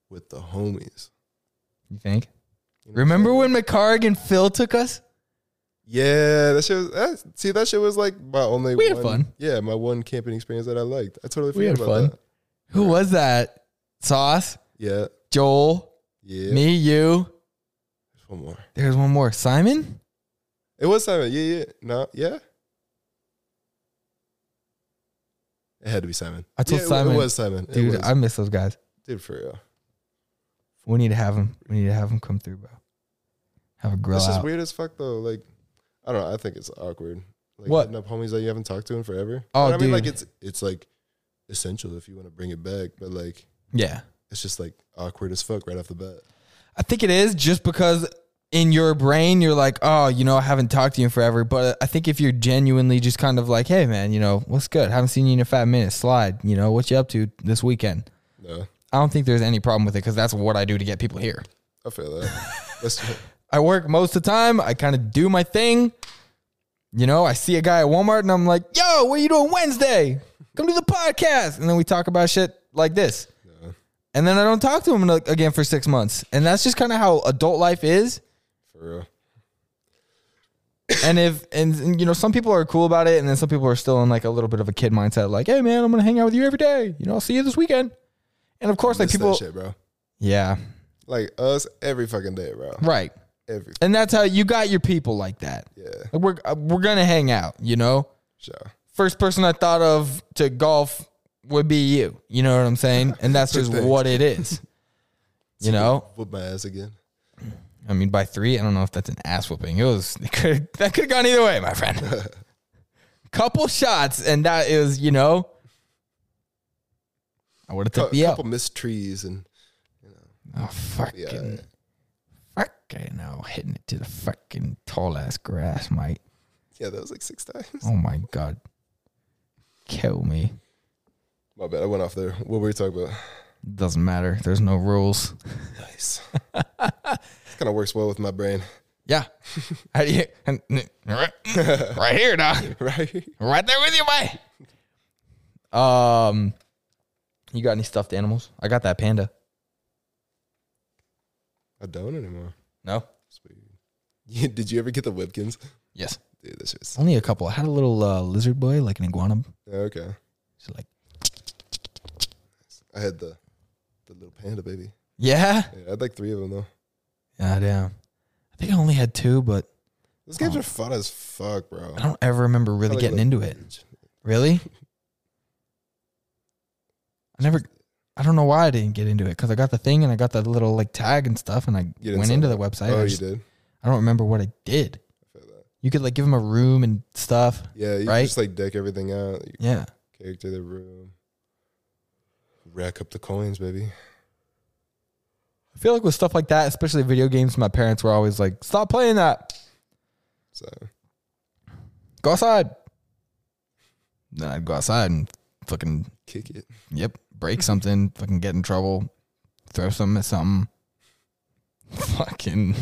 B: with the homies.
A: You think?
B: You know what I'm
A: Remember
B: saying?
A: when McCarg and Phil took us?
B: Yeah, that shit was. That, see, that shit was like my only.
A: We had
B: one-
A: fun.
B: Yeah, my one camping experience that I liked. I totally forgot
A: We had
B: about
A: fun.
B: that.
A: Who was that? Sauce,
B: Yeah,
A: Joel,
B: yeah.
A: me, you.
B: One more.
A: There's one more. Simon?
B: It was Simon. Yeah, yeah. No, yeah. It had to be Simon.
A: I told
B: Yeah, it wa-
A: Simon,
B: It was Simon. It
A: Dude,
B: was.
A: I miss those guys.
B: dude, for real.
A: We need to have them. We need to have them come through, bro. Have a grill
B: It's just
A: out.
B: weird as fuck though. Like, I don't know. I think it's awkward. Like
A: What?
B: hitting up homies that you haven't talked to in forever.
A: Oh,
B: But I mean, like
A: dude.
B: it's it's like essential if you want to bring it back, but like
A: Yeah.
B: it's just like awkward as fuck right off the bat.
A: I think it is just because in your brain you're like, oh, you know, I haven't talked to you in forever. But I think if you're genuinely just kind of like, hey, man, you know, what's good? Haven't seen you in a fat minute. Slide. You know, what you up to this weekend?
B: No,
A: I don't think there's any problem with it because that's what I do to get people here.
B: I feel that. That's
A: I work most of the time. I kind of do my thing. You know, I see a guy at Walmart and I'm like, yo, what are you doing Wednesday? Come do the podcast. And then we talk about shit like this. And then I don't talk to him like, again for six months. And that's just kind of how adult life is.
B: for real.
A: And if, and, and, you know, some people are cool about it. And then some people are still in like a little bit of a kid mindset, like, hey, man, I'm going to hang out with you every day. You know, I'll see you this weekend. And of course, like
B: Miss
A: people,
B: that shit, bro.
A: yeah,
B: Like us every fucking day, bro.
A: right.
B: Every
A: And that's how you got your people like that.
B: yeah,
A: Like we're, uh, we're going to hang out, you know?
B: sure.
A: first person I thought of to golf would be you. You know what I'm saying? And that's just
B: Thanks.
A: what it is. You know,
B: Whoop my ass again.
A: I mean, by three, I don't know if that's an ass whooping. It was it could that could have gone either way, my friend. couple shots, and that is, you know, I would have
B: A
A: took the
B: couple
A: L.
B: missed trees and
A: Oh fucking,
B: yeah, yeah.
A: fucking, oh, hitting it to the fucking tall ass grass, Mike.
B: yeah, that was like six times.
A: Oh my god, kill me.
B: My bad, I went off there. What were we talking about?
A: Doesn't matter. There's no rules.
B: Nice. this kind of works well with my brain,
A: Yeah. How do you, and, right, right here, dog.
B: right?
A: Right there with you, boy. Um, you got any stuffed animals? I got that panda.
B: I don't anymore.
A: No.
B: Sweet. Yeah, did you ever get the Whipkins?
A: Yes.
B: Dude, that's just
A: Only a couple. I had a little uh, lizard boy, like an iguana.
B: okay.
A: She's like,
B: I had the the little panda baby.
A: yeah.
B: Yeah, I had like three of them though.
A: Yeah, damn. I think I only had two, but
B: Those games are fun as fuck, bro.
A: Uh-huh. I don't ever remember really
B: Probably
A: getting
B: like-
A: into it. Really? I never. I don't know why I didn't get into it because I got the thing and I got that little like tag and stuff and I
B: You didn't
A: went
B: sign
A: into the
B: up.
A: website.
B: Oh,
A: I
B: you
A: just-
B: did.
A: I don't remember what I did.
B: I feel that.
A: You could like give him a room and stuff.
B: Yeah, you
A: Right?
B: just like deck everything out. Your
A: Yeah.
B: character, the room, rack up the coins, baby.
A: I feel like with stuff like that, especially video games, my parents were always like, stop playing that.
B: So
A: Go outside. Then I'd go outside and fucking,
B: kick it.
A: yep, break something, fucking get in trouble, throw something at something. Fucking.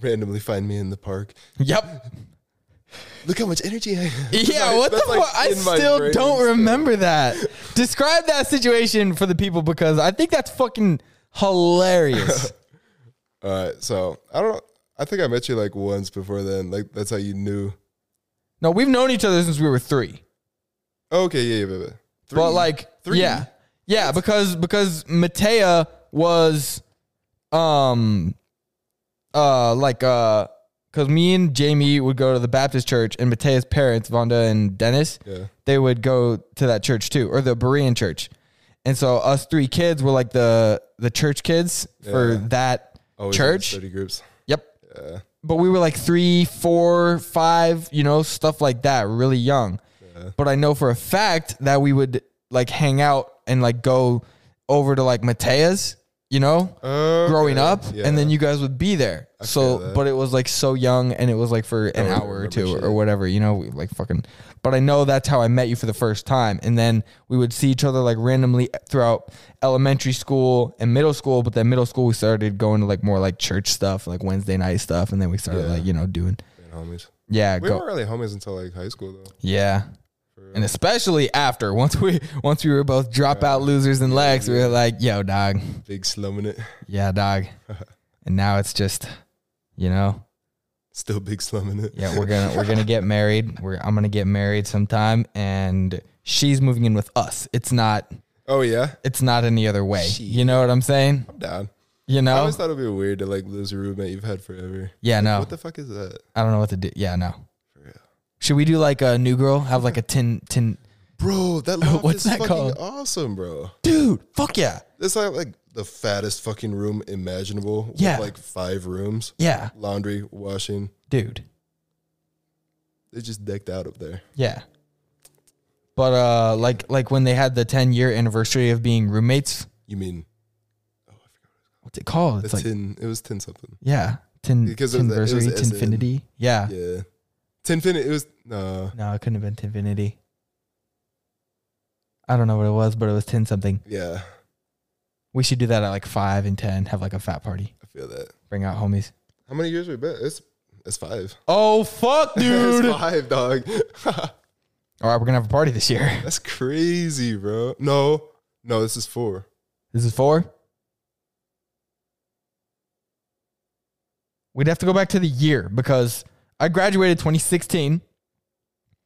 B: Randomly find me in the park.
A: Yep.
B: Look how much energy I have.
A: Yeah,
B: Like,
A: what the
B: that's, like,
A: fuck? I
B: in my
A: still
B: brain
A: don't
B: still.
A: remember that. Describe that situation for the people because I think that's fucking hilarious.
B: All right, so I don't. I think I met you like once before then. Like that's how you knew.
A: no, we've known each other since we were three.
B: Oh, Okay, yeah, yeah, baby. Three.
A: But like
B: Three?
A: Yeah. Yeah, because because Matea was um uh like uh Because me and Jamie would go to the Baptist church, and Matea's parents, Vonda and Dennis,
B: Yeah.
A: they would go to that church too, or the Berean church. And so us three kids were like the the church kids for
B: Yeah. Oh,
A: that
B: Always in the
A: church.
B: study groups.
A: Yep.
B: Yeah.
A: But we were like three, four, five, you know, stuff like that, really young. But I know for a fact that we would like hang out and like go over to like Matea's, you know, growing up,
B: yeah.
A: and then you guys would be there. so,
B: that.
A: but it was like so young, and it was like for an
B: I don't
A: hour or
B: remember
A: two
B: shit.
A: or whatever, you know, we, like fucking. But I know that's how I met you for the first time, and then we would see each other like randomly throughout elementary school and middle school. But then middle school, we started going to like more like church stuff, like Wednesday night stuff, and then we started
B: Yeah.
A: like you know doing
B: Being homies.
A: yeah,
B: We
A: go
B: weren't really homies until like high school though.
A: yeah. And especially after once we once we were both dropout losers and lags, we were like, "Yo, dog,
B: Big slumming it.
A: yeah, dog," and now it's just, you know,
B: Still big slumming it.
A: Yeah, we're gonna we're gonna get married. We're I'm gonna get married sometime, and she's moving in with us. It's not
B: Oh yeah.
A: it's not any other way. You know what I'm saying?
B: I'm down.
A: You
B: I
A: know?
B: always thought it'd be weird to like lose a roommate you've had forever.
A: Yeah, no.
B: What the fuck is that?
A: I don't know what to do. Yeah, no. Should we do like a new girl? Have like a tin tin?
B: Bro, that loft
A: What's
B: is
A: that
B: fucking
A: called?
B: awesome, bro.
A: Dude, fuck yeah,
B: It's like like the fattest fucking room imaginable. with,
A: Yeah.
B: like five rooms.
A: yeah,
B: Laundry, washing.
A: dude,
B: They just decked out up there.
A: yeah. But uh, like like when they had the 10 year anniversary of being roommates,
B: You mean
A: what's it called?
B: the
A: It's like
B: tin? It was tin something.
A: yeah, tin
B: Because it was the- it was
A: tinversary,
B: the SN.
A: tinfinity. Yeah.
B: Yeah, tin It was no.
A: No, it couldn't have been Tinfinity. I don't know what it was, but it was 10 something.
B: Yeah,
A: We should do that at like 5 and 10, have like a fat party,
B: I feel that.
A: bring out homies.
B: How many years we been? It's it's five.
A: Oh, fuck, dude.
B: it's
A: All
B: five, dog.
A: right, we're going to have a party this year.
B: That's crazy, bro. No, no, this is four.
A: This is four. We'd have to go back to the year because I graduated 2016,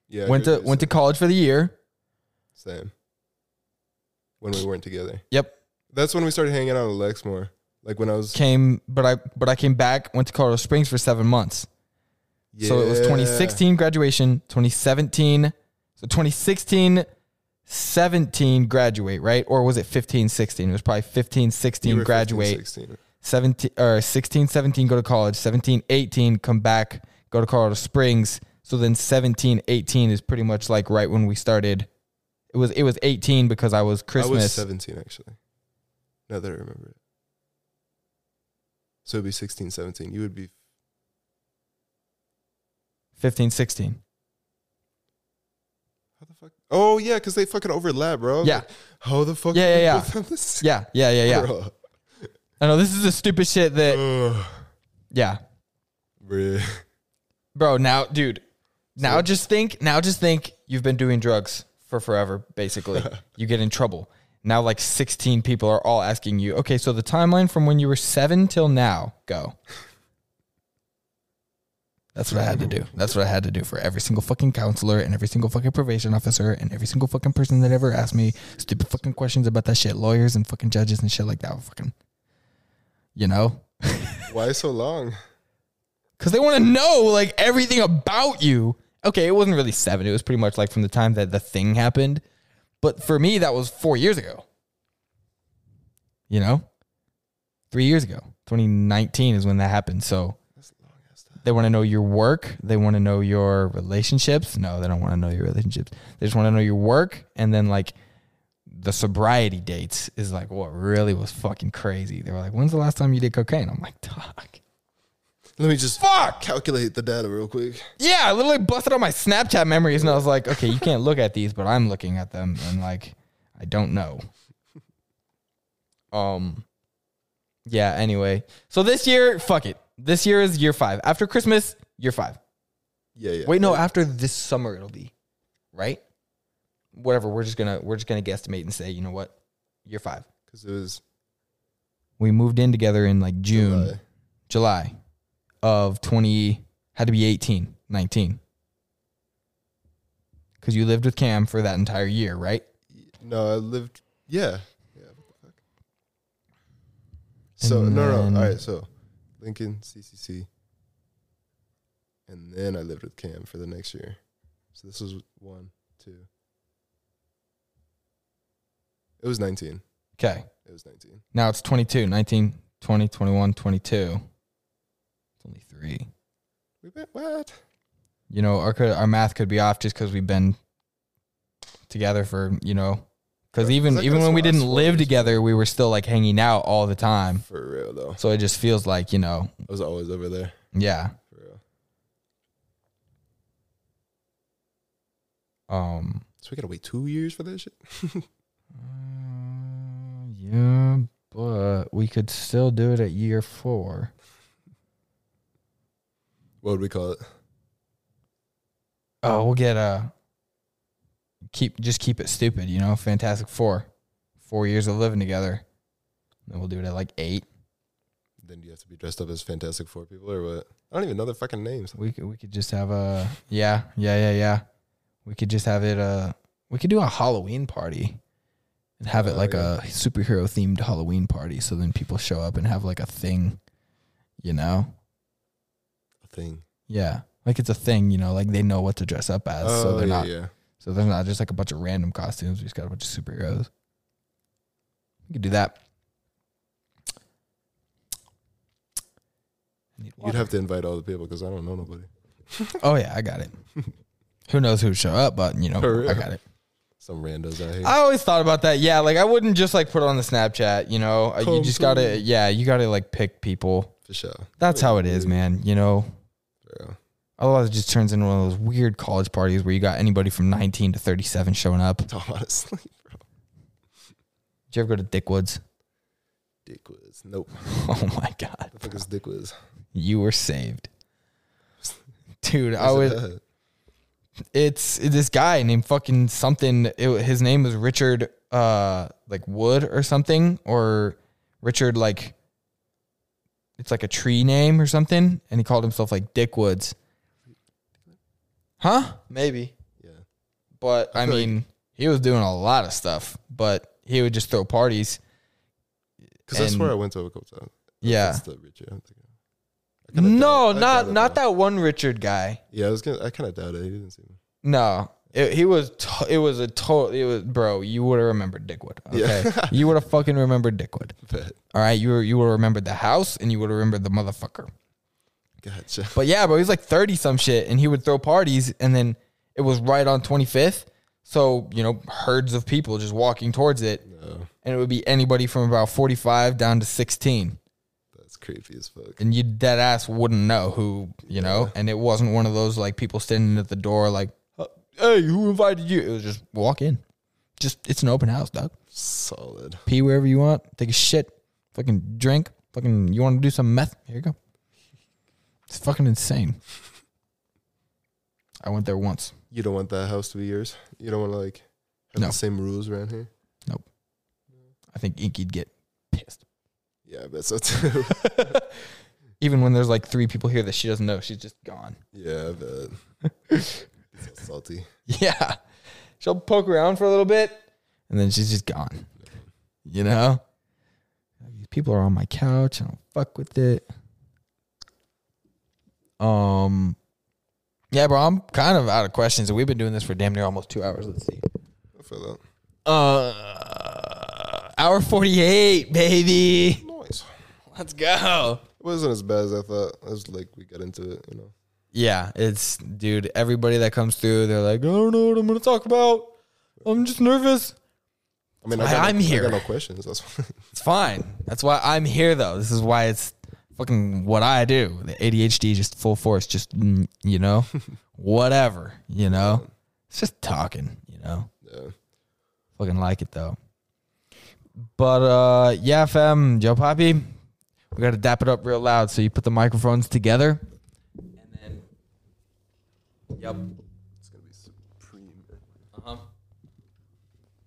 B: Yeah, I
A: went
B: agree
A: to
B: with you,
A: went to college for the year.
B: Sam. Sam. When we weren't together,
A: Yep,
B: that's when we started hanging out at Lexmore. Like when I was,
A: came but I but I came back, went to Colorado Springs for 7 months. So it was
B: Yeah.
A: 2016 graduation, 2017. So 2016, 17 graduate, right? Or was it 15, 16? It was probably 15,
B: You
A: 16
B: were 15,
A: graduate,
B: 16.
A: 17 or 16, 17 go to college, 17, 18 come back, go to Colorado Springs. So then 17, 18 is pretty much like right when we started. It was it was 18 because I was
B: I was
A: Christmas.
B: seventeen actually. Now that I remember it, so it'd be 16, 17. You would be
A: 15, 16.
B: How the fuck? Oh yeah, because they fucking overlap, bro.
A: Yeah.
B: Like, how the fuck?
A: Yeah,
B: are
A: yeah,
B: we
A: yeah.
B: both on the same-
A: Yeah, yeah, yeah, yeah.
B: Bro.
A: I know this is the stupid shit that
B: Ugh.
A: yeah.
B: Bruh.
A: bro now dude now just think now just think you've been doing drugs for forever basically you get in trouble now like 16 people are all asking you okay so the timeline from when you were 7 till now go that's what I had to do. That's what I had to do for every single fucking counselor and every single fucking probation officer and every single fucking person that ever asked me stupid fucking questions about that shit. Lawyers and fucking judges and shit like that. Fucking, you know,
B: Why so long?
A: because they want to know like everything about you. Okay, it wasn't really seven. It was pretty much like from the time that the thing happened. But for me, that was four years ago. You know, three years ago, 2019 is when that happened. So they want to know your work. They want to know your relationships. No, they don't want to know your relationships. They just want to know your work. And then like the sobriety dates is like what really was fucking crazy. They were like, when's the last time you did cocaine? I'm like, dog.
B: Let me just
A: Fuck.
B: calculate the data real quick.
A: Yeah, I literally busted out my Snapchat memories and I was like, okay, you can't look at these, but I'm looking at them and like I don't know. Um yeah, anyway. So this year, fuck it. This year is year 5. After Christmas, year 5.
B: Yeah, yeah.
A: Wait, no, after this summer it'll be. Right? Whatever, we're just going to we're just going to guesstimate and say, you know what? Year 5.
B: Because it was
A: We moved in together in like June,
B: July.
A: July of 20 had to be 18 19 because you lived with cam for that entire year right
B: No, I lived. Yeah. Yeah. What the fuck? So
A: And
B: no, no.
A: then-
B: All right. So Lincoln CCC. and then I lived with Cam for the next year. So this was one, two. It was 19.
A: Okay.
B: It was 19.
A: Now it's 22, 19, 20, 21, 22. It's only three.
B: We went, what?
A: You know, our, could- our math could be off just because we've been together for, you know, because
B: Right.
A: even,
B: It's like
A: even
B: that's
A: when we
B: what I
A: didn't
B: swear
A: live
B: was-
A: together, we were still like hanging out all the time.
B: For real, though.
A: So it just feels like, you know,
B: I was always over there.
A: yeah.
B: For real.
A: Um,
B: So we got to wait two years for this shit?
A: Uh, yeah, but we could still do it at year four.
B: What would we call it?
A: Oh, we'll get a keep. Just keep it stupid, you know. Fantastic Four, four years of living together. Then we'll do it at like eight.
B: Then you have to be dressed up as Fantastic Four people or what? I don't even know their fucking names.
A: We could we could just have a yeah yeah yeah yeah. We could just have it. Uh, we could do a Halloween party, and have it
B: Oh,
A: like
B: yeah.
A: a superhero themed Halloween party. So then people show up and have like a thing, you know.
B: A thing.
A: Yeah. Like it's a thing, you know, like they know what to dress up as. so they're
B: Oh, yeah,
A: not
B: yeah.
A: so they're not just like a bunch of random costumes. We just got a bunch of superheroes. We could do that. I need
B: You'd
A: water.
B: have to invite all the people because I don't know nobody.
A: oh yeah, I got it. who knows who'd show up, but you know,
B: For real.
A: I got it.
B: Some randos out here.
A: I always thought about that. Yeah, like I wouldn't just like put it on the Snapchat, you know. Uh, you
B: Come
A: just
B: through.
A: gotta yeah, you gotta like pick people.
B: for sure.
A: That's how it is, man, you know.
B: For real.
A: Otherwise it just turns into one of those weird college parties where you got anybody from nineteen to thirty seven showing up.
B: Honestly, bro.
A: Did you ever go to Dickwoods?
B: Dick was. Nope.
A: Oh my god,
B: The fuck is Dick was?
A: you were saved, dude. I
B: Is it
A: was.
B: that?
A: It's this guy named fucking something. It, his name was Richard, uh, like Wood or something, or Richard like. It's like a tree name or something, and he called himself like Dick Woods. Huh? Maybe,
B: Yeah.
A: but I,
B: I feel like-
A: mean, he was doing a lot of stuff, but he would just throw parties.
B: Because that's
A: And-
B: where I went to a couple times.
A: Yeah.
B: That's the Richard. I'm thinking. I kinda
A: No,
B: doubt- I
A: not
B: doubt it,
A: not
B: though.
A: that one Richard guy.
B: Yeah, I was gonna. I kind of doubt it. He didn't see me.
A: No, it, he was. To, it was a total. It was bro. You would have remembered Dickwood. Okay, you would have fucking remembered Dickwood.
B: But
A: All right, you were, you would have remembered the house and you would have remembered the motherfucker.
B: gotcha.
A: But yeah, bro, he was like thirty some shit, and he would throw parties, and then it was right on twenty fifth. So you know, herds of people just walking towards it,
B: No,
A: and it would be anybody from about forty five down to sixteen,
B: that's creepy as fuck.
A: and you dead ass wouldn't know who you know, and it wasn't one of those like people standing at the door like, "Uh, "Hey, who invited you?" It was just walk in, just it's an open house, dog.
B: Solid.
A: pee wherever you want, take a shit, fucking drink, fucking you want to do some meth? Here you go. It's fucking insane. I went there once.
B: You don't want that house to be yours. You don't want to like have
A: No.
B: the same rules around here.
A: I think Inky'd get pissed.
B: Yeah, I bet so too.
A: Even when there's like three people here that she doesn't know, she's just gone.
B: yeah, I bet. It's all salty.
A: Yeah. She'll poke around for a little bit and then she's just gone. You know? These people are on my couch. I don't fuck with it. Um Yeah, bro, I'm kind of out of questions. and We've been doing this for damn near almost two hours. Let's see.
B: I feel that.
A: Uh hour forty eight, baby.
B: Nice.
A: Let's go.
B: It wasn't as bad as I thought. It was like we got into it, you know.
A: Yeah, it's dude, everybody that comes through, they're like, I don't know what I'm gonna talk about. I'm just nervous.
B: I mean,
A: That's
B: I
A: why
B: got, no-
A: I'm
B: I
A: here.
B: got no questions. That's why.
A: It's fine. That's why I'm here, though. This is why it's fucking what I do. The ADHD just full force, just, mm, you know, whatever, you know? It's just talking, you know?
B: yeah.
A: Fucking like it, though. But, uh, yeah, fam, Joe Poppy, we got to dap it up real loud. So you put the microphones together. And then, yep,
B: It's gonna be supreme.
A: uh huh.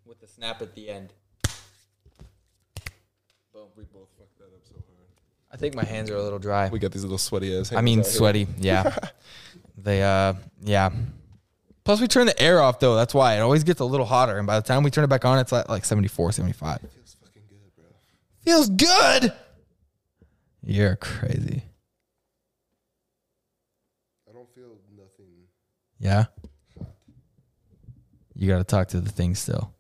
A: With the snap at the end.
B: We both fucked that up so hard.
A: I think my hands are a little dry.
B: We got these little sweaty ass.
A: I mean, sweaty. Yeah. they, uh, yeah. Plus, we turn the air off, though. That's why it always gets a little hotter. And by the time we turn it back on, it's at like 74, 75.
B: It's fucking good, bro.
A: Feels good. You're crazy.
B: I don't feel
A: Yeah. You got to talk to the thing still.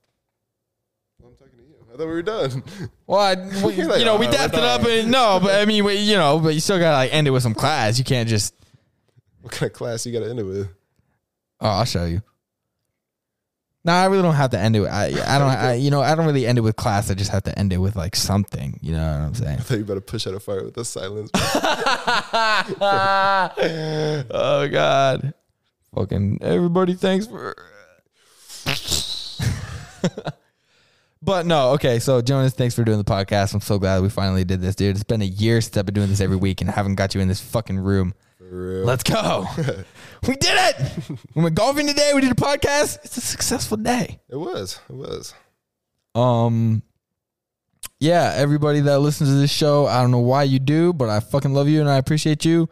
B: I'm talking to you. I thought we were done.
A: Well, I, we,
B: You're like,
A: you know, we
B: "All right,
A: dapped
B: we're
A: it up
B: done."
A: and no, but I mean, we, you know, but you still got to like end it with some class. You can't just,
B: what kind of class you got to end it with?
A: oh, I'll show you. No, I really don't have to end it. With, I, I don't, I, you know, I don't really end it with class. I just have to end it with like something. You know what I'm saying?
B: I thought you better push out a fire with the silence.
A: oh God. Fucking everybody thanks for But no, okay, so Jonas, thanks for doing the podcast. I'm so glad we finally did this, dude. It's been a year since I've been doing this every week and I haven't got you in this fucking room.
B: For real.
A: Let's go. we did it. We went golfing today, we did a podcast. It's a successful day.
B: It was. It was.
A: Um yeah, everybody that listens to this show, I don't know why you do, but I fucking love you and I appreciate you.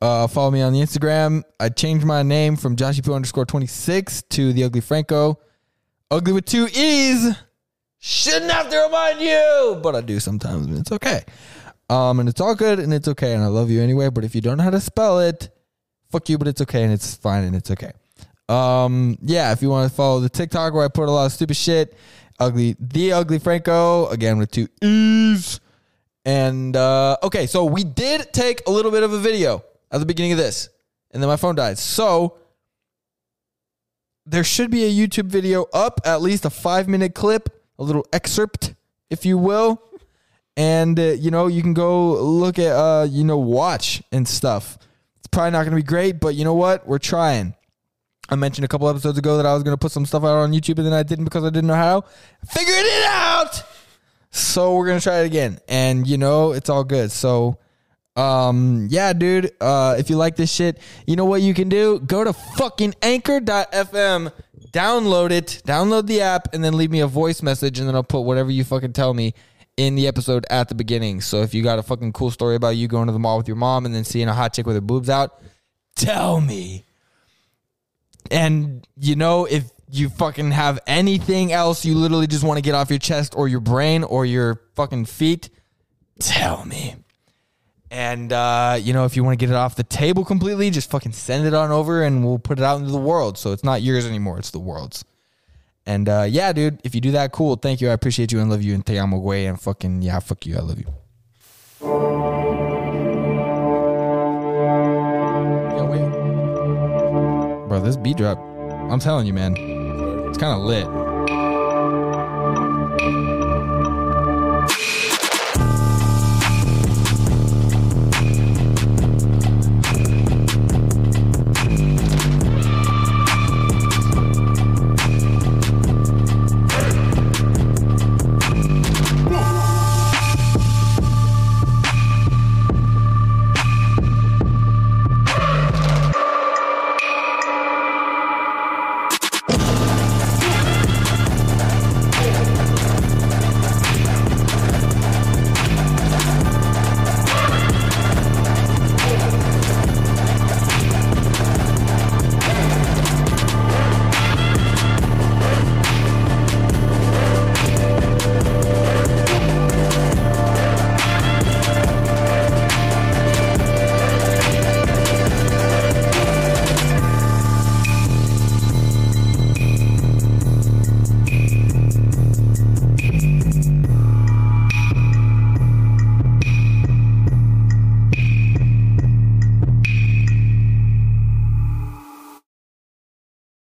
A: Uh, follow me on the Instagram. I changed my name from Joshipoo underscore 26 to the Ugly Franco. Ugly with two E's. Shouldn't have to remind you, but I do sometimes and it's okay. Um, and it's all good and it's okay and I love you anyway. But if you don't know how to spell it, fuck you, but it's okay and it's fine and it's okay. Um, yeah, if you want to follow the TikTok where I put a lot of stupid shit, ugly the ugly Franco again with two E's. And uh, okay, so we did take a little bit of a video at the beginning of this, and then my phone died. So there should be a YouTube video up, at least a five minute clip, a little excerpt, if you will. And uh, you know, you can go look at, uh, you know, watch and stuff. It's probably not going to be great, but you know what? We're trying. I mentioned a couple episodes ago that I was going to put some stuff out on YouTube, and then I didn't because I didn't know how. Figured it out. So we're gonna try it again, and you know it's all good. So, um, yeah, dude. Uh, if you like this shit, you know what you can do? Go to fucking Anchor.fm, download it, download the app, and then leave me a voice message, and then I'll put whatever you fucking tell me in the episode at the beginning. So if you got a fucking cool story about you going to the mall with your mom and then seeing a hot chick with her boobs out, tell me. And you know, if you fucking have anything else you literally just want to get off your chest or your brain or your fucking feet, tell me. And uh, you know, if you want to get it off the table completely, just fucking send it on over and we'll put it out into the world. So it's not yours anymore, it's the world's. And uh, yeah, dude, if you do that, cool. Thank you. I appreciate you and love you and te amo, güey. And fucking, yeah, fuck you. I love you. Yo, wait. Bro, this beat drop, I'm telling you, man, it's kind of lit.